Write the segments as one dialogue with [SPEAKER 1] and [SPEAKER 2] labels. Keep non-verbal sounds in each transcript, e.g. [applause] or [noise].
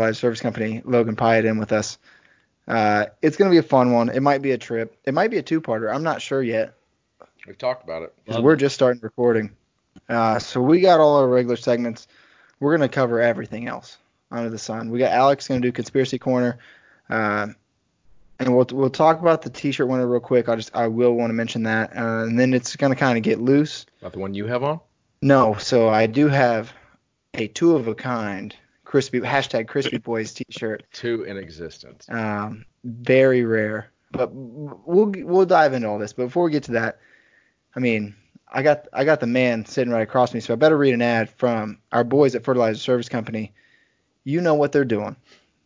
[SPEAKER 1] live service company, Logan Pyatt, in with us. Uh, it's going to be a fun one. It might be a trip. It might be a two-parter. I'm not sure yet
[SPEAKER 2] We've talked about it.
[SPEAKER 1] because we're just starting recording. Uh, so we got all our regular segments. We're going to cover everything else under the sun. We got Alex going to do conspiracy corner, uh, and we'll we'll talk about the T-shirt winner real quick. I just I will want to mention that, uh, and then it's going to kind of get loose.
[SPEAKER 2] About the one you have on?
[SPEAKER 1] No, so I do have a two of a kind crispy hashtag crispy boys T-shirt.
[SPEAKER 2] Two in existence.
[SPEAKER 1] Um, very rare. But we'll we'll dive into all this. But before we get to that, I mean, I got I got the man sitting right across me, so I better read an ad from our boys at Fertilizer Service Company. You know what they're doing.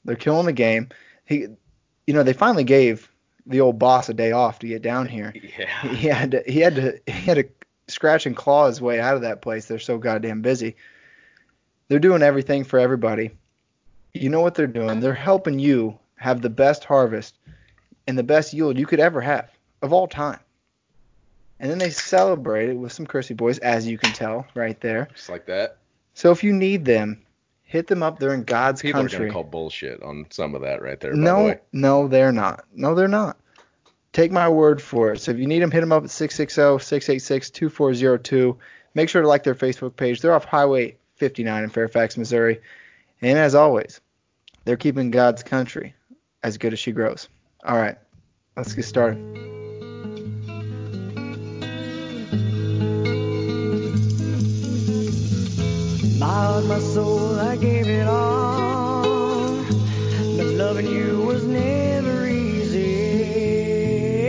[SPEAKER 1] They're killing the game. He, you know, they finally gave the old boss a day off to get down here.
[SPEAKER 2] [laughs] Yeah.
[SPEAKER 1] He had to, he had to he had to scratch and claw his way out of that place. They're so goddamn busy. They're doing everything for everybody. You know what they're doing? They're helping you have the best harvest and the best yield you could ever have of all time. And then they celebrate it with some cursey boys, as you can tell right there.
[SPEAKER 2] Just like that.
[SPEAKER 1] So if you need them, hit them up. They're in God's
[SPEAKER 2] People are
[SPEAKER 1] country.
[SPEAKER 2] going to call bullshit on some of that right there, by the
[SPEAKER 1] No,
[SPEAKER 2] way.
[SPEAKER 1] no, they're not. No, they're not. Take my word for it. So if you need them, hit them up at 660-686-2402. Make sure to like their Facebook page. They're off Highway 59 in Fairfax, Missouri. And as always, they're keeping God's country as good as she grows. All right, let's get started.
[SPEAKER 3] My heart, my soul, I gave it all. But loving you was never easy.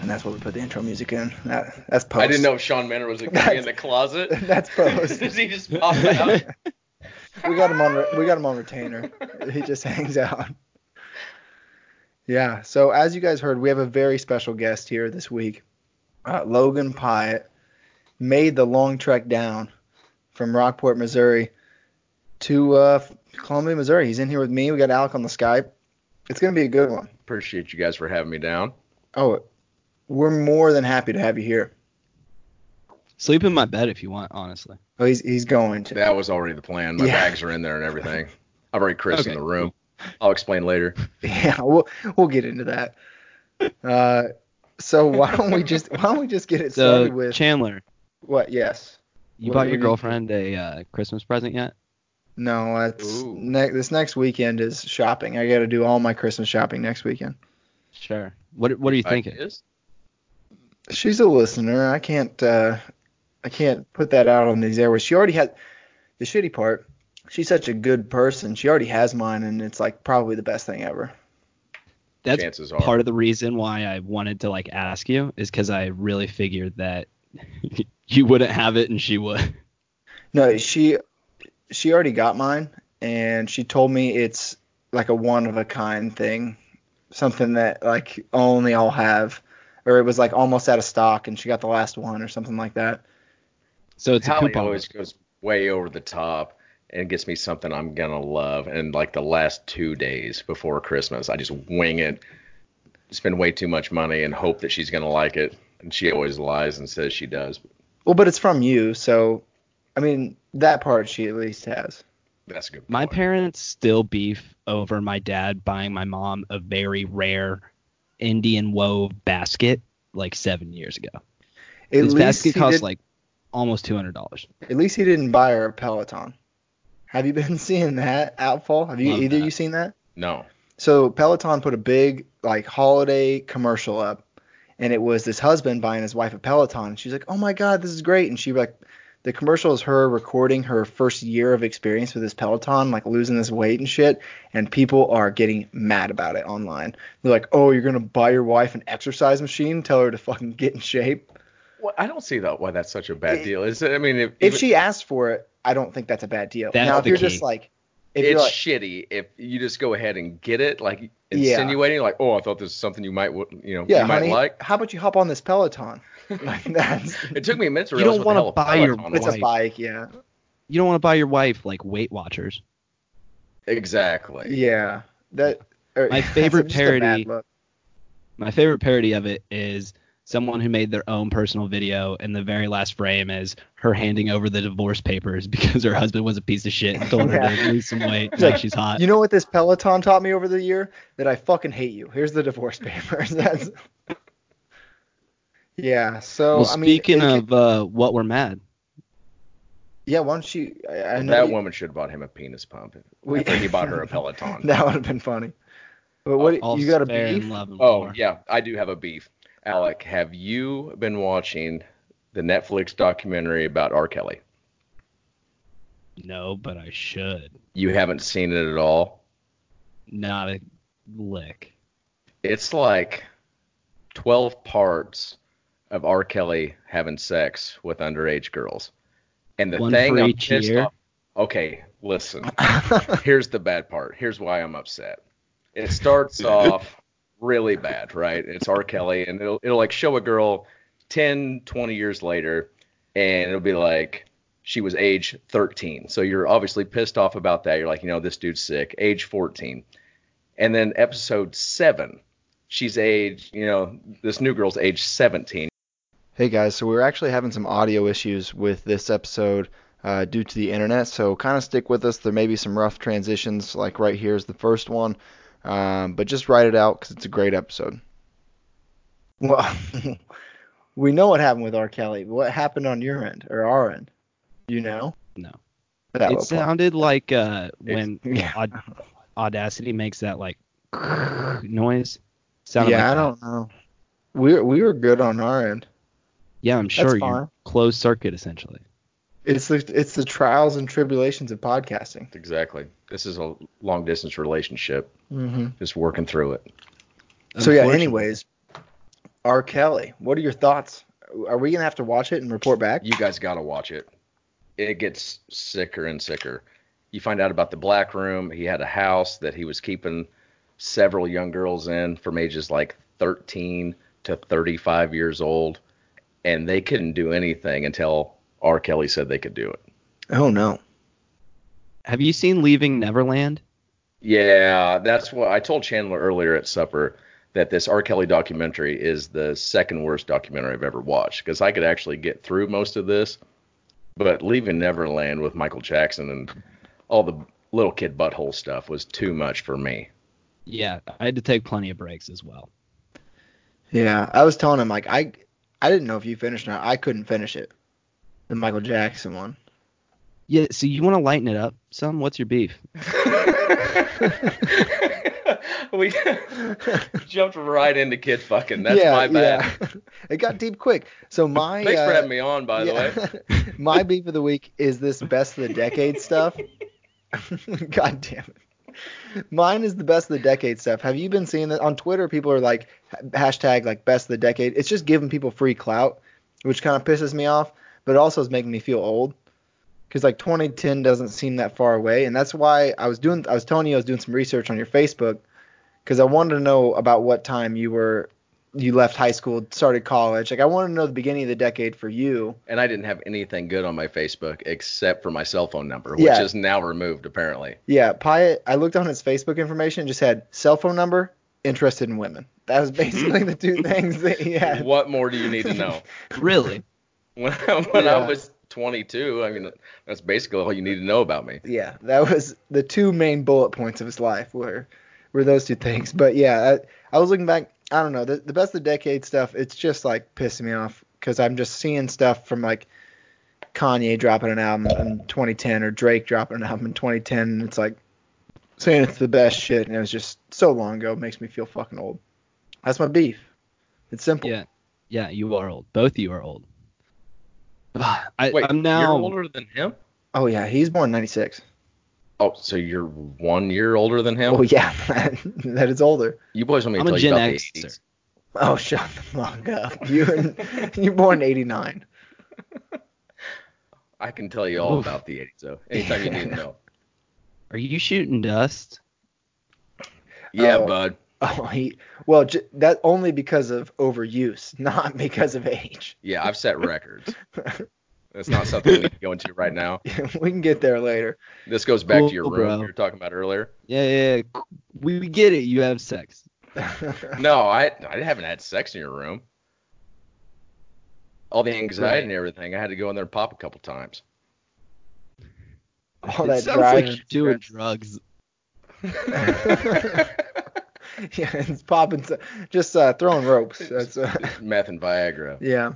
[SPEAKER 1] And that's what we put the intro music in. That, that's post.
[SPEAKER 2] I didn't know if Sean Manor was going to be in the closet.
[SPEAKER 1] [laughs] That's
[SPEAKER 2] [laughs]
[SPEAKER 1] post.
[SPEAKER 2] Does he just pop out?
[SPEAKER 1] [laughs] we got him on re- we got him on retainer. he just hangs out. Yeah. So as you guys heard, we have a very special guest here this week. Uh, Logan Pyatt made the long trek down from Rockport, Missouri, to uh, Columbia, Missouri. He's in here with me. We got Alec on the Skype. It's gonna be a good one.
[SPEAKER 2] Appreciate you guys for having me down.
[SPEAKER 1] Oh, we're more than happy to have you here.
[SPEAKER 4] Sleep in my bed if you want, honestly.
[SPEAKER 1] Oh, he's he's going to.
[SPEAKER 2] That was already the plan. My
[SPEAKER 1] Yeah.
[SPEAKER 2] bags are in there and everything. I've already Chris
[SPEAKER 4] Okay.
[SPEAKER 2] in the room. I'll explain later.
[SPEAKER 1] [laughs] Yeah, we'll we'll get into that. Uh, so why don't we just why don't we just get it
[SPEAKER 4] So
[SPEAKER 1] started with
[SPEAKER 4] Chandler,
[SPEAKER 1] what? Yes.
[SPEAKER 4] you
[SPEAKER 1] What-
[SPEAKER 4] bought
[SPEAKER 1] what do
[SPEAKER 4] your
[SPEAKER 1] you-
[SPEAKER 4] girlfriend a uh, Christmas present yet?
[SPEAKER 1] No, that's
[SPEAKER 2] Ooh.
[SPEAKER 1] ne- this next weekend is shopping. I got to do all my Christmas shopping next weekend.
[SPEAKER 4] Sure. What What are you thinking?
[SPEAKER 2] Is?
[SPEAKER 1] She's a listener. I can't uh, I can't put that out on these airways. She already had the shitty part. She's such a good person. She already has mine, and it's like probably the best thing ever.
[SPEAKER 4] That's
[SPEAKER 2] Chances are.
[SPEAKER 4] part of the reason why I wanted to like ask you is because I really figured that [laughs] you wouldn't have it and she would. [laughs]
[SPEAKER 1] No, she she already got mine, and she told me it's like a one of a kind thing, something that like only I'll have, or it was like almost out of stock, and she got the last one or something like that.
[SPEAKER 4] So it's a
[SPEAKER 2] Hallie
[SPEAKER 4] coupon.
[SPEAKER 2] always goes way over the top and gets me something I'm gonna love. And like the last two days before Christmas, I just wing it, spend way too much money, and hope that she's gonna like it. And she always lies and says she does.
[SPEAKER 1] Well, but it's from you, so I mean that part she at least has.
[SPEAKER 2] That's a good.
[SPEAKER 4] My
[SPEAKER 2] point.
[SPEAKER 4] parents still beef over my dad buying my mom a very rare Indian wove basket like seven years ago.
[SPEAKER 1] At
[SPEAKER 4] this
[SPEAKER 1] least
[SPEAKER 4] basket
[SPEAKER 1] he
[SPEAKER 4] cost
[SPEAKER 1] did-
[SPEAKER 4] like almost two hundred dollars.
[SPEAKER 1] At least he didn't buy her a Peloton. Have you been [laughs] seeing that outfall? Have you
[SPEAKER 4] Love
[SPEAKER 1] either
[SPEAKER 4] that.
[SPEAKER 1] you seen that?
[SPEAKER 2] No.
[SPEAKER 1] So Peloton put a big like holiday commercial up, and it was this husband buying his wife a Peloton. And she's like, "Oh my God, this is great!" And she like, the commercial is her recording her first year of experience with this Peloton, like losing this weight and shit. And people are getting mad about it online. They're like, "Oh, you're gonna buy your wife an exercise machine? Tell her to fucking get in shape."
[SPEAKER 2] Well, I don't see that why that's such a bad
[SPEAKER 1] It-
[SPEAKER 2] deal. Is it, I mean, if,
[SPEAKER 1] If she asked for it, I don't think that's a bad deal.
[SPEAKER 4] That's
[SPEAKER 1] now, if
[SPEAKER 4] the
[SPEAKER 1] you're
[SPEAKER 4] key.
[SPEAKER 1] just like, if
[SPEAKER 2] it's
[SPEAKER 1] you're like,
[SPEAKER 2] shitty if you just go ahead and get it, like
[SPEAKER 1] Yeah.
[SPEAKER 2] insinuating, like, oh, I thought this was something you might, w- you know,
[SPEAKER 1] yeah,
[SPEAKER 2] you might
[SPEAKER 1] honey,
[SPEAKER 2] like.
[SPEAKER 1] how about you hop on this
[SPEAKER 2] [laughs]
[SPEAKER 1] Peloton? [laughs] like that's.
[SPEAKER 2] It took me a minute to
[SPEAKER 4] You
[SPEAKER 2] realize
[SPEAKER 4] don't
[SPEAKER 2] what the
[SPEAKER 4] wanna
[SPEAKER 2] hell a
[SPEAKER 4] buy your-
[SPEAKER 2] Peloton
[SPEAKER 1] It's
[SPEAKER 2] was.
[SPEAKER 1] a bike, yeah.
[SPEAKER 4] You don't want to buy your wife like Weight Watchers.
[SPEAKER 2] Exactly.
[SPEAKER 1] Yeah. That. or- [laughs]
[SPEAKER 4] My favorite
[SPEAKER 1] just a bad
[SPEAKER 4] parody-
[SPEAKER 1] look.
[SPEAKER 4] My favorite parody of it is someone who made their own personal video, and the very last frame is her handing over the divorce papers [laughs] because her husband was a piece of shit and told her
[SPEAKER 1] [laughs] Yeah.
[SPEAKER 4] to lose some weight.
[SPEAKER 1] It's
[SPEAKER 4] Like,
[SPEAKER 1] like,
[SPEAKER 4] she's hot.
[SPEAKER 1] You know what this Peloton taught me over the year? That I fucking hate you. Here's the divorce [laughs] papers. That's. Yeah. So
[SPEAKER 4] well,
[SPEAKER 1] I mean.
[SPEAKER 4] speaking
[SPEAKER 1] it-
[SPEAKER 4] of uh, what we're mad,
[SPEAKER 1] Yeah. Why don't you? I, I know
[SPEAKER 2] that
[SPEAKER 1] you-
[SPEAKER 2] woman should have bought him a penis pump.
[SPEAKER 1] We-
[SPEAKER 2] after he bought her a
[SPEAKER 1] [laughs]
[SPEAKER 2] Peloton.
[SPEAKER 1] That would have been funny. But what
[SPEAKER 4] all's
[SPEAKER 1] you got a
[SPEAKER 4] fair in
[SPEAKER 1] beef?
[SPEAKER 4] love and
[SPEAKER 2] Oh
[SPEAKER 4] war.
[SPEAKER 2] yeah, I do have a beef. Alec, have you been watching the Netflix documentary about R. Kelly?
[SPEAKER 4] No, but I should.
[SPEAKER 2] You haven't seen it at all.
[SPEAKER 4] Not a lick.
[SPEAKER 2] It's like twelve parts of R. Kelly having sex with underage girls, and the
[SPEAKER 4] One
[SPEAKER 2] thing
[SPEAKER 4] for
[SPEAKER 2] I'm
[SPEAKER 4] each
[SPEAKER 2] pissed
[SPEAKER 4] year?
[SPEAKER 2] off- Okay, listen.
[SPEAKER 1] [laughs]
[SPEAKER 2] [laughs] here's the bad part. Here's why I'm upset. It [laughs] starts off really bad, right? It's R. Kelly, and it'll, it'll like show a girl 10, 20 years later, and it'll be like, she was age 13. So you're obviously pissed off about that. You're like, you know, this dude's sick, age 14. And then episode seven, she's age, you know, this new girl's age 17.
[SPEAKER 1] Hey guys, so we're actually having some audio issues with this episode uh, due to the internet, so kind of stick with us. There may be some rough transitions, like right here is the first one, um, but just write it out because it's a great episode. Well, [laughs] we know what happened with R. Kelly. What happened on your end or our end? You know?
[SPEAKER 4] No.
[SPEAKER 1] That
[SPEAKER 4] it
[SPEAKER 1] little part.
[SPEAKER 4] sounded like uh, when
[SPEAKER 1] [laughs] yeah.
[SPEAKER 4] Aud- Audacity makes that like [laughs] noise. Sounded
[SPEAKER 1] yeah,
[SPEAKER 4] like
[SPEAKER 1] I
[SPEAKER 4] that.
[SPEAKER 1] don't know. We were, we were good on our end.
[SPEAKER 4] Yeah, I'm sure
[SPEAKER 1] fine.
[SPEAKER 4] you closed circuit essentially.
[SPEAKER 1] It's the it's the trials and tribulations of podcasting.
[SPEAKER 2] Exactly. This is a long distance relationship,
[SPEAKER 1] Mm-hmm.
[SPEAKER 2] just working through it.
[SPEAKER 1] So yeah.
[SPEAKER 4] Unfortunately.
[SPEAKER 1] Anyways, R. Kelly, what are your thoughts? Are we gonna have to watch it and report back?
[SPEAKER 2] you guys got to watch it. It gets sicker and sicker. You find out about the black room. He had a house that he was keeping several young girls in from ages like 13 to 35 years old, and they couldn't do anything until R. Kelly said they could do it.
[SPEAKER 1] Oh no.
[SPEAKER 4] Have you seen Leaving Neverland?
[SPEAKER 2] Yeah, that's what I told Chandler earlier at supper that this R. Kelly documentary is the second worst documentary I've ever watched because I could actually get through most of this, but Leaving Neverland with Michael Jackson and all the little kid butthole stuff was too much for me. [laughs]
[SPEAKER 4] Yeah, I had to take plenty of breaks as well.
[SPEAKER 1] Yeah, I was telling him like I I didn't know if you finished or not. I couldn't finish it. The Michael Jackson one.
[SPEAKER 4] Yeah, so you want to lighten it up some? What's your beef?
[SPEAKER 2] we [laughs] jumped right into kid fucking. That's
[SPEAKER 1] yeah,
[SPEAKER 2] my bad.
[SPEAKER 1] Yeah. [laughs] it got deep quick. So my
[SPEAKER 2] Thanks
[SPEAKER 1] uh,
[SPEAKER 2] for having me on, by the way.
[SPEAKER 1] way. [laughs] my beef of the week is this best of the decade stuff. [laughs] God damn it. Mine is the best of the decade stuff. Have you been seeing that on Twitter? People are like ha- hashtag like best of the decade. It's just giving people free clout, which kind of pisses me off, but it also is making me feel old. Because like 2010 doesn't seem that far away, and that's why I was doing. I was telling you I was doing some research on your Facebook, because I wanted to know about what time you were, you left high school, started college. Like I wanted to know the beginning of the decade for you.
[SPEAKER 2] And I didn't have anything good on my Facebook except for my cell phone number, which
[SPEAKER 1] Yeah.
[SPEAKER 2] is now removed apparently.
[SPEAKER 1] Yeah, Pyatt, I looked on his Facebook information and just had cell phone number, interested in women. That was basically the two things that he had.
[SPEAKER 2] [laughs] What more do you need to
[SPEAKER 4] [laughs]
[SPEAKER 2] know?
[SPEAKER 4] Really?
[SPEAKER 2] When, when
[SPEAKER 1] Yeah.
[SPEAKER 2] I was 22, I mean, that's basically all you need to know about me.
[SPEAKER 1] Yeah, that was the two main bullet points of his life were were those two things. But yeah, I, I was looking back. I don't know the, the best of the decade stuff. It's just like pissing me off because I'm just seeing stuff from like Kanye dropping an album in 2010 or Drake dropping an album in 2010, and it's like saying it's the best shit, and it was just so long ago. It makes me feel fucking old. That's my beef. It's simple.
[SPEAKER 4] Yeah. Yeah, you are old. Both of you are old. [sighs] I,
[SPEAKER 2] Wait,
[SPEAKER 4] I'm now
[SPEAKER 2] you're older than him?
[SPEAKER 1] Oh yeah, he's born in '96.
[SPEAKER 2] Oh, so you're one year older than him?
[SPEAKER 1] Oh yeah, [laughs] that is older.
[SPEAKER 2] You boys want me to
[SPEAKER 4] I'm a
[SPEAKER 2] tell you
[SPEAKER 4] Gen
[SPEAKER 2] about the
[SPEAKER 4] Xer.
[SPEAKER 2] 80s?
[SPEAKER 1] Oh shut the fuck up. [laughs] You're in, you're born in '89.
[SPEAKER 2] I can tell you all
[SPEAKER 4] Oof.
[SPEAKER 2] about the 80s, though. Anytime you need to
[SPEAKER 4] [laughs]
[SPEAKER 2] know.
[SPEAKER 4] Are you shooting dust?
[SPEAKER 2] Yeah,
[SPEAKER 1] Oh.
[SPEAKER 2] bud.
[SPEAKER 1] Oh, he well j- that only [laughs] because of overuse, not because of age.
[SPEAKER 4] [laughs]
[SPEAKER 2] Yeah, I've set records. It's not something we need to go into right now.
[SPEAKER 1] we can get there later. [laughs]
[SPEAKER 2] This goes back
[SPEAKER 4] Cool,
[SPEAKER 2] to your room
[SPEAKER 4] bro.
[SPEAKER 2] you were talking about earlier.
[SPEAKER 4] Yeah, yeah, yeah. We we get it. You have sex.
[SPEAKER 2] No, I I haven't had sex in your room. All the anxiety and everything, I had to go in there and pop a couple times.
[SPEAKER 1] All
[SPEAKER 4] it
[SPEAKER 1] that
[SPEAKER 4] sounds
[SPEAKER 1] dry.
[SPEAKER 4] like you're doing drugs.
[SPEAKER 1] [laughs] yeah,
[SPEAKER 2] [laughs]
[SPEAKER 1] it's popping. Just uh, throwing ropes. That's uh, [laughs]
[SPEAKER 2] Meth and Viagra.
[SPEAKER 1] yeah.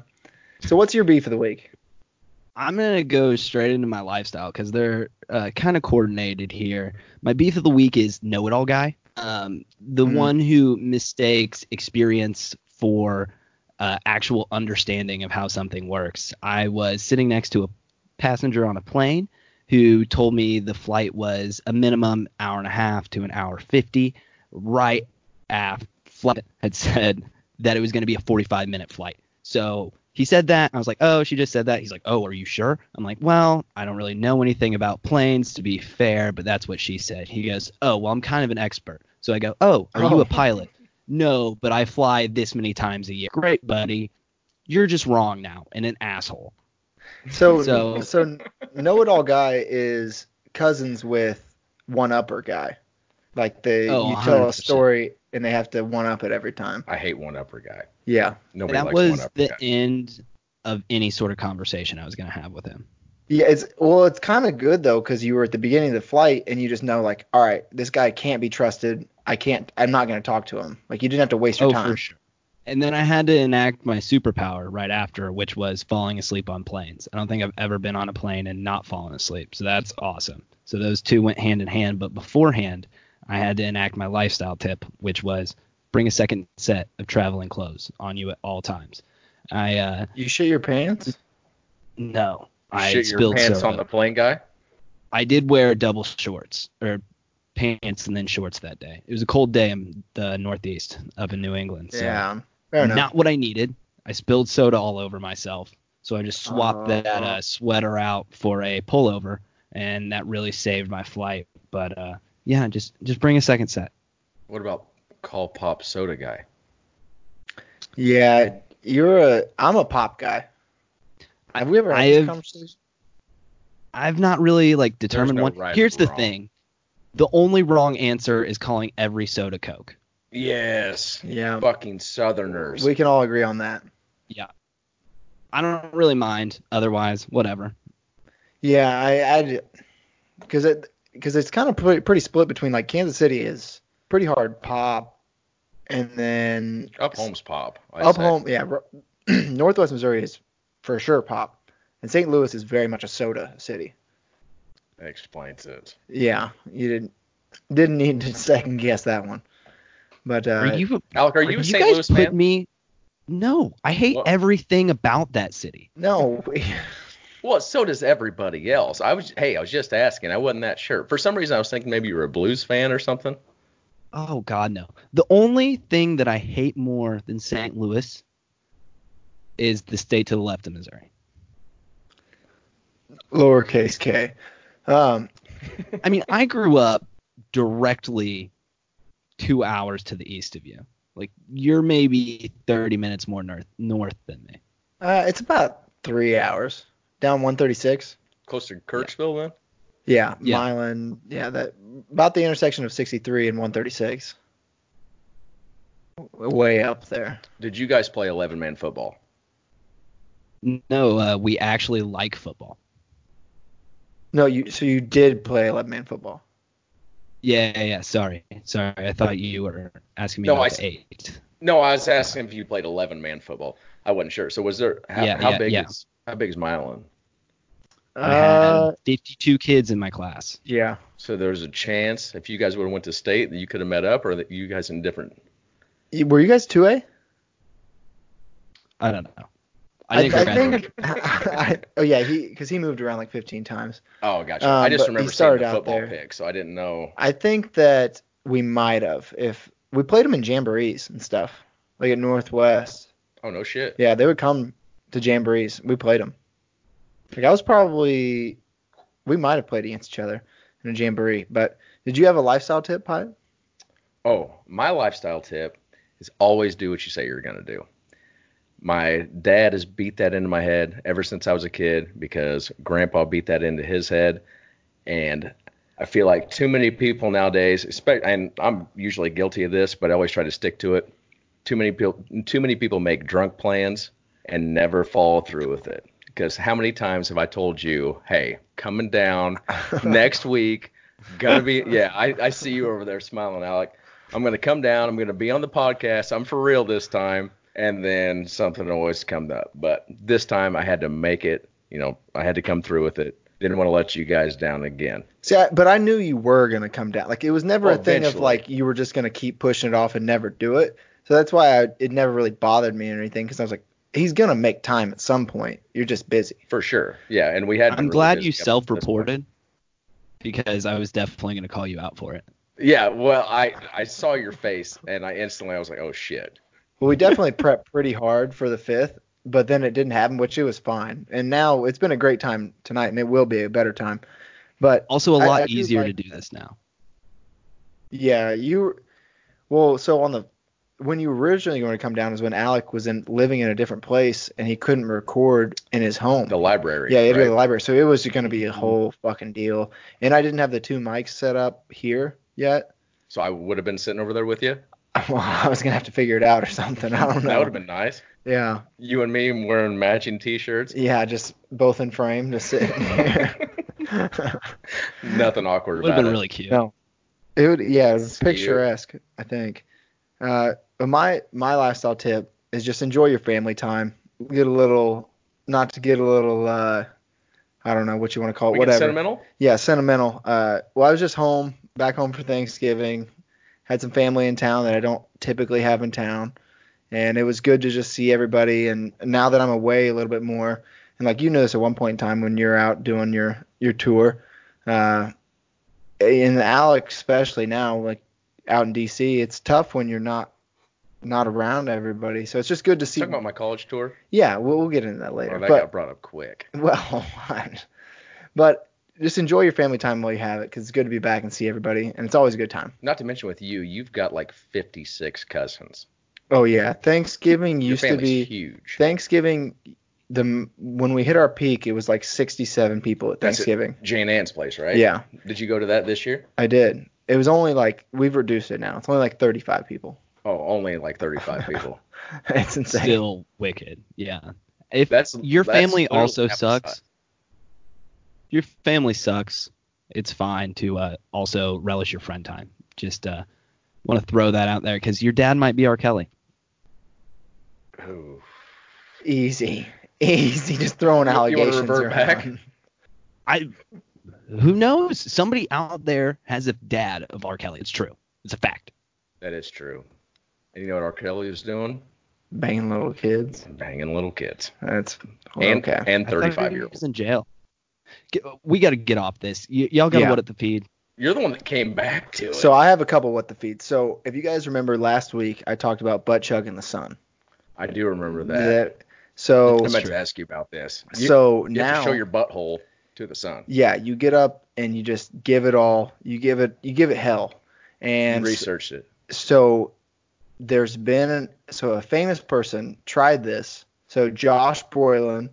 [SPEAKER 1] So what's your beef of the week?
[SPEAKER 4] I'm gonna go straight into my lifestyle because they're uh, kind of coordinated here. My beef of the week is know-it-all guy, um, the
[SPEAKER 1] Mhm.
[SPEAKER 4] one who mistakes experience for uh, actual understanding of how something works. I was sitting next to a passenger on a plane who told me the flight was a minimum hour and a half to an hour fifty. Right after flight had said that it was going to be a 45 minute flight. So he said that. I was like, oh, she just said that. He's like, oh, are you sure? I'm like, well, I don't really know anything about planes to be fair, but that's what she said. He goes, oh, well, I'm kind of an expert. So I go, oh, are you
[SPEAKER 1] Oh.
[SPEAKER 4] a pilot? No, but I fly this many times a year. Great, buddy. You're just wrong now and an asshole.
[SPEAKER 1] So so,
[SPEAKER 4] So-
[SPEAKER 1] know-it-all guy is cousins with one-upper guy. Like they,
[SPEAKER 4] Oh,
[SPEAKER 1] you tell a
[SPEAKER 4] 100%.
[SPEAKER 1] story and they have to one-up it every time.
[SPEAKER 2] I hate one upper guy.
[SPEAKER 1] Yeah.
[SPEAKER 2] Nobody
[SPEAKER 4] that
[SPEAKER 2] likes one
[SPEAKER 4] was
[SPEAKER 2] upper
[SPEAKER 4] the
[SPEAKER 2] guy.
[SPEAKER 4] end of any sort of conversation I was going to have with him.
[SPEAKER 1] Yeah, it's well, it's kind of good though because you were at the beginning of the flight and you just know like, all right, this guy can't be trusted. I can't. I'm not going to talk to him. Like you didn't have to waste your
[SPEAKER 4] oh,
[SPEAKER 1] time.
[SPEAKER 4] for sure. And then I had to enact my superpower right after, which was falling asleep on planes. I don't think I've ever been on a plane and not fallen asleep, so that's awesome. So those two went hand in hand. But beforehand, I had to enact my lifestyle tip, which was bring a second set of traveling clothes on you at all times. I uh
[SPEAKER 1] You shit your pants.
[SPEAKER 4] no, I
[SPEAKER 2] Shit your
[SPEAKER 4] spilled
[SPEAKER 2] pants
[SPEAKER 4] soda.
[SPEAKER 2] on the plane guy.
[SPEAKER 4] I did wear double shorts or pants and then shorts that day. It was a cold day in the Northeast up in New England. So
[SPEAKER 1] yeah. Fair enough.
[SPEAKER 4] not what I needed. I spilled soda all over myself, so I just swapped
[SPEAKER 1] Oh.
[SPEAKER 4] that uh, sweater out for a pullover, and that really saved my flight. But uh, yeah, just just bring a second set.
[SPEAKER 2] What about call pop soda guy?
[SPEAKER 1] Yeah, you're a. I'm a pop guy. Have we ever had
[SPEAKER 4] I
[SPEAKER 1] this
[SPEAKER 4] have-
[SPEAKER 1] conversation?
[SPEAKER 4] I've not really like determined
[SPEAKER 2] no
[SPEAKER 4] one.
[SPEAKER 2] right
[SPEAKER 4] Here's
[SPEAKER 2] or
[SPEAKER 4] the
[SPEAKER 2] wrong.
[SPEAKER 4] thing: the only wrong answer is calling every soda Coke.
[SPEAKER 2] Yes.
[SPEAKER 1] Yeah.
[SPEAKER 2] Fucking Southerners.
[SPEAKER 1] We can all agree on that.
[SPEAKER 4] I don't really mind. Otherwise, whatever.
[SPEAKER 1] Yeah, I, I, because it, because it's kind of pretty, pretty split between like Kansas City is pretty hard pop, and then
[SPEAKER 2] Up home's pop. I'd
[SPEAKER 1] up
[SPEAKER 2] say.
[SPEAKER 1] home, yeah, ro- [clears throat] Northwest Missouri is for sure pop, and St. Louis is very much a soda city.
[SPEAKER 2] That explains it.
[SPEAKER 1] Yeah, you didn't didn't need to [laughs] second guess that one, but uh,
[SPEAKER 4] Are you?
[SPEAKER 2] Alec, are
[SPEAKER 4] Are
[SPEAKER 2] you a
[SPEAKER 4] you
[SPEAKER 2] St.
[SPEAKER 4] guys
[SPEAKER 2] Louis
[SPEAKER 4] put
[SPEAKER 2] fan?
[SPEAKER 4] me? No, I hate
[SPEAKER 2] What?
[SPEAKER 4] everything about that city.
[SPEAKER 1] no, we- [laughs]
[SPEAKER 2] Well, so does everybody else. I was hey, I was just asking. I wasn't that sure. For some reason, I was thinking maybe you were a blues fan or something.
[SPEAKER 4] Oh God, no. The only thing that I hate more than St. Louis is the state to the left of Missouri.
[SPEAKER 1] lowercase k. Um,
[SPEAKER 4] I mean,
[SPEAKER 2] [laughs]
[SPEAKER 4] I grew up directly two hours to the east of you. Like you're maybe 30 minutes more north north than me.
[SPEAKER 1] uh, it's about three hours down 136.
[SPEAKER 2] Close to Kirksville, then.
[SPEAKER 1] Yeah,
[SPEAKER 4] Yeah.
[SPEAKER 1] Milan. Yeah, that about the intersection of 63 and 136. W- Way up there.
[SPEAKER 2] Did you guys play 11 man football?
[SPEAKER 4] No, uh, we actually like football.
[SPEAKER 1] No, you. So you did play 11 man football.
[SPEAKER 4] Yeah, yeah, yeah. Sorry, sorry. I thought you were asking me
[SPEAKER 2] No,
[SPEAKER 4] about
[SPEAKER 2] I
[SPEAKER 4] the
[SPEAKER 2] s-
[SPEAKER 4] eight.
[SPEAKER 2] No, I was asking if you played 11 man football. I wasn't sure. So was there how,
[SPEAKER 4] Yeah,
[SPEAKER 2] how
[SPEAKER 4] yeah,
[SPEAKER 2] big
[SPEAKER 4] yeah.
[SPEAKER 2] is how big is Milan?
[SPEAKER 4] I had 52 kids in my class.
[SPEAKER 1] Uh, yeah.
[SPEAKER 2] So there's a chance if you guys would have went to state that you could have met up, or that you guys in different.
[SPEAKER 1] You- Were you guys 2A?
[SPEAKER 4] I don't know. I think I,
[SPEAKER 1] I think
[SPEAKER 4] graduated.
[SPEAKER 1] [laughs]
[SPEAKER 4] [laughs]
[SPEAKER 1] I- oh yeah, he because he moved around like 15 times.
[SPEAKER 2] Oh, gotcha.
[SPEAKER 1] Um,
[SPEAKER 2] I just
[SPEAKER 1] but
[SPEAKER 2] remember
[SPEAKER 1] he
[SPEAKER 2] seeing
[SPEAKER 1] started
[SPEAKER 2] the
[SPEAKER 1] out
[SPEAKER 2] football
[SPEAKER 1] there.
[SPEAKER 2] pick, so I didn't know.
[SPEAKER 1] I think that we might have if we played him in jamborees and stuff like at Northwest.
[SPEAKER 2] Oh no shit.
[SPEAKER 1] Yeah, they would come to jamborees. We played them. Like I was probably, we might have played against each other in a jamboree. But did you have a lifestyle tip, Pipe?
[SPEAKER 2] Oh, my lifestyle tip is always do what you say you're gonna do. My dad has beat that into my head ever since I was a kid because grandpa beat that into his head. And I feel like too many people nowadays, expect, and I'm usually guilty of this, but I always try to stick to it. Too many people, too many people make drunk plans and never follow through with it. Because how many times have I told you, hey, coming down next week, gonna be, yeah, I, I see you over there smiling, Alec. I'm gonna come down. I'm gonna be on the podcast. I'm for real this time. And then something always comes up, but this time I had to make it. You know, I had to come through with it. Didn't want to let you guys down again.
[SPEAKER 1] See, I, but I knew you were gonna come down. Like it was never a thing of
[SPEAKER 2] Eventually.
[SPEAKER 1] like you were just gonna keep pushing it off and never do it. So that's why I, it never really bothered me or anything because I was like, he's gonna make time at some point. You're just busy.
[SPEAKER 2] For sure. Yeah, and we had. been
[SPEAKER 4] I'm
[SPEAKER 2] really
[SPEAKER 4] glad
[SPEAKER 2] busy
[SPEAKER 4] you
[SPEAKER 2] up until this point.
[SPEAKER 4] self-reported because I was definitely going to call you out for it.
[SPEAKER 2] Yeah, well, I I saw your face and I instantly I was like, oh shit.
[SPEAKER 1] Well, we definitely prepped pretty hard for the fifth, but then it didn't happen, which it was fine. And now it's been a great time tonight, and it will be a better time. But
[SPEAKER 4] Also, a
[SPEAKER 1] I-
[SPEAKER 4] lot
[SPEAKER 1] I do
[SPEAKER 4] easier
[SPEAKER 1] like
[SPEAKER 4] to do this now.
[SPEAKER 1] Yeah, you. Well, so on the when you were originally going to come down is when Alec was in living in a different place and he couldn't record in his home.
[SPEAKER 2] The library.
[SPEAKER 1] yeah, he had to go to
[SPEAKER 2] right? Mm-hmm.
[SPEAKER 1] the library, so it was going to be a whole fucking deal. And I didn't have the two mics set up here yet. [laughs]
[SPEAKER 2] So I would have been sitting over there with you.
[SPEAKER 1] Well, I was going to have to figure it out or something. I don't know.
[SPEAKER 2] That would have been nice.
[SPEAKER 1] Yeah,
[SPEAKER 2] You and me wearing matching
[SPEAKER 4] [laughs]
[SPEAKER 2] T-shirts.
[SPEAKER 1] yeah, just both in frame, just
[SPEAKER 2] [laughs]
[SPEAKER 1] sitting here. [laughs]
[SPEAKER 2] Nothing awkward
[SPEAKER 4] Would
[SPEAKER 2] about
[SPEAKER 4] have been
[SPEAKER 2] it.
[SPEAKER 4] really cute.
[SPEAKER 1] No. It would, yeah, it's
[SPEAKER 2] Cute.
[SPEAKER 1] picturesque, I think. Uh, but my my lifestyle tip is just enjoy your family time. Get a little, not to get a little, uh, I don't know what you want to call it,
[SPEAKER 2] We get
[SPEAKER 1] whatever.
[SPEAKER 2] sentimental.
[SPEAKER 1] Yeah, sentimental. Uh, well, I was just home, back home for Thanksgiving. Had some family in town that I don't typically have in town, and it was good to just see everybody. And now that I'm away a little bit more, and like you know this at one point in time when you're out doing your your tour, uh, and Alex especially now like out in D.C. It's tough when you're not not around everybody. So it's just good to see.
[SPEAKER 2] Talking about my college tour.
[SPEAKER 1] Yeah, we'll, we'll get into that later.
[SPEAKER 2] Oh, that
[SPEAKER 1] but
[SPEAKER 2] got brought up quick.
[SPEAKER 1] well, [laughs] but just enjoy your family time while you have it, 'cause it's good to be back and see everybody, and it's always a good time.
[SPEAKER 2] Not to mention with you, you've got like 56 cousins.
[SPEAKER 1] Oh yeah, Thanksgiving
[SPEAKER 2] Your
[SPEAKER 1] used to
[SPEAKER 2] family's
[SPEAKER 1] be
[SPEAKER 2] huge.
[SPEAKER 1] Thanksgiving. The when we hit our peak, it was like 67 people at
[SPEAKER 2] That's it.
[SPEAKER 1] Thanksgiving.
[SPEAKER 2] Jane Ann's place, right?
[SPEAKER 1] Yeah,
[SPEAKER 2] Did you go to that this year?
[SPEAKER 1] I did. It was only like we've reduced it now. It's only like 35 people. [laughs]
[SPEAKER 2] Oh, only like [laughs] 35 people.
[SPEAKER 1] it's insane.
[SPEAKER 4] Still wicked. Yeah. If
[SPEAKER 2] That's
[SPEAKER 4] your
[SPEAKER 2] that's
[SPEAKER 4] family
[SPEAKER 2] literally
[SPEAKER 4] also
[SPEAKER 2] half the
[SPEAKER 4] sucks,
[SPEAKER 2] size.
[SPEAKER 4] your family sucks, it's fine to uh, also relish your friend time. Just uh, want to throw that out there because your dad might be R. Kelly.
[SPEAKER 2] Ooh.
[SPEAKER 1] Easy, easy. Just throwing
[SPEAKER 2] You- you wanna
[SPEAKER 1] allegations
[SPEAKER 2] revert
[SPEAKER 1] around.
[SPEAKER 2] back?
[SPEAKER 4] I, who knows? Somebody out there has a dad of R. Kelly. It's true. It's a fact.
[SPEAKER 2] That is true. And you know what R. Kelly is doing?
[SPEAKER 1] [laughs] Banging little kids.
[SPEAKER 2] Banging little kids.
[SPEAKER 1] That's
[SPEAKER 2] and
[SPEAKER 1] Oh, okay.
[SPEAKER 2] and
[SPEAKER 4] I thought
[SPEAKER 2] 35
[SPEAKER 4] he
[SPEAKER 2] year olds.
[SPEAKER 4] was in jail. Get- We got to get off this. Y- y'all got to
[SPEAKER 1] Yeah.
[SPEAKER 4] what at the feed.
[SPEAKER 2] You're the one that came back to it.
[SPEAKER 1] So I have a couple what the feeds. So if you guys remember last week, I talked about butt chug in the sun.
[SPEAKER 2] I do remember that.
[SPEAKER 1] That- so
[SPEAKER 2] I meant to ask you about this. You,
[SPEAKER 1] so
[SPEAKER 2] you have
[SPEAKER 1] now
[SPEAKER 2] to show your butthole to the sun.
[SPEAKER 1] yeah, you get up and you just give it all. You give it you give it hell. And
[SPEAKER 2] you researched it.
[SPEAKER 1] so there's been so a famous person tried this. So Josh Brolin,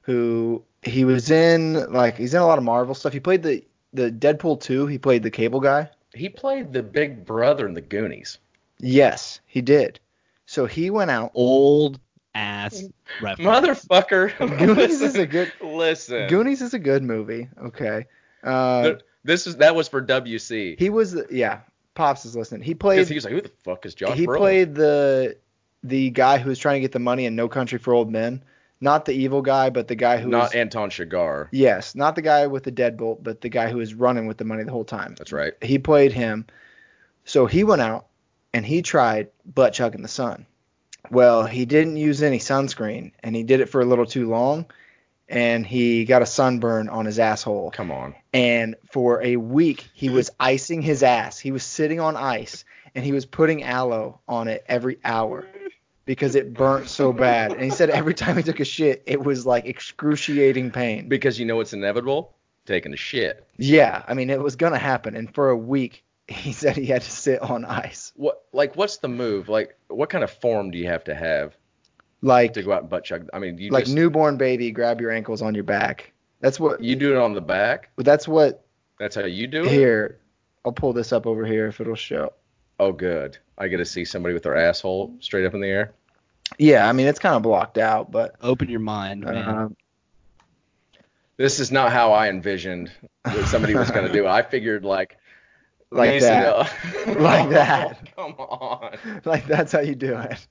[SPEAKER 1] who he was in like he's in a lot of Marvel stuff. He played the the Deadpool 2, he played the cable guy.
[SPEAKER 2] He played the big brother in the Goonies.
[SPEAKER 1] Yes, he did. So he went out
[SPEAKER 4] Old ass reference.
[SPEAKER 2] Motherfucker.
[SPEAKER 1] [laughs] Goonies
[SPEAKER 2] [laughs]
[SPEAKER 1] is a good-
[SPEAKER 2] Listen.
[SPEAKER 1] Goonies is a good movie. Okay. Uh,
[SPEAKER 2] Th- This is that was for WC.
[SPEAKER 1] he was yeah. Pops is listening. He played
[SPEAKER 2] Because he
[SPEAKER 1] he,
[SPEAKER 2] was like, who the fuck is Josh Brolin?
[SPEAKER 1] played the the guy who was trying to get the money in No Country for Old Men. Not the evil guy, but the guy who
[SPEAKER 2] Not
[SPEAKER 1] was-
[SPEAKER 2] Anton Chigurh.
[SPEAKER 1] yes, not the guy with the deadbolt, but the guy who was running with the money the whole time.
[SPEAKER 2] That's right.
[SPEAKER 1] He played him. So he went out and he tried butt chugging the sun. Well, he didn't use any sunscreen and he did it for a little too long and he got a sunburn on his asshole.
[SPEAKER 2] Come on.
[SPEAKER 1] and for a week he was icing his ass. He was sitting on ice and he was putting aloe on it every hour because it burnt so bad. And he said every time he took a shit, it was like excruciating pain.
[SPEAKER 2] Because you know it's inevitable? Taking a shit.
[SPEAKER 1] Yeah, I mean it was gonna happen. And for a week, he said he had to sit on ice.
[SPEAKER 2] What like what's the move? Like what kind of form do you have to have
[SPEAKER 1] Like
[SPEAKER 2] to go out and butt chug. I mean, you
[SPEAKER 1] like
[SPEAKER 2] just,
[SPEAKER 1] newborn baby, grab your ankles on your back. That's what
[SPEAKER 2] you do it on the back.
[SPEAKER 1] that's what
[SPEAKER 2] That's how you do it.
[SPEAKER 1] here. I'll pull this up over here if it'll show.
[SPEAKER 2] Oh, good. I get to see somebody with their asshole straight up in the air.
[SPEAKER 1] Yeah, I mean it's kind of blocked out, but
[SPEAKER 4] Open your mind, man.
[SPEAKER 1] um,
[SPEAKER 2] This is not how I envisioned what somebody was
[SPEAKER 1] [laughs]
[SPEAKER 2] going to do. it. I figured like
[SPEAKER 1] Like
[SPEAKER 2] Nancy
[SPEAKER 1] that.
[SPEAKER 2] Mel-
[SPEAKER 1] [laughs] Like that.
[SPEAKER 2] [laughs] Come on.
[SPEAKER 1] [laughs] like that's how you do it.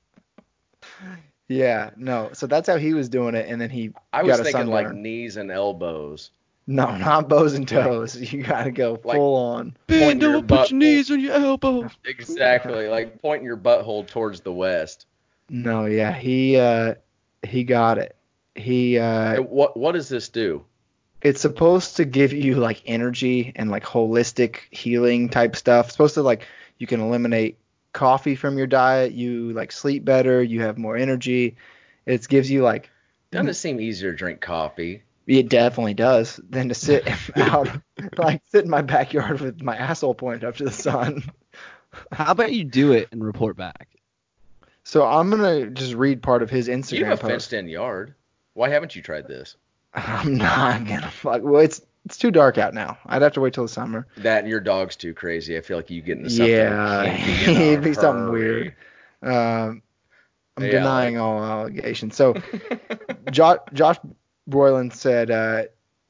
[SPEAKER 1] Yeah, no. So that's how he was doing it, and then he
[SPEAKER 2] I was
[SPEAKER 1] got a
[SPEAKER 2] thinking like
[SPEAKER 1] sunburn.
[SPEAKER 2] knees and elbows.
[SPEAKER 1] no, [laughs] not bows and toes. [laughs] You gotta go
[SPEAKER 2] Like-
[SPEAKER 1] full on.
[SPEAKER 2] Bend over, put your knees
[SPEAKER 4] on your elbows.
[SPEAKER 2] Exactly. like pointing your butthole towards the west.
[SPEAKER 1] No, yeah, he uh he got it. He uh
[SPEAKER 2] And What What does this do?
[SPEAKER 1] Mm-hmm. it's supposed to give you like energy and like holistic healing type stuff. It's supposed to like you can eliminate coffee from your diet, you like sleep better, you have more energy. It gives you like
[SPEAKER 2] Doesn't it seem easier to drink coffee?
[SPEAKER 1] it definitely does than to
[SPEAKER 2] [laughs]
[SPEAKER 1] sit out like sit in my backyard with my asshole pointed up to the sun.
[SPEAKER 4] How about you do it and report back?
[SPEAKER 1] So I'm gonna just read part of his Instagram
[SPEAKER 2] you have a
[SPEAKER 1] post. [laughs]
[SPEAKER 2] fenced in yard. Why haven't you tried this?
[SPEAKER 1] I'm not gonna fuck. Well, it's it's too dark out now. I'd have to wait till the summer.
[SPEAKER 2] That and your dog's too crazy. I feel like you get into something.
[SPEAKER 1] Yeah,
[SPEAKER 2] that
[SPEAKER 1] [laughs]
[SPEAKER 2] can't in a
[SPEAKER 1] it'd be something
[SPEAKER 2] hurry.
[SPEAKER 1] weird. [laughs] Um, I'm
[SPEAKER 2] Yeah,
[SPEAKER 1] denying all allegations. So jo- Josh Broyland said, uh,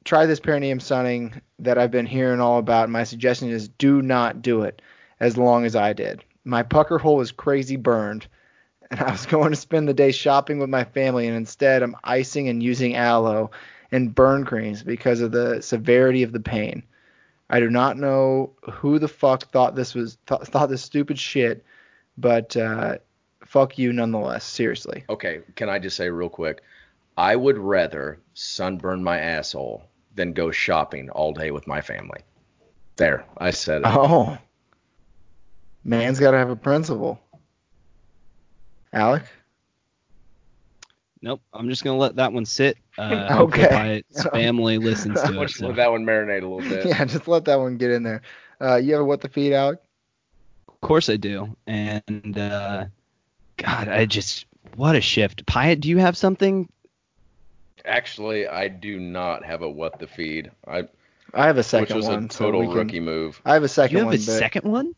[SPEAKER 1] try this perineum sunning that I've been hearing all about. My suggestion is do not do it as long as I did. My pucker hole is crazy burned, and I was [laughs] going to spend the day shopping with my family, and instead I'm icing and using aloe and burn creams because of the severity of the pain. I do not know who the fuck thought this was th- thought this stupid shit, but uh, fuck you nonetheless. Seriously.
[SPEAKER 2] [laughs] Okay, can I just say real quick? I would rather sunburn my asshole than go shopping all day with my family. There, I said it.
[SPEAKER 1] Oh, man's got to have a principle. Alec,
[SPEAKER 4] Nope. I'm just gonna let that one sit. Uh,
[SPEAKER 1] [laughs] Okay.
[SPEAKER 4] hopefully
[SPEAKER 1] [laughs]
[SPEAKER 4] my family listens to it.
[SPEAKER 2] Let's
[SPEAKER 4] so.
[SPEAKER 2] let that one marinate a little bit.
[SPEAKER 1] yeah, just let that one get in there. Uh, you have a what the feed, Alec?
[SPEAKER 4] Of course I do. And uh, God, I just what a shift. Pyatt, do you have something?
[SPEAKER 2] Actually, I do not have a what the feed. I
[SPEAKER 1] I have a
[SPEAKER 2] which
[SPEAKER 1] second
[SPEAKER 2] was
[SPEAKER 1] one.
[SPEAKER 2] a
[SPEAKER 1] so
[SPEAKER 2] total
[SPEAKER 1] we can-
[SPEAKER 2] rookie move.
[SPEAKER 1] I have a second
[SPEAKER 4] you have
[SPEAKER 1] one.
[SPEAKER 4] a
[SPEAKER 1] but-
[SPEAKER 4] second one?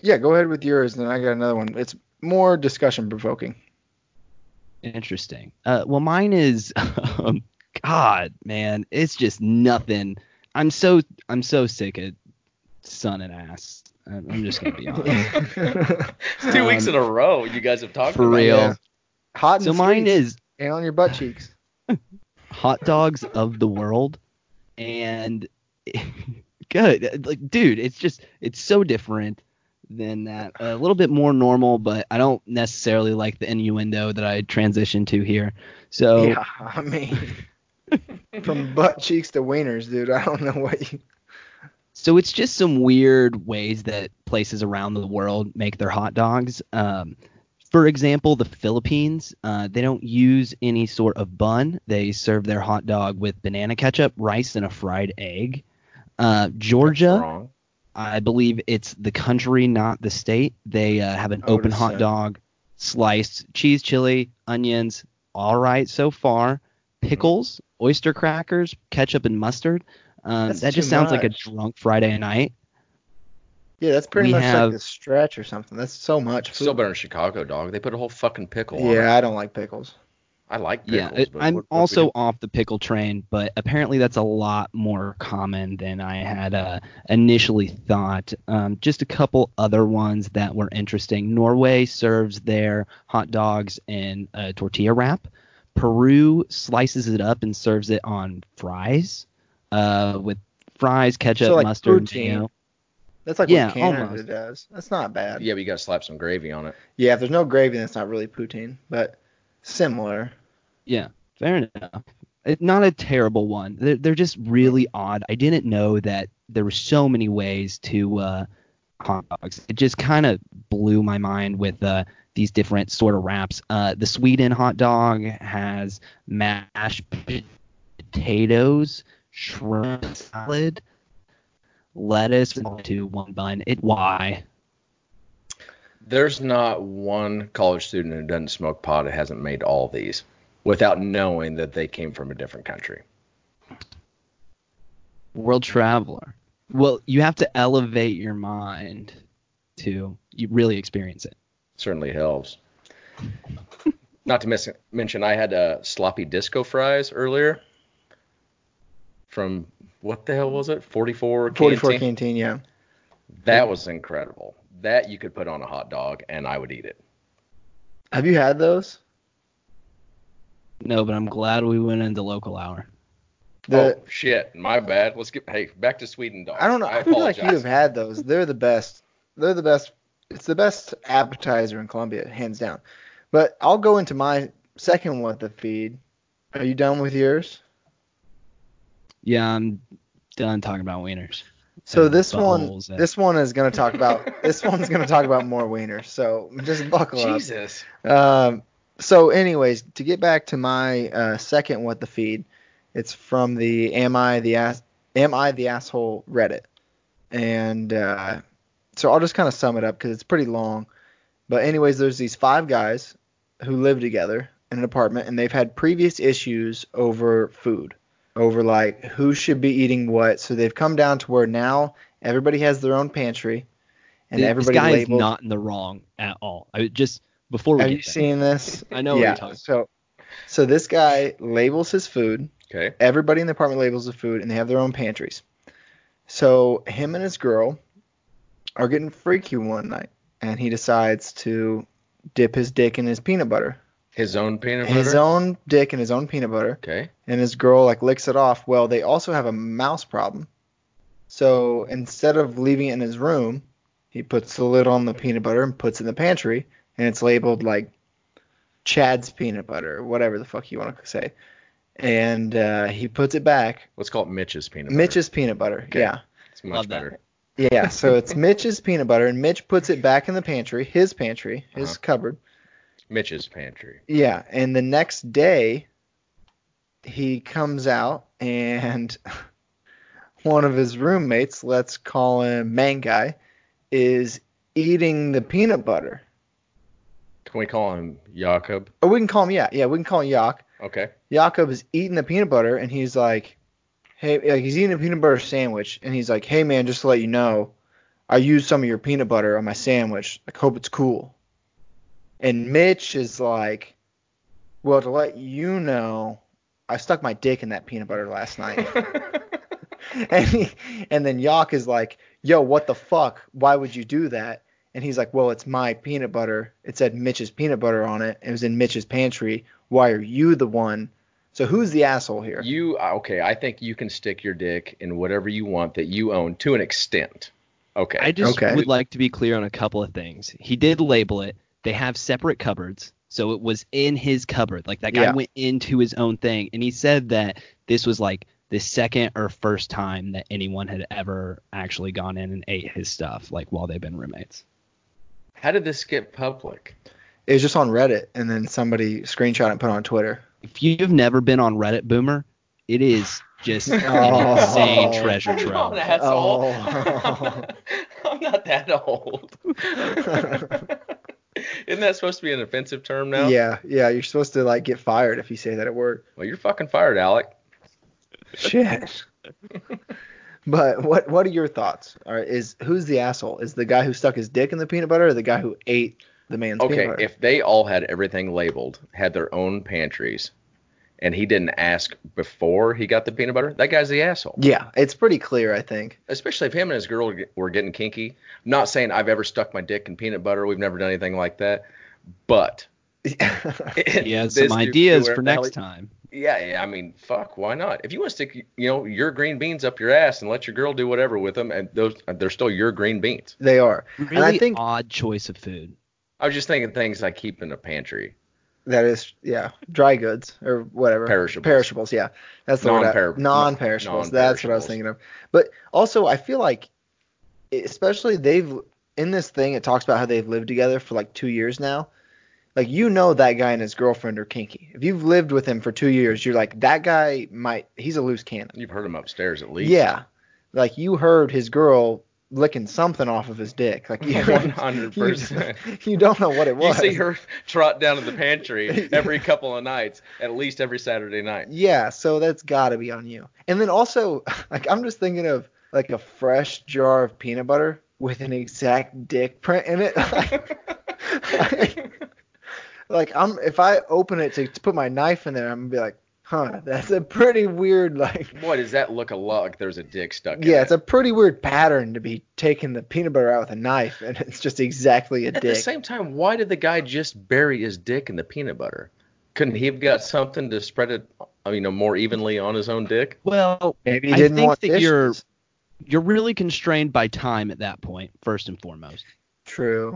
[SPEAKER 1] Yeah, go ahead with yours, and I got another one. It's more discussion provoking.
[SPEAKER 4] Interesting. Uh, well, mine is, [laughs] um, God, man, it's just nothing. I'm so I'm so sick of sun and ass. I'm I'm
[SPEAKER 1] [laughs]
[SPEAKER 4] just gonna be honest.
[SPEAKER 2] [laughs] [laughs] It's two weeks in
[SPEAKER 1] Um,
[SPEAKER 2] a row you guys have talked
[SPEAKER 4] For
[SPEAKER 2] about
[SPEAKER 4] real.
[SPEAKER 2] this.
[SPEAKER 1] Hot and
[SPEAKER 4] so mine
[SPEAKER 1] sweet
[SPEAKER 4] is
[SPEAKER 1] and on your butt cheeks.
[SPEAKER 4] hot dogs of the world, and [laughs] good. uh, Like, dude, it's just it's so different than that. A little bit more normal, but I don't necessarily like the innuendo that I transitioned to here. [laughs] So
[SPEAKER 1] Yeah, I mean, [laughs] from butt cheeks to wieners, dude. I don't know what you.
[SPEAKER 4] So it's just some weird ways that places around the world make their hot dogs. Um, for example, the Philippines, uh, they don't use any sort of bun. They serve their hot dog with banana ketchup, rice, and a fried egg. Uh, Georgia,
[SPEAKER 2] Wrong.
[SPEAKER 4] I believe it's the country, not the state. They uh, have an
[SPEAKER 1] I would
[SPEAKER 4] open hot
[SPEAKER 1] assume.
[SPEAKER 4] dog, sliced cheese, chili, onions. All right, so far. Pickles, oyster crackers, ketchup, and mustard. Um,
[SPEAKER 1] That's
[SPEAKER 4] that just
[SPEAKER 1] too
[SPEAKER 4] sounds like a
[SPEAKER 1] much.
[SPEAKER 4] drunk Friday night.
[SPEAKER 1] Yeah, that's pretty
[SPEAKER 4] We
[SPEAKER 1] much
[SPEAKER 4] have-
[SPEAKER 1] like the stretch or something. That's so much.
[SPEAKER 2] Still better than Chicago dog. They put a whole fucking pickle on it.
[SPEAKER 1] yeah, I don't like pickles.
[SPEAKER 2] I like
[SPEAKER 4] Yeah,
[SPEAKER 2] pickles.
[SPEAKER 4] it-
[SPEAKER 2] but
[SPEAKER 4] I'm
[SPEAKER 2] what- what we
[SPEAKER 4] also
[SPEAKER 2] do-
[SPEAKER 4] off the pickle train, but apparently that's a lot more common than I had uh, initially thought. Um, just a couple other ones that were interesting. Norway serves their hot dogs in a tortilla wrap. Peru slices it up and serves it on fries uh, with fries, ketchup,
[SPEAKER 1] So, like,
[SPEAKER 4] mustard,
[SPEAKER 1] poutine.
[SPEAKER 4] mayo.
[SPEAKER 1] That's like
[SPEAKER 4] Yeah,
[SPEAKER 1] what Canada
[SPEAKER 4] almost.
[SPEAKER 1] does. That's not bad.
[SPEAKER 2] yeah, but you gotta slap some gravy on it.
[SPEAKER 1] Yeah, if there's no gravy, then it's not really poutine, but similar.
[SPEAKER 4] Yeah, fair enough. It, not a terrible one. They're, they're just really odd. I didn't know that there were so many ways to uh, hot dogs. It just kind of blew my mind with uh, these different sort of wraps. Uh, the Sweden hot dog has mashed potatoes, shrimp salad, lettuce, and all to one bun. It why?
[SPEAKER 2] There's not one college student who doesn't smoke pot that hasn't made all these without knowing that they came from a different country.
[SPEAKER 4] World traveler. Well, you have to elevate your mind to you really experience it.
[SPEAKER 1] [laughs]
[SPEAKER 2] Certainly helps. not to miss, mention, I had uh, sloppy disco fries earlier from what the hell was it? 44
[SPEAKER 1] 44
[SPEAKER 2] canteen?
[SPEAKER 1] canteen, yeah.
[SPEAKER 2] That was incredible. That you could put on a hot dog and I would eat it.
[SPEAKER 1] Have you had those?
[SPEAKER 4] No, but I'm glad we went into local hour.
[SPEAKER 1] The,
[SPEAKER 2] oh shit, my bad. Let's get hey back to Sweden dog.
[SPEAKER 1] I don't know.
[SPEAKER 2] Oh, I
[SPEAKER 1] I, feel like
[SPEAKER 2] apologize.
[SPEAKER 1] you have had those. They're the best. They're the best. It's the best appetizer in Colombia, hands down. But I'll go into my second one at the feed. Are you done with yours?
[SPEAKER 4] Yeah, I'm done talking about wieners.
[SPEAKER 1] So
[SPEAKER 4] And
[SPEAKER 1] this one,
[SPEAKER 4] buttholes and-
[SPEAKER 1] this one is going to talk about.
[SPEAKER 2] [laughs]
[SPEAKER 1] this one's going to talk about more wieners. So just buckle up.
[SPEAKER 2] Jesus.
[SPEAKER 1] Um, so, anyways, to get back to my uh, second what the feed, it's from the am I the ass am I the asshole Reddit, and uh, so I'll just kind of sum it up because it's pretty long. But anyways, there's these five guys who live together in an apartment, and they've had previous issues over food, over like who should be eating what. So they've come down to where now everybody has their own pantry, and
[SPEAKER 4] This
[SPEAKER 1] everybody
[SPEAKER 4] guy
[SPEAKER 1] labels.
[SPEAKER 4] is not in the wrong at all. I would just before we
[SPEAKER 1] Have
[SPEAKER 4] get
[SPEAKER 1] you
[SPEAKER 4] there,
[SPEAKER 1] seen this?
[SPEAKER 4] I know what you're talking
[SPEAKER 1] So, so this guy labels his food.
[SPEAKER 2] Okay.
[SPEAKER 1] Everybody in the apartment labels the food, and they have their own pantries. So him and his girl are getting freaky one night, and he decides to dip his dick in his peanut butter,
[SPEAKER 2] His own peanut butter.
[SPEAKER 1] his own dick in his own peanut butter,
[SPEAKER 2] Okay.
[SPEAKER 1] and his girl like licks it off. Well, they also have a mouse problem. So instead of leaving it in his room, he puts the lid on the peanut butter and puts it in the pantry, and it's labeled like Chad's peanut butter, or whatever the fuck you want to say. And uh, he puts it back.
[SPEAKER 2] Let's call it Mitch's peanut butter.
[SPEAKER 1] Mitch's peanut butter.
[SPEAKER 2] Okay.
[SPEAKER 1] Yeah.
[SPEAKER 2] It's much
[SPEAKER 4] Love that.
[SPEAKER 2] better.
[SPEAKER 1] Yeah, so
[SPEAKER 2] [laughs]
[SPEAKER 1] it's Mitch's peanut butter, and Mitch puts it back in the pantry, his pantry, his
[SPEAKER 2] Uh-huh.
[SPEAKER 1] cupboard.
[SPEAKER 2] Mitch's pantry.
[SPEAKER 1] Yeah, and the next day he comes out and [laughs] one of his roommates, let's call him Man Guy, is eating the peanut butter.
[SPEAKER 2] Can we call him Jakob?
[SPEAKER 1] Or we can call him yeah, yeah, we can call him Yak.
[SPEAKER 4] [laughs]
[SPEAKER 2] Okay.
[SPEAKER 1] Jakob is eating the peanut butter and he's like, hey, like he's eating a peanut butter sandwich and he's like, hey man, just to let you know, I used some of your peanut butter on my sandwich. Like, hope it's cool. And Mitch is like, well, to let you know, I stuck my dick in that peanut butter last
[SPEAKER 2] [laughs]
[SPEAKER 1] night. [laughs] and he, and then Yak is like, yo, what the fuck? Why would you do that? And he's like, well, it's my peanut butter. It said Mitch's peanut butter on it. It was in Mitch's pantry. Why are you the one? So who's the asshole here?
[SPEAKER 2] You okay? I think you can stick your dick in whatever you want that you own to an extent. Okay.
[SPEAKER 4] I just
[SPEAKER 1] Okay.
[SPEAKER 4] would like to be clear on a couple of things. He did label it. They have separate cupboards, so it was in his cupboard. Like that guy
[SPEAKER 1] Yeah.
[SPEAKER 4] went into his own thing, and he said that this was like the second or first time that anyone had ever actually gone in and ate his stuff, like while they've been roommates.
[SPEAKER 2] How did this get public?
[SPEAKER 1] It was just on Reddit, and then somebody screenshot it and put it on Twitter.
[SPEAKER 4] If you've never been on Reddit, Boomer, it is just an
[SPEAKER 1] Oh.
[SPEAKER 4] insane treasure trove.
[SPEAKER 1] Oh.
[SPEAKER 2] [laughs] I'm not that
[SPEAKER 1] [laughs]
[SPEAKER 2] old. Isn't that supposed to be an offensive term now?
[SPEAKER 1] Yeah, yeah, you're supposed to like get fired if you say that at work.
[SPEAKER 2] Well, you're fucking fired, Alec. [laughs]
[SPEAKER 1] Shit. but what what are your thoughts? All right, is who's the asshole? Is the guy who stuck his dick in the peanut butter, or the guy who ate the man's peanut
[SPEAKER 2] Okay,
[SPEAKER 1] butter?
[SPEAKER 2] if they all had everything labeled, had their own pantries, and he didn't ask before he got the peanut butter, that guy's the asshole.
[SPEAKER 1] yeah, it's pretty clear, I think.
[SPEAKER 2] especially if him and his girl were getting kinky. Not saying I've ever stuck my dick in peanut butter. We've never done anything like that. But
[SPEAKER 4] He
[SPEAKER 2] [laughs]
[SPEAKER 4] has
[SPEAKER 2] this
[SPEAKER 4] some
[SPEAKER 2] dude
[SPEAKER 4] ideas
[SPEAKER 2] whoever
[SPEAKER 4] for
[SPEAKER 2] the hell
[SPEAKER 4] next
[SPEAKER 2] he-
[SPEAKER 4] time.
[SPEAKER 2] Yeah, yeah, I mean, fuck, why not? If you want to stick, you know, your green beans up your ass and let your girl do whatever with them, and those uh, they're still your green beans.
[SPEAKER 1] [laughs] they are.
[SPEAKER 4] Really
[SPEAKER 1] and I think
[SPEAKER 4] odd choice of food.
[SPEAKER 2] I was just thinking things I keep in a pantry.
[SPEAKER 1] that is yeah, dry goods or whatever.
[SPEAKER 2] Perishables.
[SPEAKER 1] Perishables, yeah. That's the word.
[SPEAKER 2] Non-per-
[SPEAKER 1] I- Non-perishables. That's what I was
[SPEAKER 2] non-perishables.
[SPEAKER 1] thinking of. But also, I feel like, especially they've in this thing, it talks about how they've lived together for like two years now. Like you know that guy and his girlfriend are kinky. If you've lived with him for two years, you're like that guy might he's a loose cannon.
[SPEAKER 2] You've heard them upstairs at least.
[SPEAKER 1] Yeah, like you heard his girl licking something off of his dick. Like [laughs]
[SPEAKER 2] [laughs]
[SPEAKER 1] you,
[SPEAKER 2] 100%.
[SPEAKER 1] You, you don't know what it
[SPEAKER 2] You
[SPEAKER 1] was.
[SPEAKER 2] see her [laughs] trot down to
[SPEAKER 1] [laughs]
[SPEAKER 2] the pantry every couple of nights, at least every Saturday night.
[SPEAKER 1] Yeah, so that's got to be on you. And then also, [laughs] like, I'm just thinking of like a fresh jar of peanut butter with an exact dick print in it. [laughs] like, I'm if I open it to, to put my knife in there, I'm gonna be like, huh, that's a pretty weird
[SPEAKER 4] [laughs]
[SPEAKER 1] like.
[SPEAKER 2] Boy, does that look a lot like there's a dick stuck in
[SPEAKER 1] Yeah, it's
[SPEAKER 2] it.
[SPEAKER 1] a pretty weird pattern to be taking the peanut butter out with a knife, and it's just exactly a
[SPEAKER 2] At
[SPEAKER 1] dick.
[SPEAKER 2] the same time, why did the guy just bury his dick in the peanut butter? Couldn't he have got something to spread it, uh, you know, more evenly on his own dick?
[SPEAKER 4] Well,
[SPEAKER 1] Maybe he
[SPEAKER 4] I
[SPEAKER 1] didn't
[SPEAKER 4] think
[SPEAKER 1] want
[SPEAKER 4] that
[SPEAKER 1] dishes.
[SPEAKER 4] you're- you're really constrained by time at that point, first and foremost.
[SPEAKER 1] True.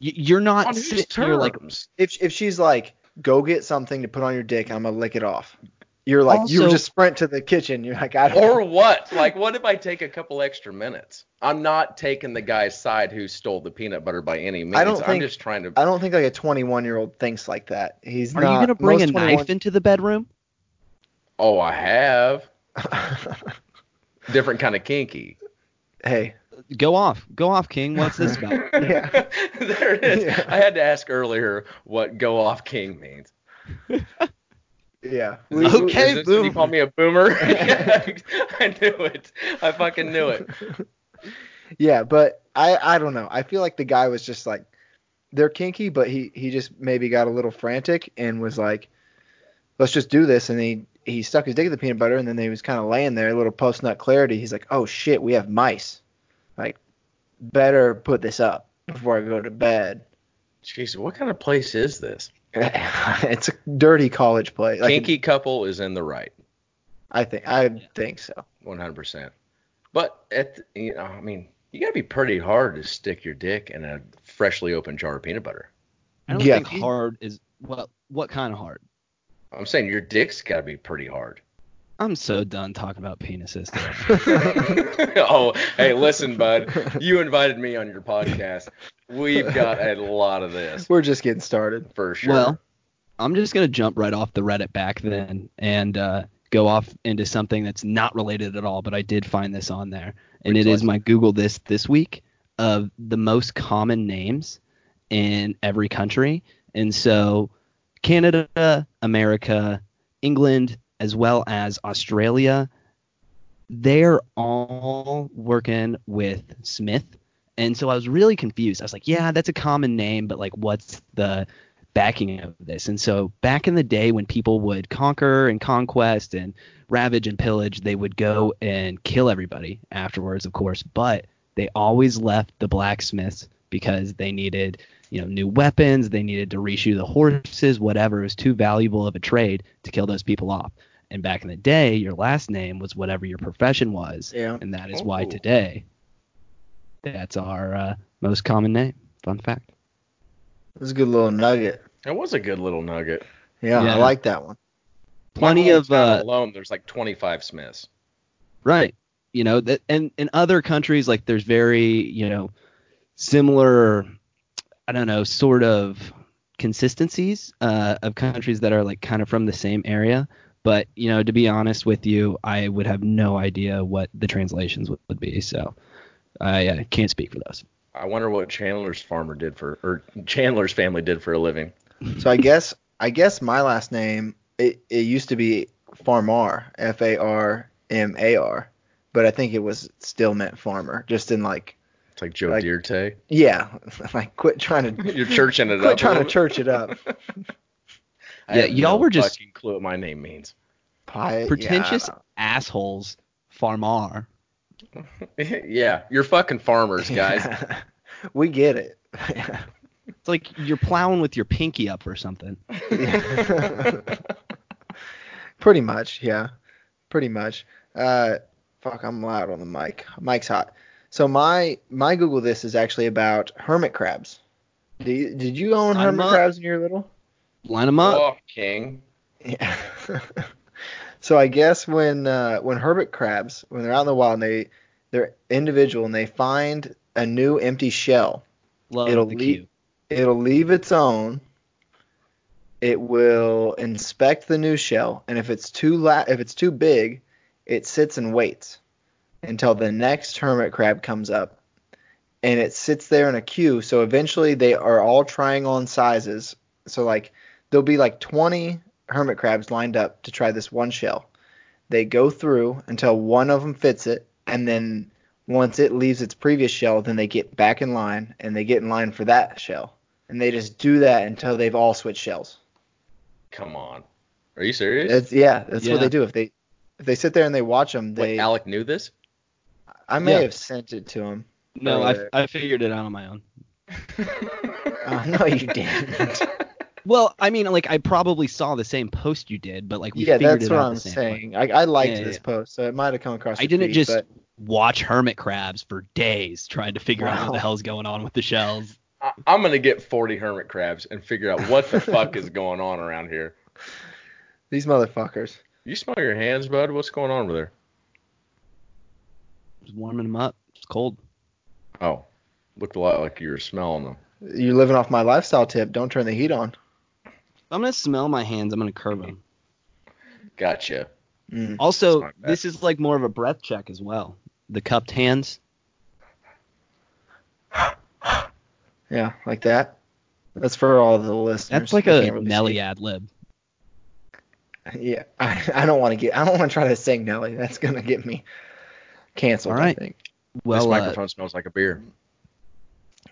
[SPEAKER 4] Y- You're
[SPEAKER 2] On
[SPEAKER 4] not
[SPEAKER 2] whose
[SPEAKER 4] sitting here like
[SPEAKER 2] terms?
[SPEAKER 1] If if she's like, go get something to put on your dick, I'm gonna lick it off. You're like, you
[SPEAKER 4] Also-
[SPEAKER 1] just sprint to the kitchen. You're like, I don't.
[SPEAKER 2] or what? Like, what if I take a couple extra minutes? I'm not taking the guy's side who stole the peanut butter by any means.
[SPEAKER 1] I don't
[SPEAKER 2] I'm
[SPEAKER 1] think-
[SPEAKER 2] just trying to.
[SPEAKER 1] I don't think like a 21 year old thinks like that. He's
[SPEAKER 4] Are
[SPEAKER 1] not.
[SPEAKER 4] you gonna bring a
[SPEAKER 1] most
[SPEAKER 4] knife into the bedroom?
[SPEAKER 2] Oh, I have
[SPEAKER 1] 21
[SPEAKER 2] different kind of kinky.
[SPEAKER 1] [laughs] hey,
[SPEAKER 4] Go off, go off, King. What's this about?
[SPEAKER 1] Yeah.
[SPEAKER 2] [laughs] there it is.
[SPEAKER 1] Yeah.
[SPEAKER 2] I had to ask earlier what "go off king" means.
[SPEAKER 1] yeah. We-
[SPEAKER 2] Is this-
[SPEAKER 1] we-
[SPEAKER 4] Okay,
[SPEAKER 2] is this- did
[SPEAKER 4] boomer.
[SPEAKER 2] You call me a
[SPEAKER 1] [laughs]
[SPEAKER 2] boomer? [laughs] I knew it. I fucking knew it.
[SPEAKER 1] yeah, but I I don't know. I feel like the guy was just like they're kinky, but he he just maybe got a little frantic and was like, let's just do this. And he he stuck his dick in the peanut butter, and then he was kind of laying there, a little post nut clarity. He's like, oh shit, we have mice. Like, better put this up before I go to bed. [laughs]
[SPEAKER 2] Jeez, what kind of place is this?
[SPEAKER 1] it's a dirty college play. Like,
[SPEAKER 2] Kinky couple is in the right,
[SPEAKER 1] I think I think so. [laughs]
[SPEAKER 2] 100%. But at the, you know, I mean, you gotta be pretty hard to stick your dick in a freshly opened jar of peanut butter.
[SPEAKER 4] I don't
[SPEAKER 1] Yeah.
[SPEAKER 4] think hard is well. What kind of hard?
[SPEAKER 2] I'm saying your dick's gotta be pretty hard.
[SPEAKER 4] I'm so done talking about penises. dude.
[SPEAKER 2] oh, hey, listen, bud. You invited me on your podcast. We've got a lot of this
[SPEAKER 1] We're just getting started.
[SPEAKER 2] for sure.
[SPEAKER 4] Well, I'm just gonna jump right off the Reddit back then and uh, go off into something that's not related at all. But I did find this on there, and
[SPEAKER 2] Would
[SPEAKER 4] it
[SPEAKER 2] you
[SPEAKER 4] is
[SPEAKER 2] like-
[SPEAKER 4] my Google this this week of the most common names in every country. And so, Canada, America, England, as well as Australia, they're all working with Smith. And so I was really confused. I was like, yeah, that's a common name, but like, what's the backing of this? And so back in the day when people would conquer and conquest and ravage and pillage, they would go and kill everybody afterwards, of course, but they always left the blacksmiths because they needed, you know, new weapons, they needed to reshoe the horses, whatever. It was too valuable of a trade to kill those people off. And back in the day, your last name was whatever your profession was.
[SPEAKER 1] Yeah.
[SPEAKER 4] And that is why
[SPEAKER 2] Ooh.
[SPEAKER 4] today that's our uh, most common name. Fun fact.
[SPEAKER 1] It was a good little nugget.
[SPEAKER 2] that was a good little nugget.
[SPEAKER 1] Yeah,
[SPEAKER 4] Yeah.
[SPEAKER 1] I like that one.
[SPEAKER 4] Plenty of
[SPEAKER 2] hometown
[SPEAKER 4] uh,
[SPEAKER 2] alone. There's like 25 Smiths.
[SPEAKER 4] right. You know that, and in other countries, like there's very you know similar, I don't know, sort of consistencies uh, of countries that are like kind of from the same area. But you know, to be honest with you, I would have no idea what the translations would, would be, so I uh, can't speak for those.
[SPEAKER 2] I wonder what Chandler's farmer did for, or Chandler's family did for a living.
[SPEAKER 1] So I guess I guess my last name it, it used to be Farmar, F A R M A R, but I think it was still meant farmer, just in like
[SPEAKER 2] It's like Joe
[SPEAKER 1] Like-
[SPEAKER 2] Dierte. [laughs]
[SPEAKER 1] yeah, [laughs] like quit trying to
[SPEAKER 2] You're churching it
[SPEAKER 1] quit
[SPEAKER 2] up. a
[SPEAKER 1] trying to
[SPEAKER 2] little
[SPEAKER 1] church it up.
[SPEAKER 2] bit. I
[SPEAKER 4] Yeah,
[SPEAKER 2] have
[SPEAKER 4] y'all
[SPEAKER 2] no
[SPEAKER 4] were just-
[SPEAKER 2] fucking clue what my name means. [laughs]
[SPEAKER 1] Pi- yeah,
[SPEAKER 4] Pretentious assholes, Farmar.
[SPEAKER 2] yeah, you're fucking
[SPEAKER 4] [laughs]
[SPEAKER 2] farmers, guys.
[SPEAKER 1] Yeah. [laughs] we get it. [laughs]
[SPEAKER 4] It's like you're plowing with your pinky up or something.
[SPEAKER 1] Pretty much, yeah. Pretty much. Uh, fuck, I'm loud on the mic. Mic's hot. So my my Google this is actually about hermit crabs. Do you, did you own
[SPEAKER 4] I'm
[SPEAKER 1] hermit
[SPEAKER 4] not-
[SPEAKER 1] crabs when you were little?
[SPEAKER 4] Line them up.
[SPEAKER 2] oh, King.
[SPEAKER 1] Yeah. [laughs] so I guess when uh, when hermit crabs when they're out in the wild and they they're individual and they find a new empty shell,
[SPEAKER 4] Love
[SPEAKER 1] it'll
[SPEAKER 4] the
[SPEAKER 1] lead-
[SPEAKER 4] cue.
[SPEAKER 1] it'll leave its own. It will inspect the new shell, and if it's too la- if it's too big, it sits and waits until the next hermit crab comes up and it sits there in a queue. So eventually they are all trying on sizes. So like there'll be like 20 hermit crabs lined up to try this one shell. They go through until one of them fits it, and then once it leaves its previous shell, then they get back in line and they get in line for that shell. And they just do that until they've all switched shells.
[SPEAKER 2] Come on. Are you serious?
[SPEAKER 1] That's, yeah, that's
[SPEAKER 4] Yeah.
[SPEAKER 1] what they do. If they if they sit there and they watch them,
[SPEAKER 2] Wait,
[SPEAKER 1] they
[SPEAKER 2] Alec knew
[SPEAKER 4] [laughs]
[SPEAKER 2] this?
[SPEAKER 1] I may
[SPEAKER 4] Yeah.
[SPEAKER 1] have sent it to them.
[SPEAKER 4] No, I, I figured it out on my own.
[SPEAKER 1] Uh, no, you didn't.
[SPEAKER 4] Well, I mean, like I probably saw the same post you did, but like we
[SPEAKER 1] yeah,
[SPEAKER 4] figured
[SPEAKER 1] that's
[SPEAKER 4] it
[SPEAKER 1] what
[SPEAKER 4] out
[SPEAKER 1] I'm
[SPEAKER 4] the same way.
[SPEAKER 1] saying. I, I liked
[SPEAKER 4] Yeah,
[SPEAKER 1] this
[SPEAKER 4] yeah.
[SPEAKER 1] post, so it might have come across.
[SPEAKER 4] I
[SPEAKER 1] your
[SPEAKER 4] didn't
[SPEAKER 1] feed,
[SPEAKER 4] just
[SPEAKER 1] but-
[SPEAKER 4] watch hermit crabs for days trying to figure out what the
[SPEAKER 1] Wow.
[SPEAKER 4] hell's going on with the shells.
[SPEAKER 2] [laughs] I, I'm going to get 40 hermit crabs and figure out what the fuck is going on around here.
[SPEAKER 1] These motherfuckers.
[SPEAKER 2] You smell your hands, bud? What's going on over there?
[SPEAKER 4] Just warming them up. It's cold.
[SPEAKER 2] Oh, looked a lot like you were smelling them.
[SPEAKER 1] You're living off my lifestyle tip. Don't turn the heat on.
[SPEAKER 4] If I'm gonna smell my hands. I'm gonna curve
[SPEAKER 1] [laughs]
[SPEAKER 4] them.
[SPEAKER 2] Gotcha.
[SPEAKER 1] Mm.
[SPEAKER 2] It's
[SPEAKER 4] Also,
[SPEAKER 2] not bad.
[SPEAKER 4] this is like more of a breath check as well. The cupped hands.
[SPEAKER 1] Yeah, like that. That's for all the listeners.
[SPEAKER 4] That's like
[SPEAKER 1] They
[SPEAKER 4] a
[SPEAKER 1] can't really
[SPEAKER 4] Nelly ad lib.
[SPEAKER 1] see. Yeah, [laughs] I, I don't want to get. I don't want to try to sing Nelly. That's gonna get me canceled.
[SPEAKER 4] All right.
[SPEAKER 1] I think
[SPEAKER 2] this
[SPEAKER 4] Well, uh,
[SPEAKER 2] microphone smells like a beer.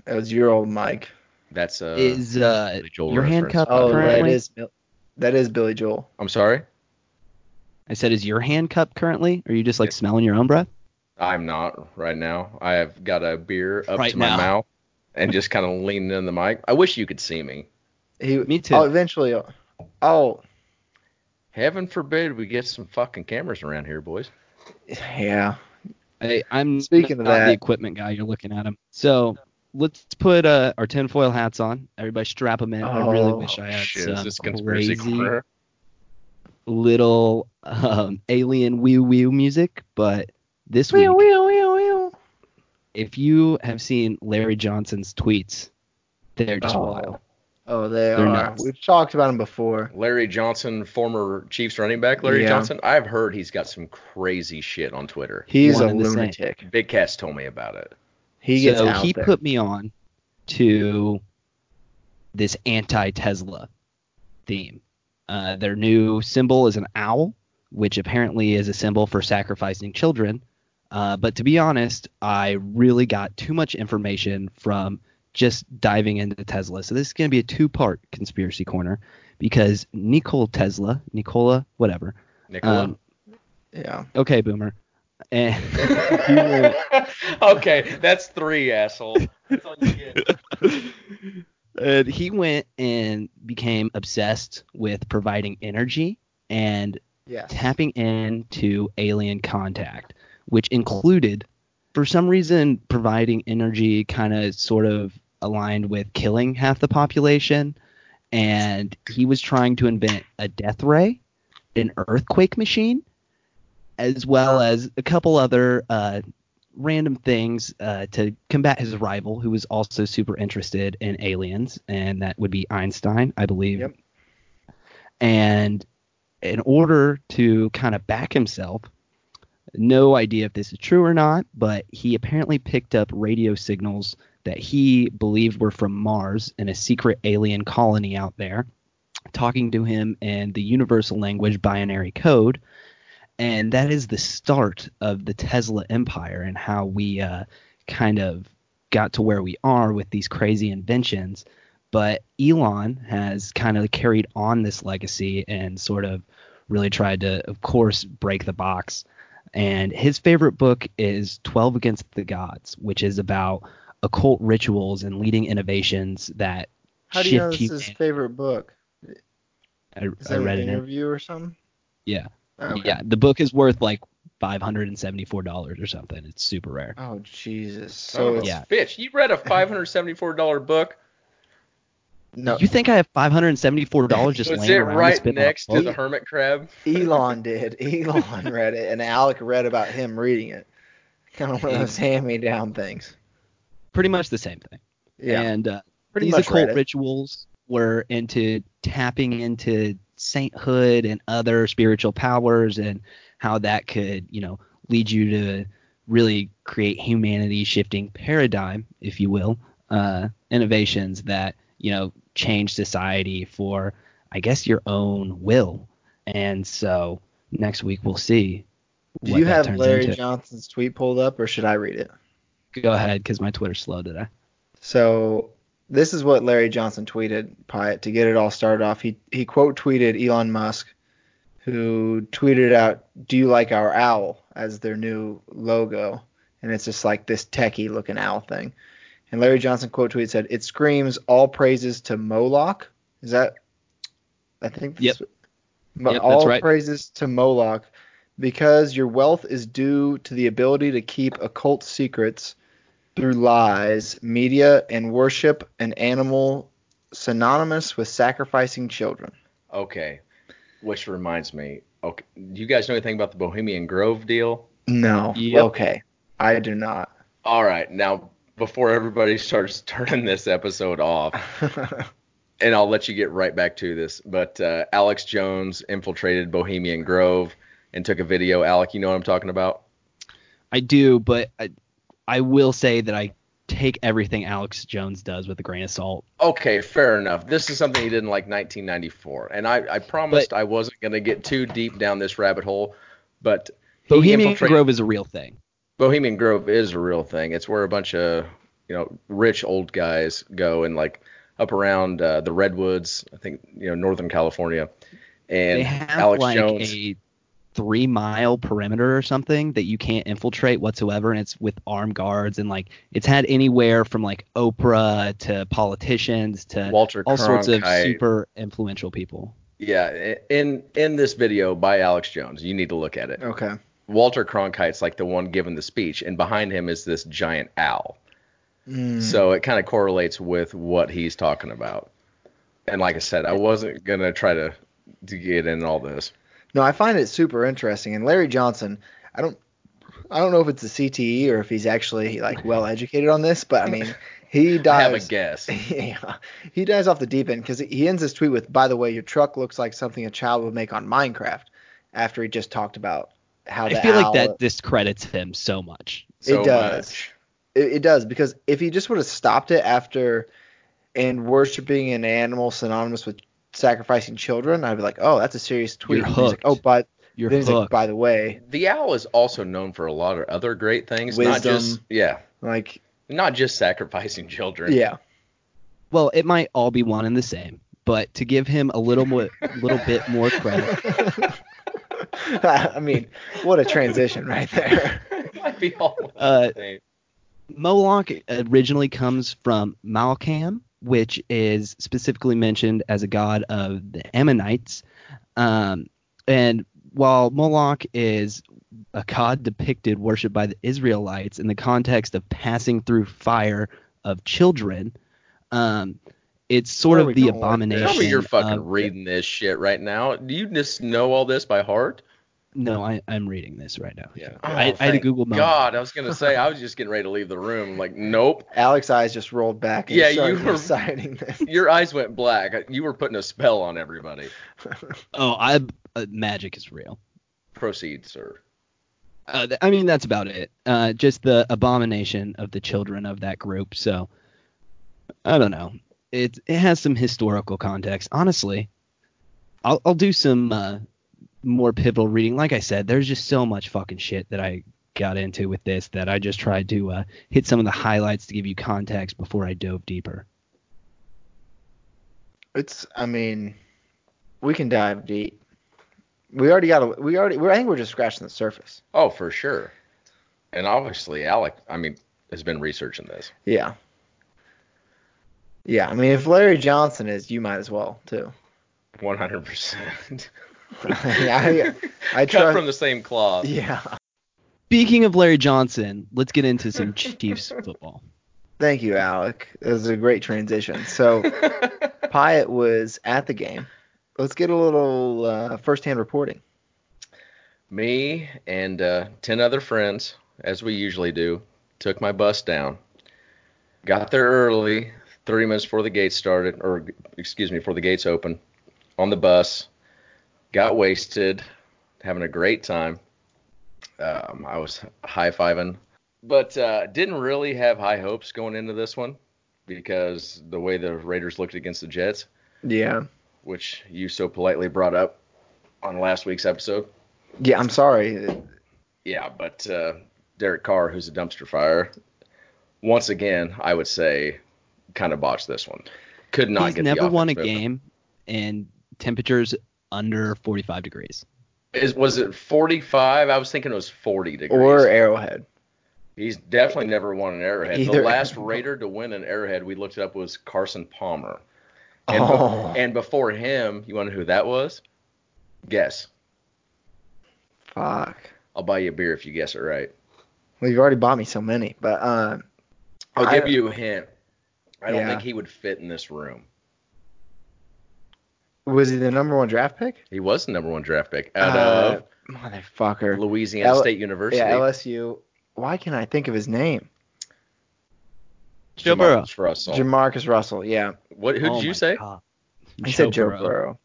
[SPEAKER 1] that was your old mic.
[SPEAKER 2] That's uh,
[SPEAKER 4] is uh,
[SPEAKER 2] Billy Joel
[SPEAKER 4] your hand
[SPEAKER 2] reference.
[SPEAKER 4] cupped
[SPEAKER 1] Oh, that
[SPEAKER 4] currently?
[SPEAKER 1] is Bil- that is Billy Joel.
[SPEAKER 2] I'm sorry?
[SPEAKER 4] I said, is your hand cupped currently? Or are you just like
[SPEAKER 2] Yeah.
[SPEAKER 4] smelling your own breath?
[SPEAKER 2] I'm not right now. I have got a beer up
[SPEAKER 4] Right
[SPEAKER 2] to my
[SPEAKER 4] now.
[SPEAKER 2] mouth and just kind of leaning in the mic. I wish you could see me.
[SPEAKER 1] He.
[SPEAKER 4] Me too.
[SPEAKER 1] Oh, eventually. Oh,
[SPEAKER 2] Heaven forbid we get some fucking cameras around here, boys.
[SPEAKER 1] yeah.
[SPEAKER 4] I, I'm
[SPEAKER 1] Speaking of
[SPEAKER 4] not the
[SPEAKER 1] that-
[SPEAKER 4] equipment guy. You're looking at him. So let's put uh, our tinfoil hats on. Everybody strap them in. I really
[SPEAKER 1] Oh,
[SPEAKER 4] wish I had
[SPEAKER 2] Shit, is this
[SPEAKER 4] some
[SPEAKER 2] conspiracy
[SPEAKER 4] uh, crazy
[SPEAKER 2] corner?
[SPEAKER 4] little um, alien wee wee music, but this week, if you have seen Larry Johnson's tweets, they're just
[SPEAKER 1] Oh,
[SPEAKER 4] wild.
[SPEAKER 1] Oh, they
[SPEAKER 4] They're
[SPEAKER 1] are.
[SPEAKER 4] nuts.
[SPEAKER 1] We've talked about him before.
[SPEAKER 2] Larry Johnson, former Chiefs running back Larry
[SPEAKER 1] Yeah.
[SPEAKER 2] Johnson. I've heard he's got some crazy shit on Twitter.
[SPEAKER 1] He's
[SPEAKER 4] One
[SPEAKER 1] a
[SPEAKER 4] and the same.
[SPEAKER 1] lunatic.
[SPEAKER 2] Big Cass told me about it.
[SPEAKER 1] He gets
[SPEAKER 4] so
[SPEAKER 1] out
[SPEAKER 4] he
[SPEAKER 1] there.
[SPEAKER 4] put me on to this anti-Tesla theme. Uh, their new symbol is an owl, which apparently is a symbol for sacrificing children. Uh, but to be honest, I really got too much information from just diving into Tesla. So this is going to be a two-part conspiracy corner because Nicole Tesla, Nicola, whatever.
[SPEAKER 2] Nicola.
[SPEAKER 4] Um,
[SPEAKER 1] yeah.
[SPEAKER 4] okay, boomer. And [laughs] he will-
[SPEAKER 2] [laughs] okay, that's three, asshole. That's all you
[SPEAKER 4] [laughs]
[SPEAKER 2] get.
[SPEAKER 4] and he went and became obsessed with providing energy and
[SPEAKER 1] Yeah.
[SPEAKER 4] tapping into alien contact, which included, for some reason, providing energy kind of sort of aligned with killing half the population. And he was trying to invent a death ray, an earthquake machine, as well as a couple other uh, random things uh, to combat his rival, who was also super interested in aliens, and that would be Einstein, I believe.
[SPEAKER 1] Yep.
[SPEAKER 4] And in order to kind of back himself, no idea if this is true or not, but he apparently picked up radio signals that he believed were from Mars and a secret alien colony out there talking to him in the universal language binary code. And that is the start of the Tesla empire and how we uh, kind of got to where we are with these crazy inventions. But Elon has kind of carried on this legacy and sort of really tried to, of course, break the box. And his favorite book is 12 Against the Gods, which is about occult rituals and leading innovations that
[SPEAKER 1] How do you know
[SPEAKER 4] shift
[SPEAKER 1] this is his
[SPEAKER 4] humanity.
[SPEAKER 1] favorite book?
[SPEAKER 4] I,
[SPEAKER 1] Is
[SPEAKER 4] I
[SPEAKER 1] that
[SPEAKER 4] read
[SPEAKER 1] an
[SPEAKER 4] it. in-
[SPEAKER 1] interview or something?
[SPEAKER 4] Yeah.
[SPEAKER 1] Okay.
[SPEAKER 4] Yeah. The book is worth like five hundred and seventy four dollars or something. It's super rare.
[SPEAKER 1] Oh Jesus.
[SPEAKER 2] So
[SPEAKER 1] So
[SPEAKER 2] it's
[SPEAKER 1] it's,
[SPEAKER 4] Yeah.
[SPEAKER 2] bitch. You read a five hundred seventy-four dollar book.
[SPEAKER 1] no,
[SPEAKER 4] You think I have five hundred and seventy four
[SPEAKER 2] [laughs]
[SPEAKER 4] dollars just
[SPEAKER 2] Was
[SPEAKER 4] laying
[SPEAKER 2] it
[SPEAKER 4] around to
[SPEAKER 2] right
[SPEAKER 4] spend on a
[SPEAKER 2] next to the
[SPEAKER 4] book?
[SPEAKER 2] hermit crab?
[SPEAKER 1] [laughs] Elon did. [laughs] Elon read it, and Alec read about him reading it. Kind of one of those hand-me-down things.
[SPEAKER 4] pretty much the same thing.
[SPEAKER 1] Yeah.
[SPEAKER 4] And uh,
[SPEAKER 1] Pretty
[SPEAKER 4] these
[SPEAKER 1] much
[SPEAKER 4] occult
[SPEAKER 1] read it.
[SPEAKER 4] rituals were into tapping into sainthood and other spiritual powers and how that could, you know, lead you to really create humanity shifting paradigm, if you will, uh, innovations that you know change society for, I guess, your own will. And so next week we'll see.
[SPEAKER 1] Do
[SPEAKER 4] what
[SPEAKER 1] you
[SPEAKER 4] that
[SPEAKER 1] have
[SPEAKER 4] turns
[SPEAKER 1] Larry
[SPEAKER 4] into.
[SPEAKER 1] Johnson's tweet pulled up, or should I read it?
[SPEAKER 4] Go ahead, because my Twitter's slow today.
[SPEAKER 1] So this is what Larry Johnson tweeted, Pyatt, to get it all started off. He he quote tweeted Elon Musk, who tweeted out, "Do you like our owl?" as their new logo, and it's just like this techie looking owl thing. And Larry Johnson quote tweet said, "It screams all praises to Moloch." Is that? I think.
[SPEAKER 4] Yep.
[SPEAKER 1] that's- But
[SPEAKER 4] Yep, that's
[SPEAKER 1] all
[SPEAKER 4] right.
[SPEAKER 1] praises to Moloch, because your wealth is due to the ability to keep occult secrets through lies, media, and worship an animal synonymous with sacrificing children.
[SPEAKER 2] Okay. Which reminds me. Okay. Do you guys know anything about the Bohemian Grove deal?
[SPEAKER 1] No.
[SPEAKER 4] Yep.
[SPEAKER 1] Okay. I do not.
[SPEAKER 2] All right. Now, before everybody [laughs] starts turning this episode off, and I'll let you get right back to this, but uh, Alex Jones infiltrated Bohemian Grove and took a video. Alec, you know what I'm talking about?
[SPEAKER 4] I do, but I, I will say that I take everything Alex Jones does with a grain of salt.
[SPEAKER 2] Okay, fair enough. This is something he did in like 1994, and I, I promised I wasn't going to get too deep down this rabbit hole, but he
[SPEAKER 4] Bohemian
[SPEAKER 2] infiltrated-
[SPEAKER 4] Grove is a real thing.
[SPEAKER 2] Bohemian Grove is a real thing. It's where a bunch of you know rich old guys go and like up around uh, the redwoods. I think you know Northern California. And
[SPEAKER 4] they have
[SPEAKER 2] Alex
[SPEAKER 4] like
[SPEAKER 2] Jones.
[SPEAKER 4] a three mile perimeter or something that you can't infiltrate whatsoever, and it's with armed guards and like it's had anywhere from like Oprah to politicians to
[SPEAKER 2] Walter
[SPEAKER 4] all sorts of
[SPEAKER 2] Cronkite.
[SPEAKER 4] super influential people.
[SPEAKER 2] Yeah, i- in in this video by Alex Jones, you need to look at it.
[SPEAKER 1] [laughs]
[SPEAKER 4] Oh.
[SPEAKER 1] okay.
[SPEAKER 2] Walter Cronkite's like the one giving the speech, and behind him is this giant owl.
[SPEAKER 1] Mm.
[SPEAKER 4] Mm-hmm.
[SPEAKER 2] So it kind of correlates with what he's talking about. And like I said, I wasn't gonna try to to get in all this.
[SPEAKER 1] No, I find it super interesting. And Larry Johnson, I don't, I don't know if it's a CTE E or if he's actually like well educated on this, but I mean, he
[SPEAKER 2] I have a
[SPEAKER 1] dives. [laughs]
[SPEAKER 2] guess.
[SPEAKER 1] yeah, he dives off the deep end because he ends his tweet with, "By the way, your truck looks like something a child would make on Minecraft." After he just talked about how
[SPEAKER 4] I
[SPEAKER 1] the
[SPEAKER 4] feel
[SPEAKER 1] owl-
[SPEAKER 4] like that discredits him so much.
[SPEAKER 2] So
[SPEAKER 1] it does.
[SPEAKER 2] much.
[SPEAKER 1] It, it does because if he just would have stopped it after and worshiping an animal synonymous with sacrificing children, I'd be like, oh, that's a serious tweet.
[SPEAKER 4] You're
[SPEAKER 1] And he's like,
[SPEAKER 4] hooked.
[SPEAKER 1] oh, but
[SPEAKER 4] You're
[SPEAKER 1] then he's like,
[SPEAKER 4] hooked.
[SPEAKER 1] by the way,
[SPEAKER 2] The owl is also known for a lot of other great things, not
[SPEAKER 1] Wisdom.
[SPEAKER 2] just yeah,
[SPEAKER 1] like,
[SPEAKER 2] not just sacrificing children.
[SPEAKER 4] [laughs]
[SPEAKER 1] yeah, [laughs]
[SPEAKER 4] well, it might all be one and the same, but to give him a little more, little bit more credit,
[SPEAKER 1] I mean, what a transition right
[SPEAKER 4] [laughs]
[SPEAKER 1] there.
[SPEAKER 2] [laughs] Might be all one
[SPEAKER 4] uh,
[SPEAKER 2] thing.
[SPEAKER 4] Moloch originally comes from Malkam, which is specifically mentioned as a god of the Ammonites. Um, and while Moloch is a god depicted worshipped by the Israelites in the context of passing through fire of children, um, it's sort
[SPEAKER 1] Where are we
[SPEAKER 4] of the
[SPEAKER 1] going with this?
[SPEAKER 4] abomination.
[SPEAKER 2] Tell me you're fucking
[SPEAKER 4] of-
[SPEAKER 2] reading this shit right now. Do you just know all this by heart?
[SPEAKER 4] No, I, I'm reading this right now.
[SPEAKER 2] Yeah.
[SPEAKER 4] I- I had a Google moment.
[SPEAKER 2] God, I was gonna say I was just getting ready to leave the room. I'm like, nope.
[SPEAKER 1] Alex's eyes just rolled back. And
[SPEAKER 2] Yeah,
[SPEAKER 1] yeah,
[SPEAKER 2] you
[SPEAKER 1] you
[SPEAKER 2] were-
[SPEAKER 1] were citing this. [laughs]
[SPEAKER 2] Your eyes went black. You were putting a spell on everybody.
[SPEAKER 4] Oh, I uh, magic is real.
[SPEAKER 2] Proceed, sir.
[SPEAKER 4] Uh, th- I mean, that's about it. Uh, just the abomination of the children of that group. So, I don't know. It it has some historical context. Honestly, I'll I'll do some uh, more pivotal reading. Like I said, there's just so much fucking shit that I got into with this that I just tried to uh, hit some of the highlights to give you context before I dove deeper.
[SPEAKER 1] It's, I mean, we can dive deep. We already got, a, we already, we're, I think we're just scratching the surface.
[SPEAKER 2] Oh, for sure. And obviously, Alec, I mean, has been researching this.
[SPEAKER 1] Yeah. Yeah, I mean, if Larry Johnson is, you might as well too. [laughs]
[SPEAKER 2] 100%.
[SPEAKER 1] I, I
[SPEAKER 2] Cut
[SPEAKER 1] trust.
[SPEAKER 2] from the same cloth.
[SPEAKER 1] yeah.
[SPEAKER 4] Speaking of Larry Johnson, let's get into some Chiefs football.
[SPEAKER 1] [laughs] Thank you, Alec. That was a great transition.
[SPEAKER 2] [laughs]
[SPEAKER 1] So [laughs] Pyatt was at the game. Let's get a little uh, first-hand reporting.
[SPEAKER 2] Me and uh, 10 other friends, as we usually do, took my bus down. Got there early, 30 minutes before the gates started, or excuse me, before the gates open, on the bus. Got wasted, having a great time. um, I was high fiving, but uh, didn't really have high hopes going into this one because the way the Raiders looked against the Jets,
[SPEAKER 1] Yeah.
[SPEAKER 2] which you so politely brought up on last week's episode.
[SPEAKER 1] Yeah, I'm sorry.
[SPEAKER 2] Yeah, but uh, Derek Carr, who's a dumpster fire, once again, I would say, kind of botched this one. Could not
[SPEAKER 4] He's
[SPEAKER 2] get
[SPEAKER 4] never
[SPEAKER 2] the
[SPEAKER 4] won a
[SPEAKER 2] offense moving.
[SPEAKER 4] game in temperatures under 45 degrees.
[SPEAKER 2] Is, was it 45? I was thinking it was 40 degrees.
[SPEAKER 1] Or Arrowhead.
[SPEAKER 2] He's definitely never won an Arrowhead.
[SPEAKER 1] Either.
[SPEAKER 2] The last Raider to win an Arrowhead, we looked it up, was Carson Palmer. And, be-
[SPEAKER 1] Oh.
[SPEAKER 2] and before him, you want to know who that was? Guess.
[SPEAKER 1] Fuck.
[SPEAKER 2] I'll buy you a beer if you guess it right.
[SPEAKER 1] Well, you've already bought me so many, but uh,
[SPEAKER 2] I'll
[SPEAKER 1] I-
[SPEAKER 2] give you a hint. I don't
[SPEAKER 1] Yeah.
[SPEAKER 2] think he would fit in this room.
[SPEAKER 1] was he the number one draft pick?
[SPEAKER 2] He was the number one draft pick out
[SPEAKER 1] Uh, Motherfucker.
[SPEAKER 2] of Louisiana
[SPEAKER 1] L-
[SPEAKER 2] State University.
[SPEAKER 1] Yeah, LSU. Why can't I think of his name?
[SPEAKER 4] Joe
[SPEAKER 2] Jamarcus
[SPEAKER 4] Burrow.
[SPEAKER 2] Russell.
[SPEAKER 1] Jamarcus Russell. Yeah,
[SPEAKER 2] what? Who
[SPEAKER 4] Oh
[SPEAKER 2] did you
[SPEAKER 4] my
[SPEAKER 2] say?
[SPEAKER 4] God.
[SPEAKER 1] I said Joe Burrow.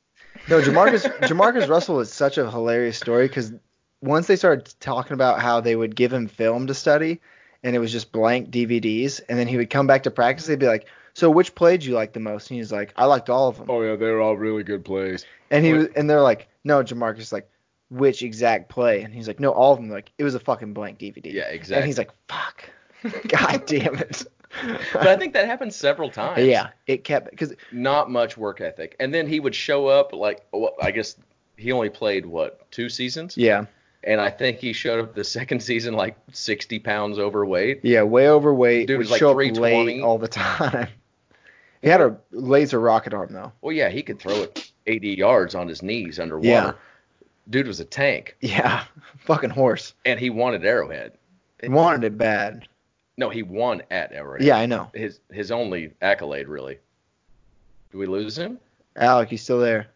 [SPEAKER 1] No,
[SPEAKER 2] [laughs]
[SPEAKER 1] Jamarcus Jamarcus Russell is such a hilarious story because once they started talking about how they would give him film to study, and it was just blank DVDs, and then he would come back to practice, they'd be like, "So which play did you like the most?" And he's like, "I liked all of them."
[SPEAKER 2] Oh yeah, they're all really good plays.
[SPEAKER 1] And he
[SPEAKER 2] Wait.
[SPEAKER 1] was, and they're like, no, Jamarcus is like, which exact play? And he's like, no, all of them. They're like, it was a fucking blank DVD.
[SPEAKER 2] Yeah,
[SPEAKER 1] And he's
[SPEAKER 2] exactly.
[SPEAKER 1] like, fuck, [laughs] god damn it.
[SPEAKER 2] [laughs] But I think that happened several
[SPEAKER 1] [laughs]
[SPEAKER 2] times.
[SPEAKER 1] yeah, it kept because
[SPEAKER 2] not much work ethic. And then he would show up like well, I guess he only played what two seasons,
[SPEAKER 1] yeah,
[SPEAKER 2] and I think he showed up the [laughs] second season like 60 pounds overweight.
[SPEAKER 1] yeah, way overweight.
[SPEAKER 2] Dude
[SPEAKER 1] would
[SPEAKER 2] was like
[SPEAKER 1] show up
[SPEAKER 2] 320.
[SPEAKER 1] late all the [laughs] time. he had a laser rocket arm though.
[SPEAKER 2] Well, yeah, he could throw it 80 yards on his knees underwater.
[SPEAKER 1] Yeah.
[SPEAKER 2] Dude was a tank,
[SPEAKER 1] Yeah, [laughs] fucking horse.
[SPEAKER 2] and he wanted Arrowhead.
[SPEAKER 1] He wanted it bad.
[SPEAKER 2] No, he won at Arrowhead.
[SPEAKER 1] Yeah, I know.
[SPEAKER 2] his his only accolade really. Do we lose him?
[SPEAKER 1] Alec, you still there?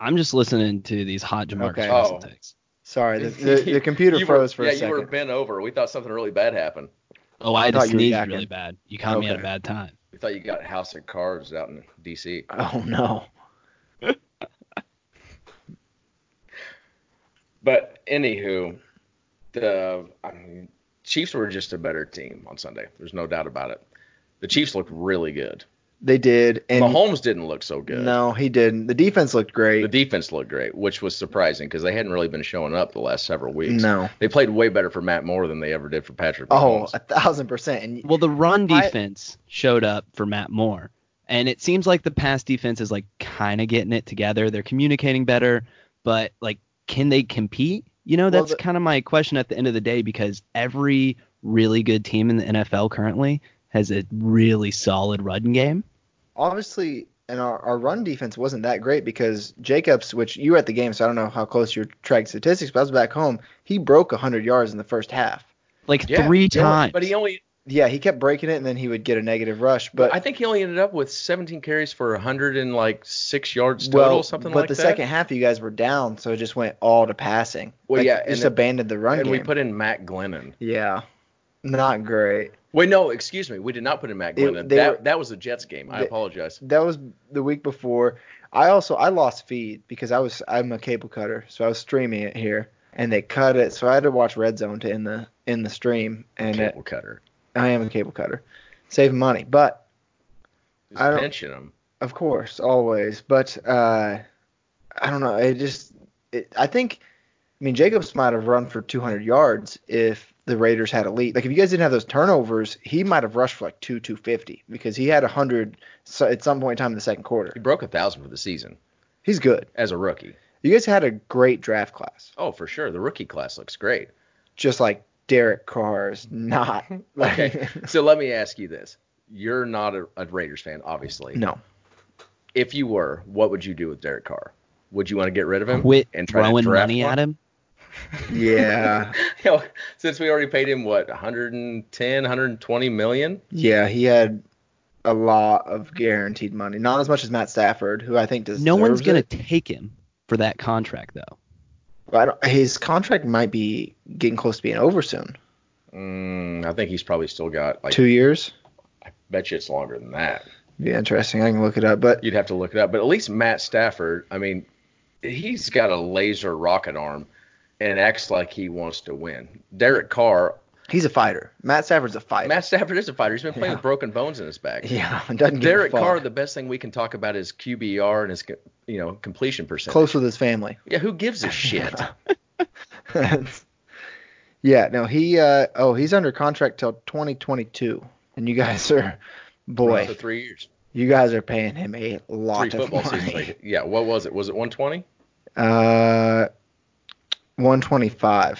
[SPEAKER 4] I'm just listening to these hot Jamarcus
[SPEAKER 1] Okay.
[SPEAKER 4] Russell
[SPEAKER 2] Oh.
[SPEAKER 4] takes.
[SPEAKER 1] Sorry, the,
[SPEAKER 2] [laughs]
[SPEAKER 1] the, the computer
[SPEAKER 2] You were-
[SPEAKER 1] froze for
[SPEAKER 2] yeah,
[SPEAKER 1] a second.
[SPEAKER 2] you were bent over. We thought something really bad happened.
[SPEAKER 4] Oh, I,
[SPEAKER 1] I
[SPEAKER 4] just
[SPEAKER 1] thought you were
[SPEAKER 4] sneezed
[SPEAKER 1] yakking.
[SPEAKER 4] really bad. You caught me at a
[SPEAKER 1] Okay.
[SPEAKER 4] bad time.
[SPEAKER 2] We thought you got House of Cards out in D.C.
[SPEAKER 1] oh no.
[SPEAKER 2] But anywho, the I mean, Chiefs were just a better team on Sunday. There's no doubt about it. The Chiefs looked really good.
[SPEAKER 1] They did, and
[SPEAKER 2] Mahomes didn't look so good.
[SPEAKER 1] no, he didn't. The defense looked great.
[SPEAKER 2] The defense looked great, which was surprising because they hadn't really been showing up the last several weeks.
[SPEAKER 1] No.
[SPEAKER 2] They played way better for Matt Moore than they ever did for Patrick
[SPEAKER 1] Oh,
[SPEAKER 2] Mahomes.
[SPEAKER 1] a thousand percent. And
[SPEAKER 4] Well, the run
[SPEAKER 1] I-
[SPEAKER 4] defense showed up for Matt Moore, and it seems like the pass defense is like kind of getting it together. They're communicating better, but like, can they compete? You know,
[SPEAKER 1] Well,
[SPEAKER 4] that's
[SPEAKER 1] the-
[SPEAKER 4] kind of my question at the end of the day because every really good team in the NFL currently has a really solid run game.
[SPEAKER 1] obviously, and our, our run defense wasn't that great because Jacobs, which you were at the game, so I don't know how close you're tracking statistics, but I was back home. He broke 100 yards in the first half.
[SPEAKER 4] Like
[SPEAKER 2] Yeah,
[SPEAKER 4] three
[SPEAKER 2] they were-
[SPEAKER 4] times.
[SPEAKER 2] But he only
[SPEAKER 1] Yeah, he kept breaking it, and then he would get a negative rush. But
[SPEAKER 2] but I think he only ended up with 17 carries for 106 yards total,
[SPEAKER 1] well,
[SPEAKER 2] something
[SPEAKER 1] but
[SPEAKER 2] like
[SPEAKER 1] the
[SPEAKER 2] that.
[SPEAKER 1] second half, you guys were down, so it just went all to passing.
[SPEAKER 2] Well,
[SPEAKER 1] Like,
[SPEAKER 2] yeah, and
[SPEAKER 1] just
[SPEAKER 2] then-
[SPEAKER 1] abandoned the run
[SPEAKER 2] and
[SPEAKER 1] game.
[SPEAKER 2] we put in Matt Glennon.
[SPEAKER 1] yeah, not great.
[SPEAKER 2] Wait, no, excuse me. We did not put in Matt
[SPEAKER 1] It-
[SPEAKER 2] Glennon.
[SPEAKER 1] they
[SPEAKER 2] that,
[SPEAKER 1] were-
[SPEAKER 2] that was the Jets game. I
[SPEAKER 1] They-
[SPEAKER 2] apologize.
[SPEAKER 1] that was the week before. I also I lost feed because I was I'm a cable cutter, so I was streaming it here, and they cut it, so I had to watch Red Zone to end the in the stream, and it,
[SPEAKER 2] Cable cutter.
[SPEAKER 1] I am a cable cutter, saving money, but
[SPEAKER 2] Just
[SPEAKER 1] I don't-
[SPEAKER 2] pinching him.
[SPEAKER 1] of course always, but uh, I don't know, it just it, I think I mean Jacobs might have run for 200 yards if the Raiders had a lead. Like if you guys didn't have those turnovers, he might have rushed for like two 250 because he had 100 so at some point in time in the second quarter.
[SPEAKER 2] He broke a thousand for the season
[SPEAKER 1] He's good.
[SPEAKER 2] as a rookie.
[SPEAKER 1] You guys had a great draft class,
[SPEAKER 2] Oh, for sure. The rookie class
[SPEAKER 1] [laughs]
[SPEAKER 2] looks great.
[SPEAKER 1] just like Derek Carr is
[SPEAKER 4] [laughs]
[SPEAKER 1] not. [laughs]
[SPEAKER 2] Okay. so let me ask you this. You're not a, a Raiders fan, obviously.
[SPEAKER 1] no.
[SPEAKER 2] If you were, what would you do with Derek Carr? Would you want to get rid of him
[SPEAKER 4] Quit
[SPEAKER 2] and try
[SPEAKER 4] throwing
[SPEAKER 2] to draft
[SPEAKER 4] money
[SPEAKER 2] one?
[SPEAKER 4] at him.
[SPEAKER 1] Yeah.
[SPEAKER 2] [laughs] You know, since we already paid him what 110, 120 million.
[SPEAKER 1] yeah, he had a lot of guaranteed money. Not as much as Matt Stafford, who I think does.
[SPEAKER 4] No one's gonna
[SPEAKER 1] going
[SPEAKER 4] take him for that contract though.
[SPEAKER 1] to. His contract might be getting close to being over soon.
[SPEAKER 2] Mm, I think he's probably still got like.
[SPEAKER 1] Two years?
[SPEAKER 2] Bet you it's longer than that.
[SPEAKER 1] Be interesting. I can look it up. But
[SPEAKER 2] You'd have to look it up. But at least Matt Stafford, I mean, he's got a laser rocket arm. and acts like he wants to win. Derek Carr,
[SPEAKER 1] He's a fighter. Matt Stafford's a fighter.
[SPEAKER 2] Matt Stafford is a fighter. He's been playing
[SPEAKER 1] Yeah.
[SPEAKER 2] with broken bones in his back.
[SPEAKER 1] [laughs] yeah, [laughs] doesn't
[SPEAKER 2] Derek
[SPEAKER 1] give a fuck.
[SPEAKER 2] Carr, the best thing we can talk about is QBR and his you know completion
[SPEAKER 1] [laughs]
[SPEAKER 2] percentage.
[SPEAKER 1] close with his family. [laughs]
[SPEAKER 2] Yeah, who gives a shit?
[SPEAKER 1] yeah, no, he uh oh, he's under contract till 2022. And you guys are
[SPEAKER 2] for
[SPEAKER 1] [laughs] boy,
[SPEAKER 2] three years,
[SPEAKER 1] you guys are paying him a lot
[SPEAKER 2] three
[SPEAKER 1] of
[SPEAKER 2] football seasons.
[SPEAKER 1] money.
[SPEAKER 2] Like, yeah, what was it? Was it 120?
[SPEAKER 1] Uh 125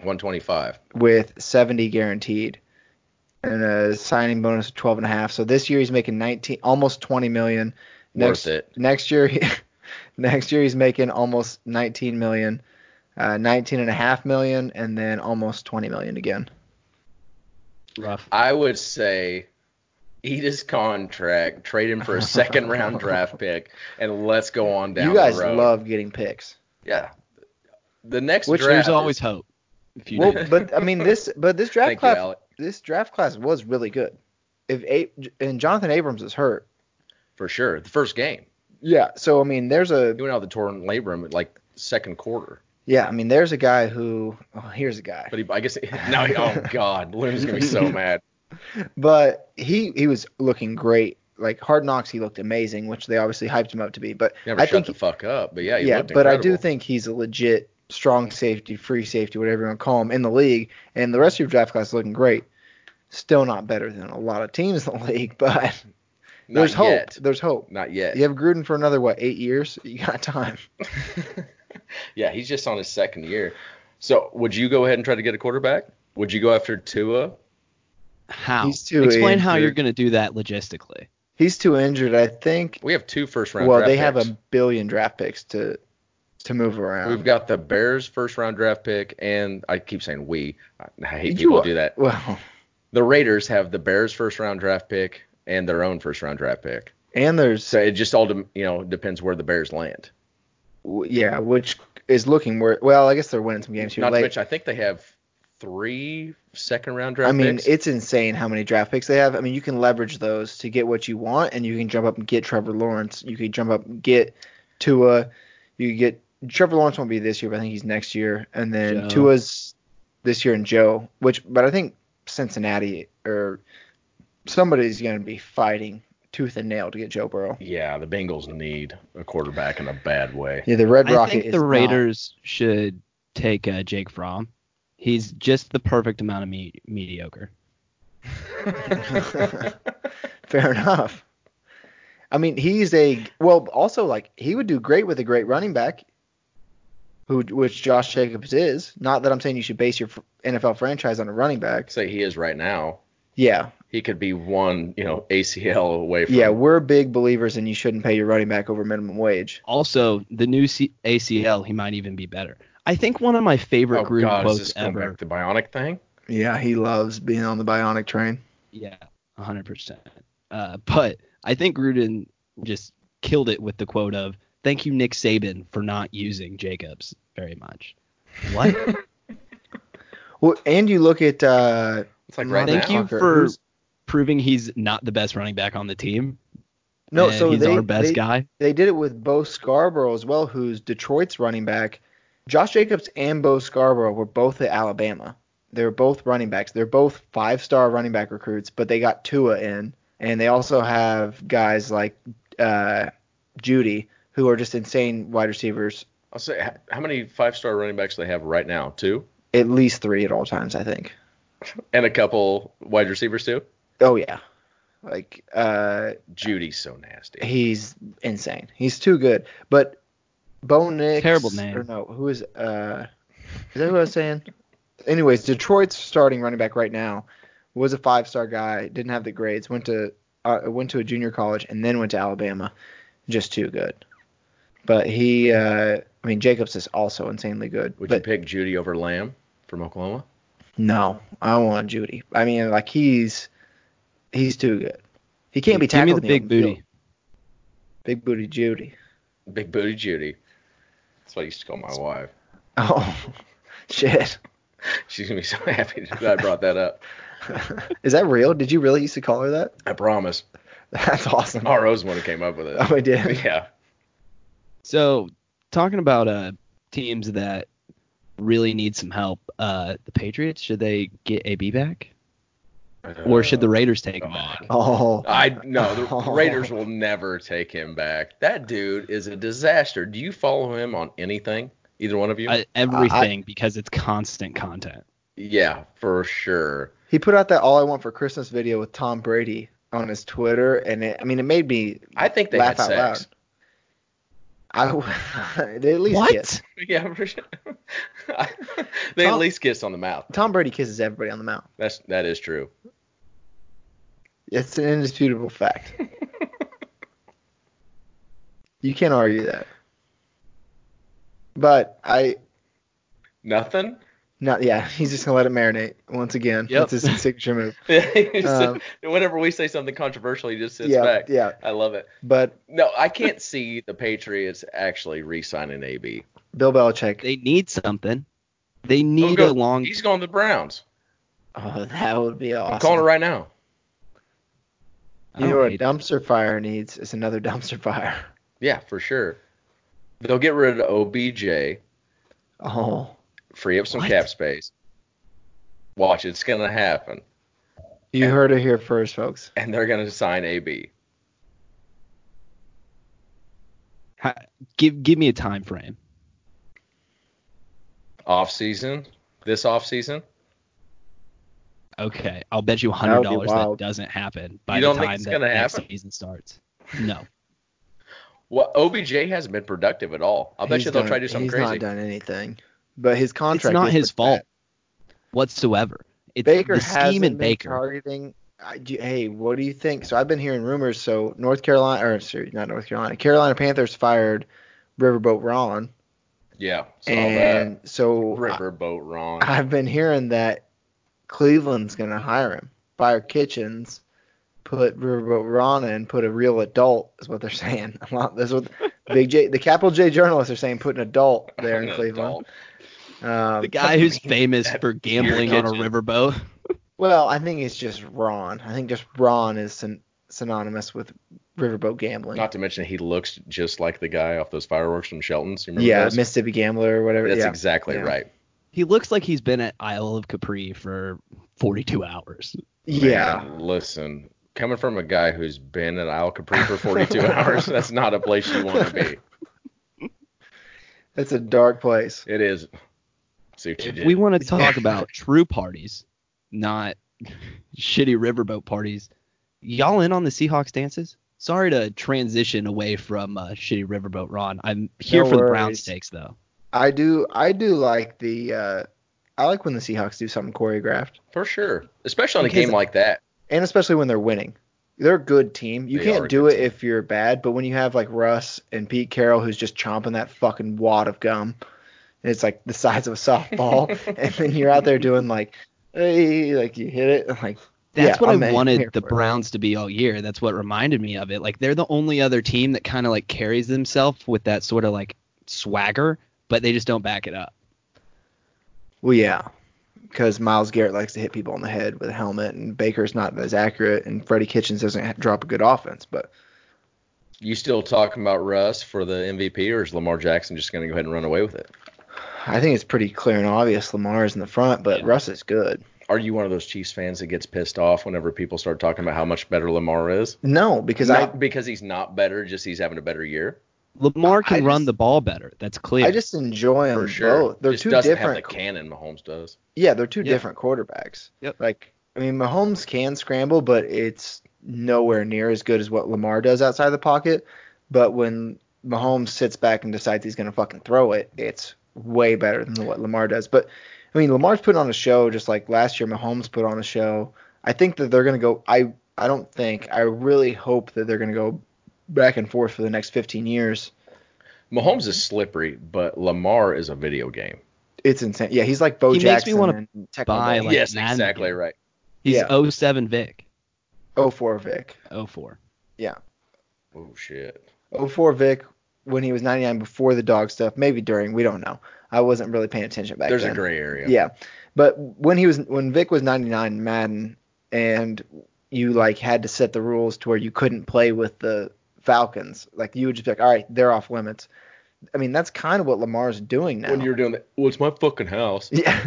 [SPEAKER 2] 125.
[SPEAKER 1] with 70 guaranteed and a signing bonus of 12 and a half. So this year he's making 19 almost 20 million. Next
[SPEAKER 2] Worth it.
[SPEAKER 1] next year he, [laughs] next year he's making almost 19 million. Uh, 19 and a half million and then almost 20 million again.
[SPEAKER 4] Rough.
[SPEAKER 2] I would say eat his contract, trade him for
[SPEAKER 1] [laughs]
[SPEAKER 2] a second round draft pick, and let's go on down.
[SPEAKER 1] you guys
[SPEAKER 2] the road.
[SPEAKER 1] love getting picks.
[SPEAKER 2] yeah. The next
[SPEAKER 1] Which-
[SPEAKER 2] draft
[SPEAKER 4] There's always
[SPEAKER 2] is-
[SPEAKER 4] hope. If you
[SPEAKER 1] Well,
[SPEAKER 4] do.
[SPEAKER 1] but I mean this, but
[SPEAKER 2] [laughs]
[SPEAKER 1] this draft
[SPEAKER 2] Thank you,
[SPEAKER 1] class,
[SPEAKER 2] Alec.
[SPEAKER 1] this draft class was really good. If A- and Jonathan Abrams is hurt,
[SPEAKER 2] for sure. The first game,
[SPEAKER 1] yeah. So I mean, there's a
[SPEAKER 2] he went out of the torn labrum at like second quarter.
[SPEAKER 1] yeah. I mean, there's a guy who oh, here's a guy,
[SPEAKER 2] But he, I guess [laughs] now, he, oh god, Looney's gonna
[SPEAKER 1] [laughs]
[SPEAKER 2] be so mad.
[SPEAKER 1] but he he was looking great. Like Hard Knocks, he looked amazing, which they obviously hyped him up to be. But
[SPEAKER 2] Never
[SPEAKER 1] I
[SPEAKER 2] shut
[SPEAKER 1] think
[SPEAKER 2] the fuck up. But yeah, he
[SPEAKER 1] yeah,
[SPEAKER 2] looked
[SPEAKER 1] but I do
[SPEAKER 2] incredible.
[SPEAKER 1] think he's a legit strong safety, free safety, whatever you want to call him, in the league. And the rest of your draft class is looking great. Still not better than a lot of teams in the [laughs] league, but
[SPEAKER 2] Not
[SPEAKER 1] there's hope.
[SPEAKER 2] yet.
[SPEAKER 1] There's hope.
[SPEAKER 2] Not yet.
[SPEAKER 1] You have Gruden for another what, eight years? [laughs] You got time.
[SPEAKER 2] [laughs] yeah, he's just on his second year. So would you go ahead and try to get a quarterback? Would you go after Tua?
[SPEAKER 4] how?
[SPEAKER 1] he's too
[SPEAKER 4] Explain how
[SPEAKER 1] injured.
[SPEAKER 4] you're going to do that logistically.
[SPEAKER 1] He's too injured, I think.
[SPEAKER 2] We have two first round.
[SPEAKER 1] Well,
[SPEAKER 2] draft
[SPEAKER 1] they have
[SPEAKER 2] picks.
[SPEAKER 1] a billion draft picks to to move around.
[SPEAKER 2] We've got the Bears first round draft pick, and I keep saying we. I- I hate
[SPEAKER 1] You
[SPEAKER 2] people who
[SPEAKER 1] are-
[SPEAKER 2] do
[SPEAKER 1] [laughs]
[SPEAKER 2] that.
[SPEAKER 1] Well,
[SPEAKER 2] The Raiders have the Bears first round draft pick and their own first round draft pick.
[SPEAKER 1] and there's
[SPEAKER 2] So it just all dem- you know depends where the Bears land.
[SPEAKER 1] w- yeah, which is looking wor Well, I guess they're winning some games here
[SPEAKER 2] Not to
[SPEAKER 1] late.
[SPEAKER 2] mention, I think they have three second round draft
[SPEAKER 1] I mean,
[SPEAKER 2] picks.
[SPEAKER 1] it's insane how many draft picks they have. I mean, you can leverage those to get what you want, and you can jump up and get Trevor Lawrence. You can jump up and get Tua. You could get Trevor Lawrence won't be this year, but I think he's next year. And then
[SPEAKER 4] Joe.
[SPEAKER 1] Tua's this year and Joe, which, but I think Cincinnati or somebody's going to be fighting tooth and nail to get Joe Burrow.
[SPEAKER 2] yeah, the Bengals need a quarterback in a bad
[SPEAKER 1] [laughs]
[SPEAKER 2] way. [laughs]
[SPEAKER 1] Yeah, the Red
[SPEAKER 4] I
[SPEAKER 1] Rocket
[SPEAKER 4] think
[SPEAKER 1] is
[SPEAKER 4] the
[SPEAKER 1] not-
[SPEAKER 4] Raiders should take uh, Jake Fromm. He's just the perfect amount of me- mediocre.
[SPEAKER 1] Fair [laughs] enough. I mean, he's a well. Also, like he would do great with a great running back, who which Josh Jacobs is. Not that I'm saying you should base your fr- NFL franchise on a running back.
[SPEAKER 2] Say he is right now.
[SPEAKER 1] Yeah,
[SPEAKER 2] He could be one, you know, ACL away from
[SPEAKER 1] yeah, we're big believers in you shouldn't pay your running back over minimum wage.
[SPEAKER 4] Also, the new C- ACL, he might even be better. I think one of my favorite
[SPEAKER 2] Oh
[SPEAKER 4] Gruden
[SPEAKER 2] God, is
[SPEAKER 4] quotes
[SPEAKER 2] this going
[SPEAKER 4] ever.
[SPEAKER 2] back to the bionic thing?
[SPEAKER 1] Yeah, he loves being on the bionic train.
[SPEAKER 4] Yeah, 100%. Uh, but I think Gruden just killed it with the quote of, thank you, Nick Saban, for not using Jacobs very much. What?
[SPEAKER 1] [laughs] Well, and you look at uh,
[SPEAKER 2] [laughs] It's like
[SPEAKER 1] Not
[SPEAKER 2] right
[SPEAKER 1] that
[SPEAKER 4] thank
[SPEAKER 2] now.
[SPEAKER 4] you
[SPEAKER 1] Tucker,
[SPEAKER 4] for
[SPEAKER 1] who's-
[SPEAKER 4] proving he's not the best running back on the team.
[SPEAKER 1] no,
[SPEAKER 4] and
[SPEAKER 1] so
[SPEAKER 4] he's
[SPEAKER 1] they,
[SPEAKER 4] our best
[SPEAKER 1] they,
[SPEAKER 4] guy.
[SPEAKER 1] They did it with Bo Scarborough as well, who's Detroit's running back. Josh Jacobs and Bo Scarborough were both at Alabama. They were both running backs. They're both five star running back recruits, but they got Tua in. And they also have guys like uh, Judy, who are just insane wide receivers,
[SPEAKER 2] I'll say, h- how many five star running backs do they have right now? Two,
[SPEAKER 1] at least three at all times, I think.
[SPEAKER 2] and a couple wide receivers too.
[SPEAKER 1] Oh, yeah. Like, uh,
[SPEAKER 2] Judy's so nasty.
[SPEAKER 1] he's insane. He's too good. But Bo Nix,
[SPEAKER 4] Terrible name.
[SPEAKER 1] Or no, who is uh? Is that what I was saying? Anyways, Detroit's starting running back right now was a five-star guy. Didn't have the grades. Went to uh, went to a junior college and then went to Alabama. Just too good. But he, uh, I mean, Jacobs is also insanely good.
[SPEAKER 2] Would you
[SPEAKER 1] but
[SPEAKER 2] pick Judy over Lamb from Oklahoma?
[SPEAKER 1] no, I want Judy. I mean, like he's he's too good. He can't be
[SPEAKER 4] Give me
[SPEAKER 1] tackled.
[SPEAKER 4] the
[SPEAKER 1] in
[SPEAKER 4] big
[SPEAKER 1] open field.
[SPEAKER 4] booty.
[SPEAKER 1] Big booty Judy.
[SPEAKER 2] Big booty Judy. That's what I used to call my wife.
[SPEAKER 1] Oh, [laughs] shit. [laughs]
[SPEAKER 2] She's gonna be so [laughs] happy that I brought that up.
[SPEAKER 1] Is that real? Did you really used to call her that? [laughs]
[SPEAKER 2] I promise.
[SPEAKER 1] That's awesome.
[SPEAKER 2] RO's the one who came up with
[SPEAKER 4] [laughs]
[SPEAKER 2] it.
[SPEAKER 1] [laughs] Oh, I did.
[SPEAKER 2] Yeah.
[SPEAKER 4] So, talking about uh, teams that really need some help. Uh, the Patriots should they get AB back, or should the Raiders take
[SPEAKER 2] come
[SPEAKER 4] him back?
[SPEAKER 1] [laughs]
[SPEAKER 4] Uh,
[SPEAKER 1] Oh, [laughs]
[SPEAKER 2] I no, the Raiders will never take him back. That dude is a disaster. Do you follow him on anything? Either one of you?
[SPEAKER 4] Uh, everything because it's constant content.
[SPEAKER 2] yeah, for sure.
[SPEAKER 1] He put out that "All I Want for Christmas" video with Tom Brady on his Twitter, and it, I mean, it made me
[SPEAKER 2] I think they
[SPEAKER 1] laugh
[SPEAKER 2] had
[SPEAKER 1] out
[SPEAKER 2] sex.
[SPEAKER 1] loud. I [laughs] they at least kiss.
[SPEAKER 2] [laughs] Yeah, for sure. I- they at
[SPEAKER 1] Tom-
[SPEAKER 2] least kissed on the mouth.
[SPEAKER 1] Tom Brady kisses everybody on the mouth.
[SPEAKER 2] That's that
[SPEAKER 1] [laughs]
[SPEAKER 2] is true.
[SPEAKER 1] It's an indisputable fact. you can't argue that. But I
[SPEAKER 2] Nothing. [laughs]
[SPEAKER 1] not yeah, [laughs] he's just gonna let it marinate once again.
[SPEAKER 4] Yep.
[SPEAKER 1] That's his signature
[SPEAKER 2] [laughs]
[SPEAKER 1] move. Um,
[SPEAKER 2] Whenever we say something controversial, he just sits
[SPEAKER 1] yeah,
[SPEAKER 2] back.
[SPEAKER 1] yeah.
[SPEAKER 2] I love it.
[SPEAKER 1] But
[SPEAKER 2] No, I can't [laughs] see the Patriots actually re-signing AB.
[SPEAKER 1] Bill Belichick,
[SPEAKER 4] They need something. They need
[SPEAKER 2] go-
[SPEAKER 4] a long.
[SPEAKER 2] He's going to the Browns.
[SPEAKER 1] oh, that would be awesome.
[SPEAKER 2] I'm calling it right now.
[SPEAKER 4] I
[SPEAKER 1] You
[SPEAKER 4] don't
[SPEAKER 1] know what a
[SPEAKER 4] hate-
[SPEAKER 1] dumpster fire needs is another [laughs] dumpster fire.
[SPEAKER 2] Yeah, for sure. They'll get rid of OBJ,
[SPEAKER 1] Oh,
[SPEAKER 2] free up some
[SPEAKER 4] What?
[SPEAKER 2] cap space. Watch, it's gonna happen,
[SPEAKER 1] you heard it here first, folks.
[SPEAKER 2] and they're gonna sign AB.
[SPEAKER 4] Ha- give give me a time frame.
[SPEAKER 2] Off season, this off season.
[SPEAKER 4] Okay, I'll bet you
[SPEAKER 1] That
[SPEAKER 4] hundred
[SPEAKER 1] would be
[SPEAKER 4] dollars that
[SPEAKER 1] wild.
[SPEAKER 4] doesn't happen by
[SPEAKER 2] You
[SPEAKER 4] the
[SPEAKER 2] don't think
[SPEAKER 4] time
[SPEAKER 2] it's
[SPEAKER 4] that
[SPEAKER 2] gonna
[SPEAKER 4] next
[SPEAKER 2] happen?
[SPEAKER 4] season starts.
[SPEAKER 1] [laughs]
[SPEAKER 4] No,
[SPEAKER 2] Well, OBJ hasn't been productive at all. I bet
[SPEAKER 1] He's
[SPEAKER 2] you they'll
[SPEAKER 1] done-
[SPEAKER 2] try to do something
[SPEAKER 1] he's
[SPEAKER 2] crazy.
[SPEAKER 1] not done anything, but his
[SPEAKER 4] it's
[SPEAKER 1] contract.
[SPEAKER 4] not
[SPEAKER 1] is
[SPEAKER 4] his
[SPEAKER 1] pathetic.
[SPEAKER 4] fault whatsoever. It's
[SPEAKER 1] Baker
[SPEAKER 4] the
[SPEAKER 1] hasn't
[SPEAKER 4] scheme and
[SPEAKER 1] been
[SPEAKER 4] Baker.
[SPEAKER 1] targeting. I, do, hey, what do you think? So I've been hearing rumors. So North Carolina, or sorry, not North Carolina, Carolina Panthers fired Riverboat Ron,
[SPEAKER 2] yeah, saw that.
[SPEAKER 1] and so I,
[SPEAKER 2] Riverboat wrong. [laughs]
[SPEAKER 1] I've been hearing that Cleveland's going to hire him, fire Kitchens, put Riverboat Ron in, put a real adult is what they're [laughs] saying. A lot, that's
[SPEAKER 2] [laughs]
[SPEAKER 1] what Big J, the capital J journalists are saying, put an adult there in
[SPEAKER 2] An
[SPEAKER 1] Cleveland.
[SPEAKER 2] adult.
[SPEAKER 1] Um,
[SPEAKER 4] The guy who's famous for gambling on a
[SPEAKER 2] kitchen.
[SPEAKER 4] riverboat. [laughs]
[SPEAKER 1] Well, I think it's just Ron. I think just Ron is syn- synonymous with riverboat gambling.
[SPEAKER 2] Not to mention he looks just like the guy off those fireworks from Shelton's. You remember
[SPEAKER 1] yeah,
[SPEAKER 2] those?
[SPEAKER 1] Mississippi Gambler or whatever.
[SPEAKER 2] That's
[SPEAKER 1] yeah.
[SPEAKER 2] exactly
[SPEAKER 1] Yeah.
[SPEAKER 2] right.
[SPEAKER 4] He looks like he's been at Isle of Capri for 42 hours.
[SPEAKER 1] yeah.
[SPEAKER 2] Man, listen, coming from a guy who's been at Al Capri
[SPEAKER 1] [laughs]
[SPEAKER 2] for 42 hours, that's not a place you want to be.
[SPEAKER 1] That's a dark place.
[SPEAKER 2] It is. See what you
[SPEAKER 4] If
[SPEAKER 2] did.
[SPEAKER 4] we want to talk about true parties, not [laughs] shitty riverboat parties, y'all in on the Seahawks dances? Sorry to transition away from uh, shitty riverboat Ron. I'm here
[SPEAKER 1] No
[SPEAKER 4] for the Brown
[SPEAKER 1] worries.
[SPEAKER 4] stakes though.
[SPEAKER 1] I do I do like the uh I like when the Seahawks do something choreographed.
[SPEAKER 2] for sure, especially on a
[SPEAKER 4] Because-
[SPEAKER 2] game like that.
[SPEAKER 1] And especially when they're winning. They're a good team. You
[SPEAKER 2] They are
[SPEAKER 1] can't
[SPEAKER 2] a
[SPEAKER 1] do
[SPEAKER 2] good
[SPEAKER 1] it if you're bad, but when you have like Russ and Pete Carroll who's just chomping that fucking wad of gum and it's like the size of a
[SPEAKER 2] [laughs]
[SPEAKER 1] softball and then you're out there doing like hey like you hit it and, like Yeah,
[SPEAKER 4] That's what
[SPEAKER 1] I'm
[SPEAKER 4] I
[SPEAKER 1] in
[SPEAKER 4] wanted
[SPEAKER 1] here
[SPEAKER 4] the
[SPEAKER 1] for it.
[SPEAKER 4] Browns to be all year. That's what reminded me of it. Like they're the only other team that kind of like carries themselves with that sort of like swagger, but they just don't back it up.
[SPEAKER 1] Well, yeah, because Miles Garrett likes to hit people on the head with a helmet, and Baker's not as accurate, and Freddie Kitchens doesn't ha- drop a good offense. But
[SPEAKER 2] You still talking about Russ for the MVP, or is Lamar Jackson just going to go ahead and run away with it?
[SPEAKER 1] I think it's pretty clear and obvious Lamar is in the front, but
[SPEAKER 4] Yeah.
[SPEAKER 1] Russ is good.
[SPEAKER 2] Are you one of those Chiefs fans that gets pissed off whenever people start talking about how much better Lamar is?
[SPEAKER 1] No, because
[SPEAKER 2] Not because he's not better, just he's having a better year.
[SPEAKER 4] Lamar
[SPEAKER 1] I
[SPEAKER 4] can run
[SPEAKER 1] just-
[SPEAKER 4] the ball better. That's
[SPEAKER 1] I
[SPEAKER 4] clear.
[SPEAKER 1] I just enjoy them
[SPEAKER 2] For sure,
[SPEAKER 1] both. They're
[SPEAKER 2] just
[SPEAKER 1] two
[SPEAKER 2] doesn't
[SPEAKER 1] different.
[SPEAKER 2] have the cannon Mahomes does.
[SPEAKER 1] yeah, they're two
[SPEAKER 4] Yep.
[SPEAKER 1] different quarterbacks.
[SPEAKER 4] Yep.
[SPEAKER 1] Like I mean, Mahomes can scramble, but it's nowhere near as good as what Lamar does outside the pocket. But when Mahomes sits back and decides he's going to fucking throw it, it's way better than what Lamar does. But I mean, Lamar's put on a show just like last year. Mahomes put on a show. I think that they're going to go. I I don't think. I really hope that they're going to go back and forth for the next 15 years.
[SPEAKER 2] Mahomes is slippery, but Lamar is a video game.
[SPEAKER 1] It's insane. Yeah, he's like Bo
[SPEAKER 4] He makes me
[SPEAKER 1] Jackson.
[SPEAKER 4] wanna
[SPEAKER 1] and Tecmo
[SPEAKER 4] buy,
[SPEAKER 1] Bowl.
[SPEAKER 4] like
[SPEAKER 2] yes,
[SPEAKER 4] Madden
[SPEAKER 2] exactly
[SPEAKER 4] game.
[SPEAKER 2] right.
[SPEAKER 4] He's
[SPEAKER 1] yeah.
[SPEAKER 4] oh seven 07 Vic.
[SPEAKER 1] 04 Vic.
[SPEAKER 4] 04.
[SPEAKER 2] Oh shit.
[SPEAKER 1] 04 Vic when he was 99 before the dog stuff, maybe during, we don't know. I wasn't really paying attention back
[SPEAKER 2] There's
[SPEAKER 1] then.
[SPEAKER 2] a gray area.
[SPEAKER 1] Yeah. But when he was when Vic was 99 in Madden and you like had to set the rules to where you couldn't play with the Falcons, like you would just be like, "All right, they're off limits." I mean, that's kind of what Lamar's doing now.
[SPEAKER 2] When you're doing that, well, it's my fucking house.
[SPEAKER 1] [laughs] yeah,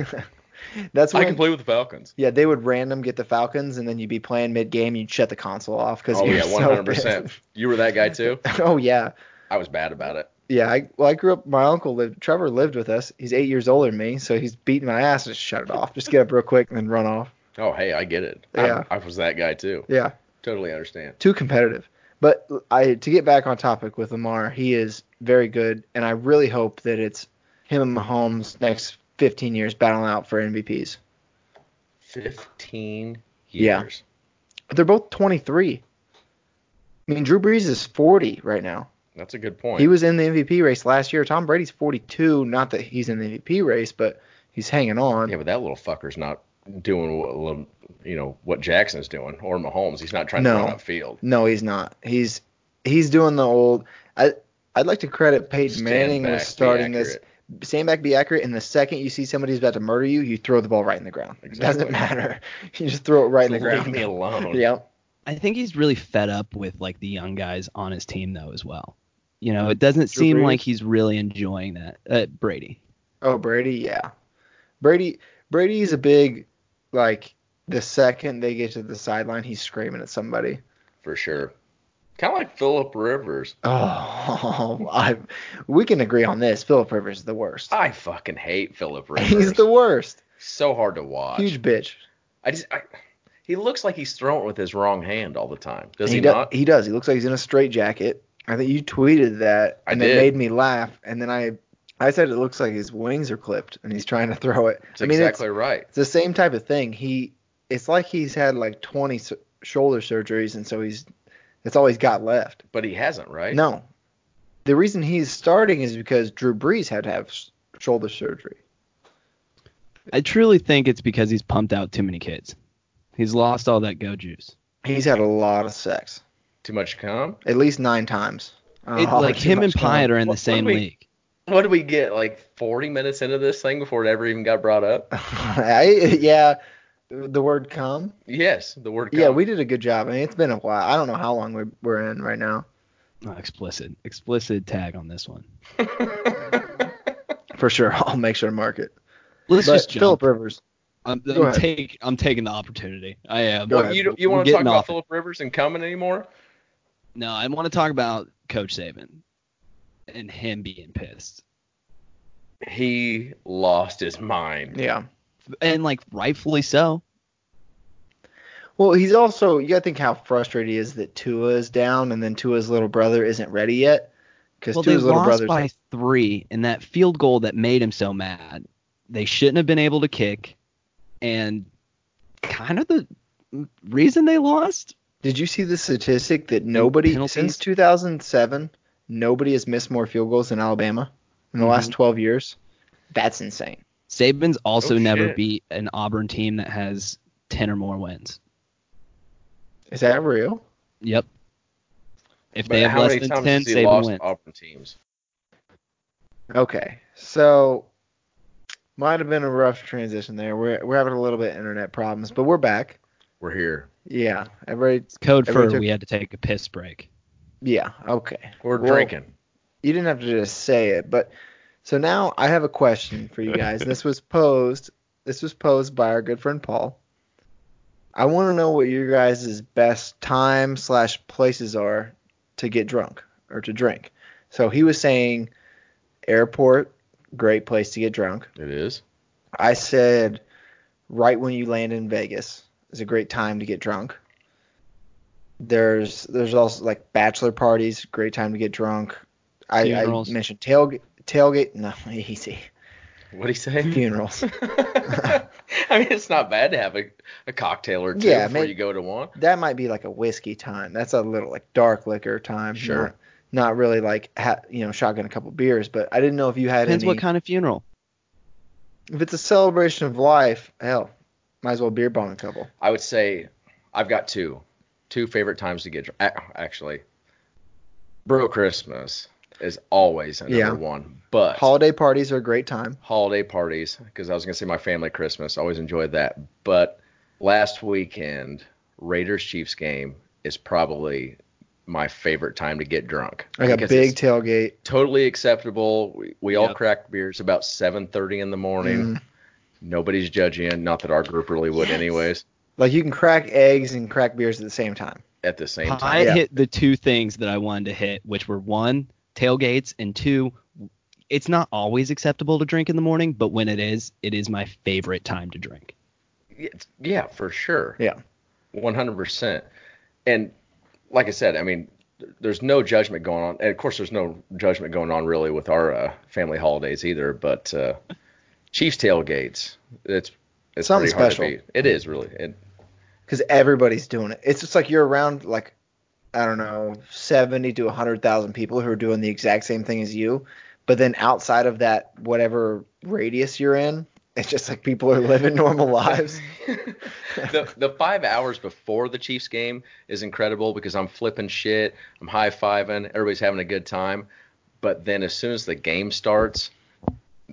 [SPEAKER 1] that's
[SPEAKER 2] I
[SPEAKER 1] when,
[SPEAKER 2] can play with the Falcons.
[SPEAKER 1] Yeah, they would random get the Falcons, and then you'd be playing mid game, you'd shut the console off because
[SPEAKER 2] Oh
[SPEAKER 1] you're
[SPEAKER 2] yeah, one
[SPEAKER 1] [laughs]
[SPEAKER 2] hundred
[SPEAKER 1] so
[SPEAKER 2] percent. You were that
[SPEAKER 1] [laughs]
[SPEAKER 2] guy too.
[SPEAKER 1] pissed. Oh yeah,
[SPEAKER 2] I was bad about it.
[SPEAKER 1] yeah. I, well, I grew up. My uncle lived. Trevor lived with us. He's eight years older than me, so he's beating my ass. Just shut it off. Just get up real quick and then run off.
[SPEAKER 2] Oh hey, I get it.
[SPEAKER 1] Yeah.
[SPEAKER 2] I, I was that guy too.
[SPEAKER 1] Yeah.
[SPEAKER 2] Totally understand.
[SPEAKER 1] too competitive. But I to get back on topic with Lamar, he is very good, and I really hope that it's him and Mahomes next 15 years battling out for MVPs.
[SPEAKER 2] Fifteen
[SPEAKER 1] Yeah.
[SPEAKER 2] years.
[SPEAKER 1] But they're both 23. I mean, Drew Brees is 40 right now.
[SPEAKER 2] That's a good point.
[SPEAKER 1] He was in the MVP race last year. Tom Brady's 42. Not that he's in the MVP race, but he's hanging on.
[SPEAKER 2] Yeah, but that little fucker's not doing what Lam- you know what Jackson's doing or Mahomes. He's not trying
[SPEAKER 1] No.
[SPEAKER 2] to run upfield.
[SPEAKER 1] No, he's not. He's he's doing the old. I I'd like to credit Peyton
[SPEAKER 2] Stand
[SPEAKER 1] Manning
[SPEAKER 2] back,
[SPEAKER 1] with
[SPEAKER 2] be
[SPEAKER 1] starting this.
[SPEAKER 2] accurate.
[SPEAKER 1] Stand back, be accurate. And the second you see somebody's about to murder you, you throw the ball right in the ground. It doesn't
[SPEAKER 2] Exactly.
[SPEAKER 1] matter. [laughs] You just throw it right in the
[SPEAKER 2] [laughs] Leave
[SPEAKER 1] ground. [laughs]
[SPEAKER 2] me alone.
[SPEAKER 1] Yep.
[SPEAKER 4] I think he's really fed up with like the young guys on his team though as well. You know, it doesn't
[SPEAKER 1] Mm-hmm. Drew
[SPEAKER 4] seem
[SPEAKER 1] Brees?
[SPEAKER 4] like he's really enjoying that. Uh, Brady.
[SPEAKER 1] Oh, Brady. Yeah. Brady. Brady's a big like. The second they get to the sideline, he's screaming at somebody. [laughs]
[SPEAKER 2] for sure. Kind of like Philip Rivers.
[SPEAKER 1] Oh, I, we can agree on this. Philip Rivers is the worst.
[SPEAKER 2] I fucking hate Philip Rivers.
[SPEAKER 1] [laughs] He's the worst.
[SPEAKER 2] so hard to watch.
[SPEAKER 1] Huge bitch.
[SPEAKER 2] I just I, he looks like he's throwing it with his wrong hand all the time. Does he,
[SPEAKER 1] he, do-
[SPEAKER 2] not?
[SPEAKER 1] He does. He looks like he's in a straitjacket. I think you tweeted that,
[SPEAKER 2] I
[SPEAKER 1] and
[SPEAKER 2] did.
[SPEAKER 1] it made me laugh. And then I, I said it looks like his wings are clipped, and he's trying to throw it.
[SPEAKER 2] That's
[SPEAKER 1] I mean,
[SPEAKER 2] exactly
[SPEAKER 1] it's,
[SPEAKER 2] right.
[SPEAKER 1] it's the same type of thing. He, it's like he's had like 20 s shoulder surgeries, and so he's, that's all he's got left.
[SPEAKER 2] But he hasn't, right?
[SPEAKER 1] No, the reason he's starting is because Drew Brees had to have s- shoulder surgery.
[SPEAKER 4] I truly think it's because he's pumped out too many kids. He's lost all that go juice.
[SPEAKER 1] He's had a lot of sex,
[SPEAKER 2] Too much cum.
[SPEAKER 1] at least nine times. I don't [laughs]
[SPEAKER 4] It,
[SPEAKER 1] know how
[SPEAKER 4] like
[SPEAKER 1] Oh, too
[SPEAKER 4] him and
[SPEAKER 1] much time. [laughs]
[SPEAKER 4] Pyatt are in
[SPEAKER 2] What- what
[SPEAKER 4] the same
[SPEAKER 2] do we-
[SPEAKER 4] league.
[SPEAKER 2] What did we get? Like 40 minutes into this thing before it ever even got brought up?
[SPEAKER 1] I, yeah, the word come.
[SPEAKER 2] Yes, the word. Cum.
[SPEAKER 1] Yeah,
[SPEAKER 2] [laughs]
[SPEAKER 1] we did a good job. I mean, it's been a while. I don't know how long we're, we're in right now.
[SPEAKER 4] Oh, explicit. Explicit tag on this one.
[SPEAKER 1] For sure, [laughs] I'll make sure to mark it.
[SPEAKER 4] Let's
[SPEAKER 1] but
[SPEAKER 4] just jump.
[SPEAKER 1] Philip Rivers.
[SPEAKER 4] I'm,
[SPEAKER 1] go
[SPEAKER 4] I'm,
[SPEAKER 1] ahead.
[SPEAKER 4] take, I'm taking the opportunity. I am.
[SPEAKER 1] Go
[SPEAKER 2] Well,
[SPEAKER 1] ahead.
[SPEAKER 2] you don't- you
[SPEAKER 4] We're
[SPEAKER 2] want to talk
[SPEAKER 4] getting
[SPEAKER 2] about
[SPEAKER 4] off it.
[SPEAKER 2] Philip Rivers and coming anymore?
[SPEAKER 4] No, I want to talk about Coach Saban and him being pissed.
[SPEAKER 2] He lost his mind.
[SPEAKER 1] Yeah.
[SPEAKER 4] And like rightfully so.
[SPEAKER 1] Well, he's also you gotta think how frustrated he is that Tua is down, and then Tua's little brother isn't ready yet. Because
[SPEAKER 4] Well, they
[SPEAKER 1] Tua's little
[SPEAKER 4] lost
[SPEAKER 1] brother's
[SPEAKER 4] by three, and that field goal that made him so mad, they shouldn't have been able to kick, and kind of the reason they lost.
[SPEAKER 1] Did you see the statistic that nobody
[SPEAKER 4] Penalties?
[SPEAKER 1] since 2007 nobody has missed more field goals than Alabama in the
[SPEAKER 4] Mm-hmm.
[SPEAKER 1] last 12 years? That's insane.
[SPEAKER 4] Saban's also
[SPEAKER 2] Oh,
[SPEAKER 4] never
[SPEAKER 2] shit.
[SPEAKER 4] beat an Auburn team that has ten or more wins.
[SPEAKER 1] Is that real?
[SPEAKER 4] Yep. If
[SPEAKER 2] But
[SPEAKER 4] they have
[SPEAKER 2] how
[SPEAKER 4] less
[SPEAKER 2] many
[SPEAKER 4] than
[SPEAKER 2] times
[SPEAKER 4] ten,
[SPEAKER 2] has he
[SPEAKER 4] Saban
[SPEAKER 2] lost
[SPEAKER 4] wins.
[SPEAKER 2] Auburn teams?
[SPEAKER 1] Okay, so might have been a rough transition there. We're we're having a little bit of internet problems, but we're back.
[SPEAKER 2] We're here.
[SPEAKER 1] Yeah, everybody.
[SPEAKER 4] Code
[SPEAKER 1] Every
[SPEAKER 4] for
[SPEAKER 1] took-
[SPEAKER 4] we had to take a piss break.
[SPEAKER 1] Yeah, okay.
[SPEAKER 2] We're
[SPEAKER 1] Well,
[SPEAKER 2] drinking.
[SPEAKER 1] You didn't have to just say it, but so now I have a question for you guys. this was posed. This was posed by our good friend Paul. I want to know what your guys' best time slash places are to get drunk or to drink. So he was saying, airport, great place to get drunk.
[SPEAKER 2] It is.
[SPEAKER 1] I said right when you land in Vegas is a great time to get drunk. There's there's also like bachelor parties, great time to get drunk. I, I
[SPEAKER 4] Funerals.
[SPEAKER 1] mentioned tailgate tailgate no [laughs] easy
[SPEAKER 2] What do he say?
[SPEAKER 1] [laughs]
[SPEAKER 4] [laughs]
[SPEAKER 1] funerals.
[SPEAKER 2] [laughs] I mean, it's not bad to have a, a cocktail or two
[SPEAKER 1] Yeah,
[SPEAKER 2] before
[SPEAKER 1] may-
[SPEAKER 2] you go to one.
[SPEAKER 1] that might be like a whiskey time. That's a little like dark liquor time.
[SPEAKER 2] Sure.
[SPEAKER 1] Not, not really like ha- you know shotgun a couple beers, but I didn't know if you had
[SPEAKER 4] Depends
[SPEAKER 1] any.
[SPEAKER 4] what kind of funeral.
[SPEAKER 1] if it's a celebration of life, hell, might as well beer bong a couple.
[SPEAKER 2] I would say I've got two, two favorite times to get dr- ac- actually. Bro, Christmas is always a number
[SPEAKER 1] Yeah.
[SPEAKER 2] one, but
[SPEAKER 1] Holiday parties are a great time.
[SPEAKER 2] holiday parties because I was gonna say my family Christmas. I always enjoyed that, but last weekend Raiders Chiefs game is probably my favorite time to get drunk.
[SPEAKER 1] Like a
[SPEAKER 2] Because
[SPEAKER 1] big
[SPEAKER 2] it's
[SPEAKER 1] tailgate.
[SPEAKER 2] totally acceptable. We, we all
[SPEAKER 4] Yep.
[SPEAKER 2] cracked beers about 7:30 in the morning. Nobody's judging. Not that our group really would,
[SPEAKER 5] Yes.
[SPEAKER 2] anyways.
[SPEAKER 1] Like you can crack eggs and crack beers at the same time.
[SPEAKER 2] At the same time,
[SPEAKER 4] I
[SPEAKER 1] yeah.
[SPEAKER 4] hit the two things that I wanted to hit, which were one, tailgates, and two, it's not always acceptable to drink in the morning, but when it is, it is my favorite time to drink.
[SPEAKER 2] Yeah, it's- yeah, for sure.
[SPEAKER 1] Yeah.
[SPEAKER 2] 100%. And like I said, I mean, th- there's no judgment going on. And of course, there's no judgment going on really with our uh, family holidays either, but uh, Chiefs tailgates, it's, it's
[SPEAKER 1] Something
[SPEAKER 2] pretty hard
[SPEAKER 1] special.
[SPEAKER 2] to beat. It is really. It,
[SPEAKER 1] Because everybody's doing it. It's just like you're around like I don't know, seventy to hundred thousand people who are doing the exact same thing as you. But then outside of that whatever radius you're in, it's just like people are living normal lives.
[SPEAKER 2] [laughs] the, the five hours before the Chiefs game is incredible because I'm flipping shit, I'm high fiving, everybody's having a good time. But then as soon as the game starts,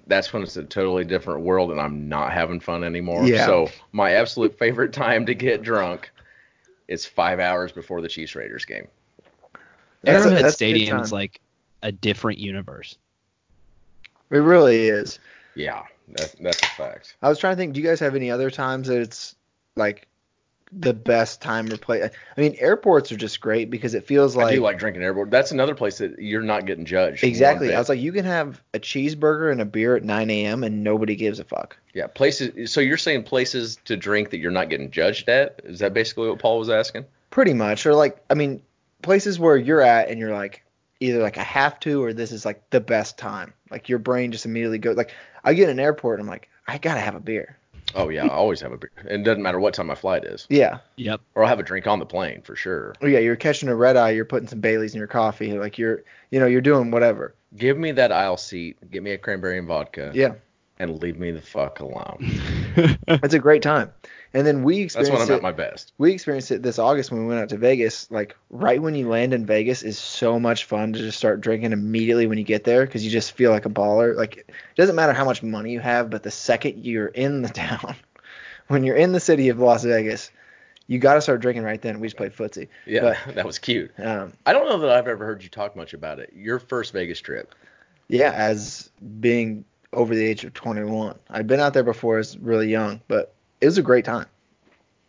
[SPEAKER 2] that's when it's a totally different world and I'm not having fun anymore.
[SPEAKER 1] Yeah.
[SPEAKER 2] So my absolute favorite time to get drunk is five hours before the Chiefs Raiders game.
[SPEAKER 1] That's a-
[SPEAKER 4] Arrowhead
[SPEAKER 1] that's a good
[SPEAKER 4] Stadium is
[SPEAKER 1] time.
[SPEAKER 4] like a different universe.
[SPEAKER 1] It really is.
[SPEAKER 2] Yeah, that, that's a fact.
[SPEAKER 1] I was trying to think. Do you guys have any other times that it's like the best time or place? I mean, airports are just great because it feels
[SPEAKER 2] I
[SPEAKER 1] like,
[SPEAKER 2] do like drinking airborne. That's another place that you're not getting judged. one
[SPEAKER 1] exactly.
[SPEAKER 2] bit.
[SPEAKER 1] I was like, you can have a cheeseburger and a beer at 9 a.m. and nobody gives a fuck.
[SPEAKER 2] Yeah, places. So you're saying places to drink that you're not getting judged at? Is that basically what Paul was asking?
[SPEAKER 1] Pretty much, or like, I mean, places where you're at and you're like, either like I have to or this is like the best time. Like your brain just immediately goes. Like I get in an airport and I'm like, I gotta have a beer.
[SPEAKER 2] Oh yeah, I always have a beer. It doesn't matter what time my flight is,
[SPEAKER 1] Yeah. [laughs]
[SPEAKER 4] Yep.
[SPEAKER 2] or I'll have a drink on the plane for sure.
[SPEAKER 1] Oh yeah, you're catching a red eye. You're putting some Baileys in your coffee. Like you're, you know, you're doing whatever.
[SPEAKER 2] Give me that aisle seat. Give me a cranberry and vodka.
[SPEAKER 1] Yeah.
[SPEAKER 2] And leave me the fuck alone.
[SPEAKER 1] It's a great time. And then we
[SPEAKER 2] That's
[SPEAKER 1] experienced
[SPEAKER 2] when I'm
[SPEAKER 1] it,
[SPEAKER 2] at my best.
[SPEAKER 1] we experienced it this August when we went out to Vegas. Like right when you land in Vegas is so much fun to just start drinking immediately when you get there because you just feel like a baller. Like it doesn't matter how much money you have, but the second you're in the [laughs] town, when you're in the city of Las Vegas, you got to start drinking right then. We just played footsie.
[SPEAKER 2] Yeah, [laughs] that was cute.
[SPEAKER 1] But, um,
[SPEAKER 2] I don't know that I've ever heard you talk much about it. Your first Vegas trip.
[SPEAKER 1] yeah, as being over the age of 21, I'd been out there before as really young, but it was a great time.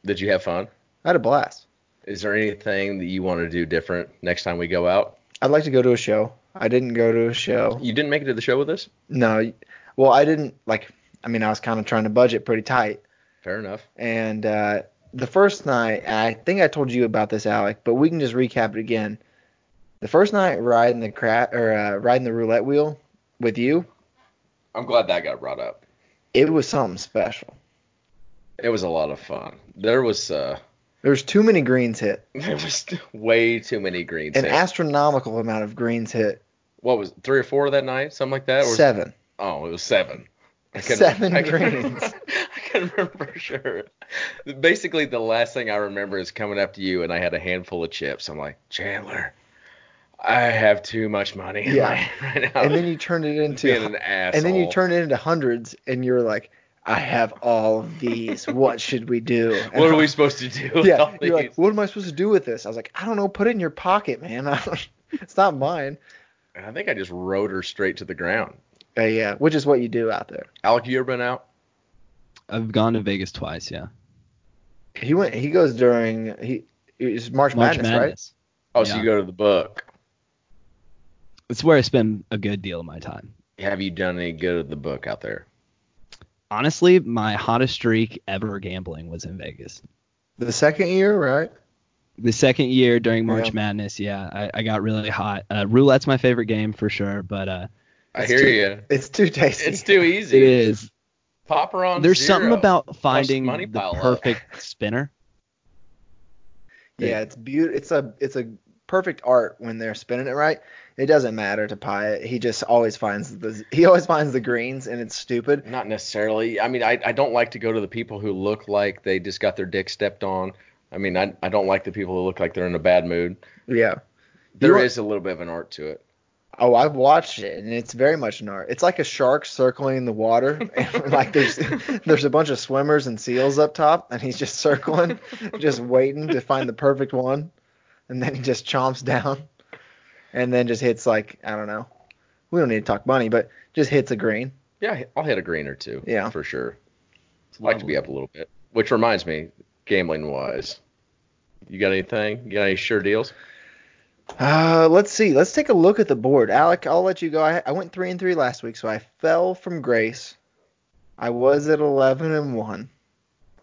[SPEAKER 2] Did you have fun?
[SPEAKER 1] I had a blast.
[SPEAKER 2] Is there anything that you want to do different next time we go out?
[SPEAKER 1] I'd like to go to a show. I didn't go to a show.
[SPEAKER 2] You didn't make it to the show with us?
[SPEAKER 1] No, well, I didn't like. I mean, I was kind of trying to budget pretty tight,
[SPEAKER 2] Fair enough.
[SPEAKER 1] and uh, the first night, and I think I told you about this, Alec, but we can just recap it again. The first night riding the crap or uh, riding the roulette wheel with you,
[SPEAKER 2] I'm glad that got brought up.
[SPEAKER 1] it was something special.
[SPEAKER 2] It was a lot of fun. There was uh, [laughs]
[SPEAKER 1] There's too many greens hit,
[SPEAKER 2] there was way too many greens.
[SPEAKER 1] an
[SPEAKER 2] hit.
[SPEAKER 1] astronomical amount of greens hit.
[SPEAKER 2] what was it, three or four that night, something like that? Or was- [laughs]
[SPEAKER 1] Seven.
[SPEAKER 2] Oh, it was seven. I couldn't-
[SPEAKER 1] Seven
[SPEAKER 2] I couldn't
[SPEAKER 1] greens.
[SPEAKER 2] remember- [laughs] I couldn't remember for sure. Basically, the last thing I remember is coming up to you, and I had a handful of chips. I'm like, Chandler, I have too much money in my [laughs]
[SPEAKER 1] Yeah.
[SPEAKER 2] hand right now.
[SPEAKER 1] And then you turned it into,
[SPEAKER 2] being an asshole.
[SPEAKER 1] and then you turned it into hundreds, and you're like, I have all these. What should we do? And
[SPEAKER 2] [laughs] What
[SPEAKER 1] I'm
[SPEAKER 2] are we supposed to do? [laughs] With all
[SPEAKER 1] yeah,
[SPEAKER 2] these?
[SPEAKER 1] you're like, what am I supposed to do with this? I was like, I don't know. Put it in your pocket, man. [laughs] I don't- it's not mine.
[SPEAKER 2] And I think I just rode her straight to the ground.
[SPEAKER 1] Uh, yeah, which is what you do out there.
[SPEAKER 2] Alec, you ever been out?
[SPEAKER 4] I've gone to Vegas twice, yeah.
[SPEAKER 1] He went. He goes during he. It's March, Madness, right?
[SPEAKER 2] Oh, so
[SPEAKER 4] Yeah.
[SPEAKER 2] you go to the book.
[SPEAKER 4] It's where I spend a good deal of my time.
[SPEAKER 2] Have you done any good at the book out there?
[SPEAKER 4] Honestly, my hottest streak ever gambling was in Vegas.
[SPEAKER 1] The second year, right?
[SPEAKER 4] The second year during March
[SPEAKER 1] Yeah.
[SPEAKER 4] Madness, yeah, I, I got really hot. Uh, roulette's my favorite game for sure, but uh,
[SPEAKER 2] I
[SPEAKER 1] It's
[SPEAKER 2] hear
[SPEAKER 1] too-
[SPEAKER 4] [laughs]
[SPEAKER 2] you.
[SPEAKER 1] It's too tasty.
[SPEAKER 2] It's too
[SPEAKER 4] it
[SPEAKER 2] easy.
[SPEAKER 4] is
[SPEAKER 2] Pop her on.
[SPEAKER 4] There's
[SPEAKER 2] zero.
[SPEAKER 4] something about finding
[SPEAKER 2] money
[SPEAKER 4] the
[SPEAKER 2] pile up. [laughs]
[SPEAKER 4] perfect spinner.
[SPEAKER 1] yeah, it's beautiful. It's a it's a perfect art when they're spinning it right. It doesn't matter to Pyatt. He just always finds the he always finds the greens, and it's stupid.
[SPEAKER 2] Not necessarily. I mean, I, I don't like to go to the people who look like they just got their dick stepped on. I mean, I, I don't like the people who look like they're in a bad mood.
[SPEAKER 1] Yeah.
[SPEAKER 2] There is
[SPEAKER 1] are-
[SPEAKER 2] a little bit of an art to it.
[SPEAKER 1] Oh, I've watched it, and it's very much an art. It's like a shark circling the water, [laughs] and like there's there's a bunch of swimmers and seals up top, and he's just circling, just waiting to find the perfect one. and then he just chomps down, and then just hits like I don't know. We don't need to talk money, but just hits a green.
[SPEAKER 2] Yeah, I'll hit a green or two.
[SPEAKER 1] Yeah.
[SPEAKER 2] for sure.
[SPEAKER 4] It's
[SPEAKER 2] like to be
[SPEAKER 4] lovely.
[SPEAKER 2] up a little bit. Which reminds me, gambling wise, you got anything? You got any sure deals?
[SPEAKER 1] Uh, let's see. Let's take a look at the board. Alec, I'll let you go. I, I went three and three last week, so I fell from grace. I was at eleven and one.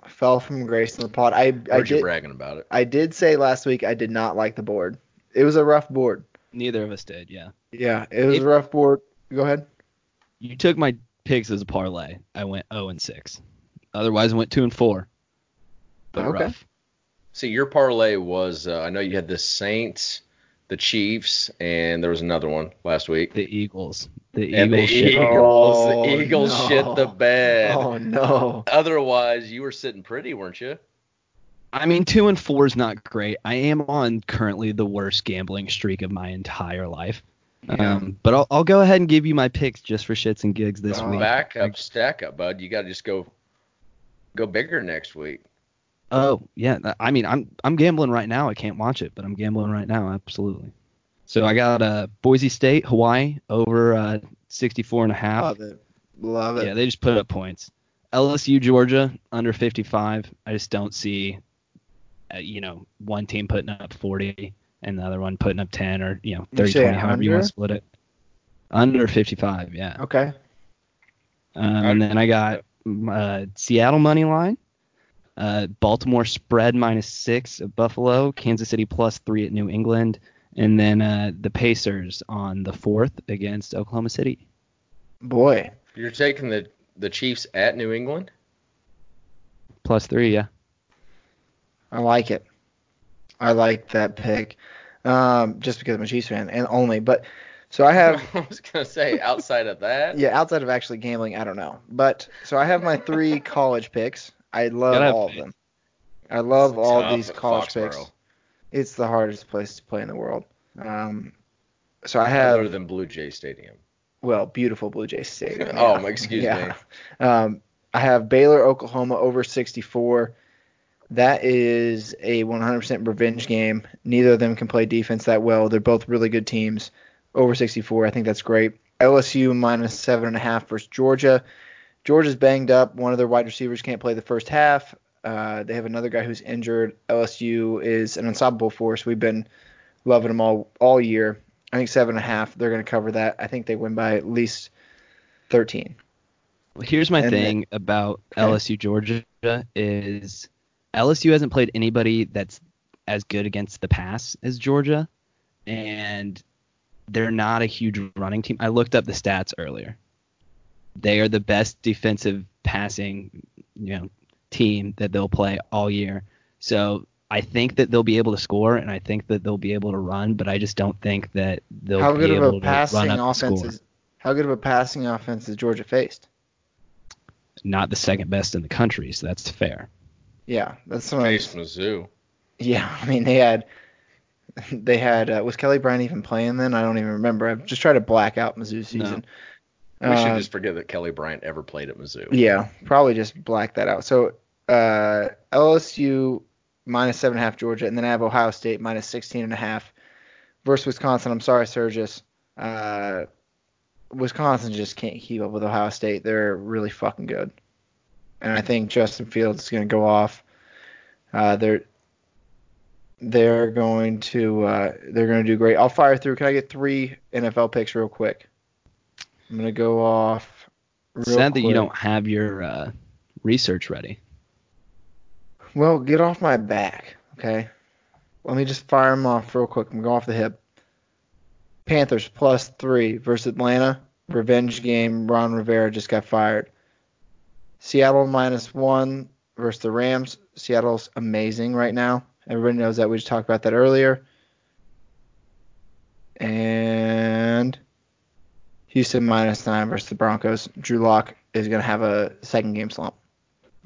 [SPEAKER 1] I fell from grace in the pot. I I
[SPEAKER 2] Heard you
[SPEAKER 1] did,
[SPEAKER 2] bragging about it.
[SPEAKER 1] I did say last week I did not like the board. It was a rough board.
[SPEAKER 4] Neither of us did. Yeah.
[SPEAKER 1] Yeah, it was
[SPEAKER 4] It-
[SPEAKER 1] a rough board. Go ahead.
[SPEAKER 4] You took my picks as a parlay. I went 0 and 6. Otherwise, I went 2 and 4. But
[SPEAKER 1] Okay.
[SPEAKER 4] rough.
[SPEAKER 2] See, your parlay was uh, I know you had the Saints, the Chiefs, and there was another one last week.
[SPEAKER 4] The Eagles. The
[SPEAKER 2] and the
[SPEAKER 4] Eagles shit.
[SPEAKER 2] Eagles,
[SPEAKER 1] Oh,
[SPEAKER 2] the Eagles
[SPEAKER 1] no.
[SPEAKER 2] shit the bed.
[SPEAKER 1] Oh no.
[SPEAKER 2] Otherwise, you were sitting pretty, weren't you?
[SPEAKER 4] I mean, 2 and 4 is not great. I am on currently the worst gambling streak of my entire life. Um, but I'll, I'll go ahead and give you my picks just for shits and gigs this
[SPEAKER 1] Oh,
[SPEAKER 4] week.
[SPEAKER 2] Uh, Back up, stack up, bud. You got to just go, go bigger next week.
[SPEAKER 4] Oh yeah, th- I mean I'm I'm gambling right now. I can't watch it, but I'm gambling right now. Absolutely. So I got uh, Boise State, Hawaii over uh, 64 and a half.
[SPEAKER 1] Love it. Love it.
[SPEAKER 4] yeah, they just put up points. LSU, Georgia under 55. I just don't see, uh, you know, one team putting up 40 and the other one putting up 10 or you know
[SPEAKER 1] You
[SPEAKER 4] 30,
[SPEAKER 1] say
[SPEAKER 4] 20, however you want
[SPEAKER 1] under?
[SPEAKER 4] to split it. Under 55, yeah.
[SPEAKER 1] Okay.
[SPEAKER 4] Um, and then I got mm, uh, Seattle money line, uh, Baltimore spread minus six at Buffalo, Kansas City plus three at New England, and then uh, the Pacers on the fourth against Oklahoma City.
[SPEAKER 1] Boy.
[SPEAKER 2] You're taking the the Chiefs at New England.
[SPEAKER 4] Plus three, yeah.
[SPEAKER 1] I like it. I like that pick. Um, just because I'm a Chiefs fan and only. But so I have
[SPEAKER 2] [laughs] I was gonna say outside of that.
[SPEAKER 1] yeah, outside of actually gambling, I don't know. But so I have my [laughs] three college picks. I love
[SPEAKER 4] Gotta-
[SPEAKER 1] all of them. I love all
[SPEAKER 2] Tough
[SPEAKER 1] these
[SPEAKER 2] at
[SPEAKER 1] college picks.
[SPEAKER 2] Foxborough.
[SPEAKER 1] It's the hardest place to play in the world. Um, so I
[SPEAKER 2] Other
[SPEAKER 1] have
[SPEAKER 2] than Blue Jay Stadium.
[SPEAKER 1] well, beautiful Blue Jays Stadium.
[SPEAKER 2] [laughs] Oh,
[SPEAKER 1] yeah.
[SPEAKER 2] my- excuse
[SPEAKER 1] Yeah. Um, I have Baylor, Oklahoma over 64. That is a 100% revenge game. Neither of them can play defense that well. They're both really good teams. Over 64, I think that's great. LSU minus seven and a half versus Georgia. Georgia's banged up. One of their wide receivers can't play the first half. Uh, they have another guy who's injured. LSU is an unstoppable force. We've been loving them all all year. I think seven and a half. They're going to cover that. I think they win by at least 13.
[SPEAKER 4] Well, Here's my
[SPEAKER 1] And then-
[SPEAKER 4] thing about
[SPEAKER 1] Okay.
[SPEAKER 4] LSU Georgia is LSU hasn't played anybody that's as good against the pass as Georgia, and they're not a huge running team. I looked up the stats earlier. They are the best defensive passing, you know, team that they'll play all year. So I think that they'll be able to score, and I think that they'll be able to run, but I just don't think that they'll
[SPEAKER 1] how
[SPEAKER 4] be
[SPEAKER 1] good
[SPEAKER 4] able
[SPEAKER 1] of a
[SPEAKER 4] to run
[SPEAKER 1] passing
[SPEAKER 4] up and
[SPEAKER 1] offense
[SPEAKER 4] score.
[SPEAKER 1] is how good of a passing offense is Georgia faced?
[SPEAKER 4] Not the second best in the country, so that's fair.
[SPEAKER 1] Yeah, that's some.
[SPEAKER 2] Face Mizzou.
[SPEAKER 1] Yeah, [laughs] I mean they had they had uh, was Kelly Bryant even playing then? I don't even remember. I've just tried to black out Mizzou season.
[SPEAKER 2] We
[SPEAKER 1] Uh,
[SPEAKER 2] should just forget that Kelly Bryant ever played at Mizzou.
[SPEAKER 1] Yeah, probably just black that out. So uh, LSU minus seven and a half Georgia, and then I have Ohio State minus sixteen and a half versus Wisconsin. I'm sorry, Sergius. Uh, Wisconsin just can't keep up with Ohio State. They're really fucking good, and I think Justin Fields is going to go off. Uh, they're they're going to uh, they're going to do great. I'll fire through. Can I get three NFL picks real quick? I'm going to go off. Real
[SPEAKER 4] Sad that you
[SPEAKER 1] quick.
[SPEAKER 4] don't have your uh, research ready.
[SPEAKER 1] Well, get off my back, okay? Let me just fire him off real quick. I'm going off the hip. Panthers plus three versus Atlanta. Revenge game. Ron Rivera just got fired. Seattle minus one versus the Rams. Seattle's amazing right now. Everybody knows that. We just talked about that earlier. And Houston minus nine versus the Broncos. Drew Lock is going to have a second game slump.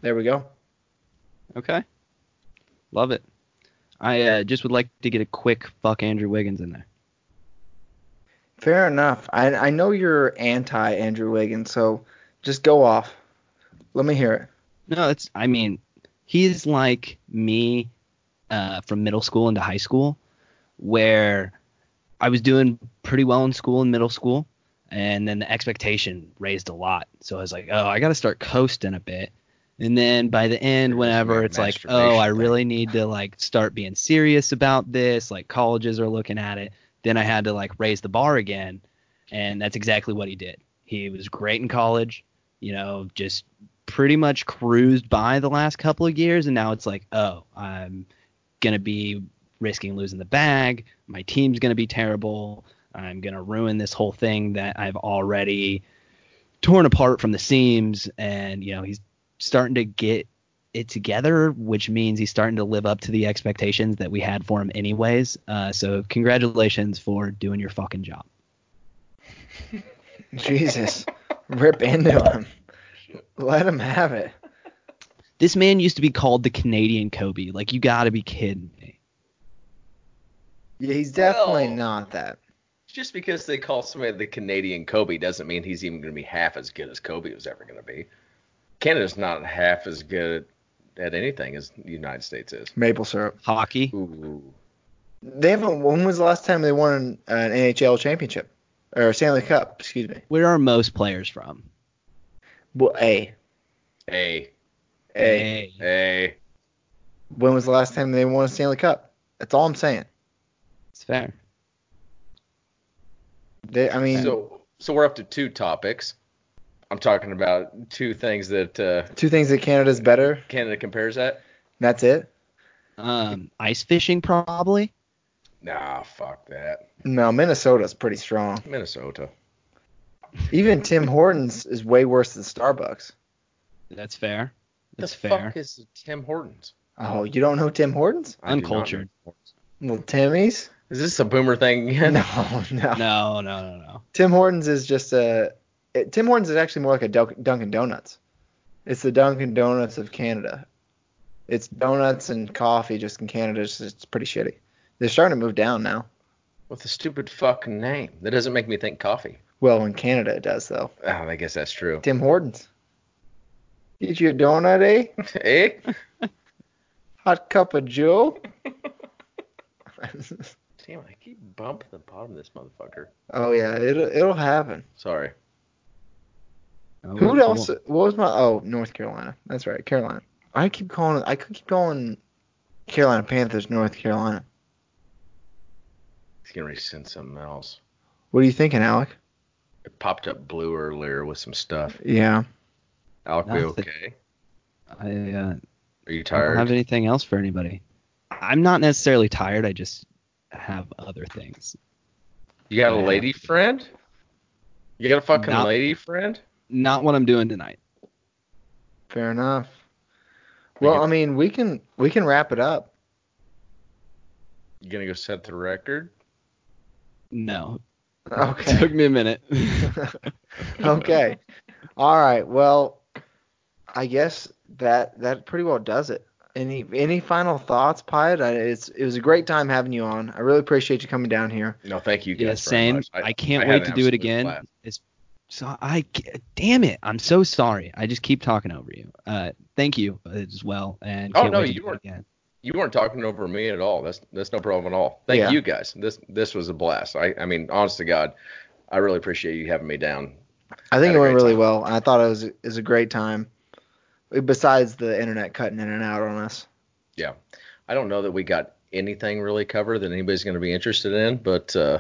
[SPEAKER 1] There we go.
[SPEAKER 4] Okay. Love it. I uh, just would like to get a quick fuck Andrew Wiggins in there.
[SPEAKER 1] Fair enough. I I know you're anti Andrew Wiggins, so just go off. Let me hear it.
[SPEAKER 4] No, it's. I mean, he's like me uh, from middle school into high school, where I was doing pretty well in school in middle school, and then the expectation raised a lot. So I was like, oh, I got to start coasting a bit. And then by the end,
[SPEAKER 2] There was
[SPEAKER 4] whenever
[SPEAKER 2] that
[SPEAKER 4] it's like, oh,
[SPEAKER 2] masturbation
[SPEAKER 4] I
[SPEAKER 2] thing.
[SPEAKER 4] really need to like start being serious about this, like colleges are looking at it, then I had to like raise the bar again. And that's exactly what he did. He was great in college, you know, just pretty much cruised by the last couple of years. And now it's like, oh, I'm going to be risking losing the bag. My team's going to be terrible. I'm going to ruin this whole thing that I've already torn apart from the seams. And, you know, he's starting to get it together, which means he's starting to live up to the expectations that we had for him, anyways. Uh, so, congratulations for doing your fucking job.
[SPEAKER 2] [laughs]
[SPEAKER 1] Jesus, rip into him. Let him have it.
[SPEAKER 4] This man used to be called the Canadian Kobe. Like, you got to be kidding me.
[SPEAKER 1] Yeah, he's definitely
[SPEAKER 2] Well-
[SPEAKER 1] not that.
[SPEAKER 2] Just because they call somebody the Canadian Kobe doesn't mean he's even going to be half as good as Kobe was ever going to be. Canada's not half as good at anything as the United States is.
[SPEAKER 1] Maple syrup.
[SPEAKER 4] Hockey.
[SPEAKER 2] Ooh.
[SPEAKER 1] They haven't. When was the last time they won an NHL championship or a Stanley Cup? Excuse me.
[SPEAKER 4] Where are most players from?
[SPEAKER 1] Well, a
[SPEAKER 2] Hey,
[SPEAKER 1] a.
[SPEAKER 4] Hey.
[SPEAKER 2] hey.
[SPEAKER 1] When was the last time they won a Stanley Cup? That's all I'm saying.
[SPEAKER 4] It's fair.
[SPEAKER 1] They, I mean,
[SPEAKER 2] So, so we're up to two topics. I'm talking about two things that uh,
[SPEAKER 1] two things that Canada's better. and
[SPEAKER 2] Canada compares at.
[SPEAKER 1] That's it.
[SPEAKER 4] Um, ice fishing, probably.
[SPEAKER 2] Nah, fuck that.
[SPEAKER 1] No, Minnesota's pretty strong.
[SPEAKER 2] Minnesota.
[SPEAKER 1] Even Tim Hortons is way worse than Starbucks.
[SPEAKER 4] That's fair. That's
[SPEAKER 2] the
[SPEAKER 4] fair.
[SPEAKER 2] fuck is Tim Hortons?
[SPEAKER 1] Oh, you don't know Tim Hortons?
[SPEAKER 2] I do not know
[SPEAKER 4] Uncultured.
[SPEAKER 2] Tim Hortons.
[SPEAKER 1] Little Timmy's? [laughs]
[SPEAKER 2] Is this a boomer thing [laughs] again?
[SPEAKER 1] No, no.
[SPEAKER 4] no, no, no, no.
[SPEAKER 1] Tim Hortons is just a. It, Tim Hortons is actually more like a Dunk- Dunkin' Donuts. It's the Dunkin' Donuts of Canada. It's donuts and coffee just in Canada. It's, it's pretty shitty. They're starting to move down now.
[SPEAKER 2] With a stupid fucking name. That doesn't make me think coffee.
[SPEAKER 1] Well, in Canada it does though.
[SPEAKER 2] Oh, I guess that's true.
[SPEAKER 1] Tim Hortons. Get you a donut, eh?
[SPEAKER 2] eh?
[SPEAKER 1] Hot cup of Joe.
[SPEAKER 2] [laughs]
[SPEAKER 1] [laughs]
[SPEAKER 2] Damn, I keep bumping the bottom of this motherfucker.
[SPEAKER 1] oh yeah, it'll it'll happen.
[SPEAKER 2] Sorry.
[SPEAKER 4] Oh,
[SPEAKER 1] Who
[SPEAKER 4] well,
[SPEAKER 1] else?
[SPEAKER 4] well,
[SPEAKER 1] What was my? Oh, North Carolina. That's right, Carolina. I keep calling. I could keep calling Carolina Panthers North Carolina.
[SPEAKER 2] He's gonna send something else.
[SPEAKER 1] What are you thinking, Alec?
[SPEAKER 2] It popped up blue earlier with some stuff.
[SPEAKER 1] Yeah.
[SPEAKER 2] Alec, we
[SPEAKER 4] Nothing.
[SPEAKER 2] okay?
[SPEAKER 4] I, uh,
[SPEAKER 2] Are you
[SPEAKER 4] I don't have
[SPEAKER 2] tired?
[SPEAKER 4] anything else for anybody. I'm not necessarily tired. I just have other things.
[SPEAKER 2] You got
[SPEAKER 4] I
[SPEAKER 2] a
[SPEAKER 4] have-
[SPEAKER 2] lady friend? You got a fucking
[SPEAKER 4] Not-
[SPEAKER 2] lady friend?
[SPEAKER 4] Not what I'm doing tonight.
[SPEAKER 1] Fair enough.
[SPEAKER 2] We
[SPEAKER 1] Well,
[SPEAKER 2] could-
[SPEAKER 1] I mean, we can we can wrap it up.
[SPEAKER 2] You gonna go set the record?
[SPEAKER 4] No.
[SPEAKER 1] Okay.
[SPEAKER 4] [laughs] Took me
[SPEAKER 2] [laughs]
[SPEAKER 4] a minute.
[SPEAKER 1] [laughs] okay. All right. Well, I guess that that pretty well does it. Any any final thoughts, Pied? I- It's it was a great time having you on. I really appreciate you coming down here.
[SPEAKER 2] No, thank you guys.
[SPEAKER 4] yeah,
[SPEAKER 2] very
[SPEAKER 4] same.
[SPEAKER 2] much.
[SPEAKER 4] I, can't
[SPEAKER 2] I had
[SPEAKER 4] wait to
[SPEAKER 2] an
[SPEAKER 4] do
[SPEAKER 2] absolute
[SPEAKER 4] it again.
[SPEAKER 2] blast.
[SPEAKER 4] It's so I ca- damn it. I'm so sorry. I just keep talking over you. Uh, thank you as well. And
[SPEAKER 2] Oh,
[SPEAKER 4] can't
[SPEAKER 2] no,
[SPEAKER 4] wait to
[SPEAKER 2] you
[SPEAKER 4] do it
[SPEAKER 2] are-
[SPEAKER 4] again.
[SPEAKER 2] You weren't talking over me at all. That's that's no problem at all. Thank
[SPEAKER 1] Yeah.
[SPEAKER 2] you guys. This this was a blast. I I mean, honest to God, I really appreciate you having me down.
[SPEAKER 1] I think
[SPEAKER 2] Had
[SPEAKER 1] it
[SPEAKER 2] a
[SPEAKER 1] went
[SPEAKER 2] great
[SPEAKER 1] really
[SPEAKER 2] time.
[SPEAKER 1] well. and I thought it was it was a great time. Besides the internet cutting in and out on us.
[SPEAKER 2] I don't know that we got anything really covered that anybody's going to be interested in, but uh,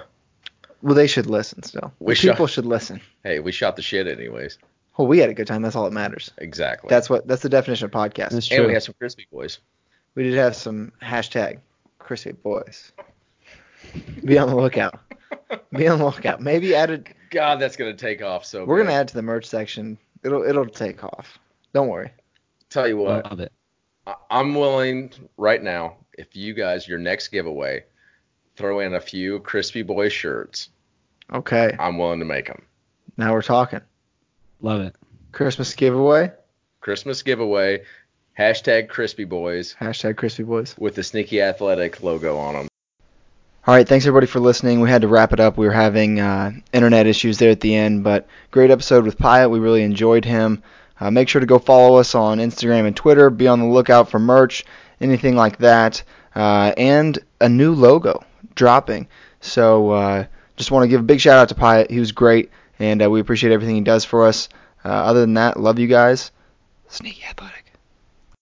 [SPEAKER 1] Well, they should listen still.
[SPEAKER 2] We
[SPEAKER 1] The people
[SPEAKER 2] should.
[SPEAKER 1] should listen.
[SPEAKER 2] hey, we shot the shit anyways.
[SPEAKER 1] Well, we had a good time. That's all that matters.
[SPEAKER 2] Exactly.
[SPEAKER 1] That's what that's the definition of podcast.
[SPEAKER 4] That's
[SPEAKER 2] and
[SPEAKER 4] true.
[SPEAKER 2] we had some crispy boys. [laughs]
[SPEAKER 1] We did have some hashtag Chrissy Boys. Be on the lookout. Be on the lookout. Maybe add it.
[SPEAKER 2] God, that's going to take off. So
[SPEAKER 1] We're gonna
[SPEAKER 2] bad.
[SPEAKER 1] add to the merch section. It'll it'll take off. Don't worry.
[SPEAKER 2] tell you what.
[SPEAKER 4] Love it.
[SPEAKER 2] I- I'm willing right now, if you guys, your next giveaway, throw in a few Crispy Boy shirts,
[SPEAKER 1] Okay.
[SPEAKER 2] I'm willing to make them.
[SPEAKER 1] Now we're talking.
[SPEAKER 4] Love it.
[SPEAKER 1] Christmas giveaway.
[SPEAKER 2] Christmas giveaway, hashtag Crispy Boys
[SPEAKER 1] Hashtag Crispy Boys.
[SPEAKER 2] with the Sneaky Athletic logo on them.
[SPEAKER 1] All right, thanks everybody for listening. We had to wrap it up. We were having uh, internet issues there at the end, but great episode with Pyatt. We really enjoyed him. Uh, make sure to go follow us on Instagram and Twitter. Be on the lookout for merch, anything like that, uh, and a new logo. dropping. So uh, just want to give a big shout out to Pyatt. He was great, and uh, we appreciate everything he does for us. Uh, other than that, love you guys. Sneaky athletic.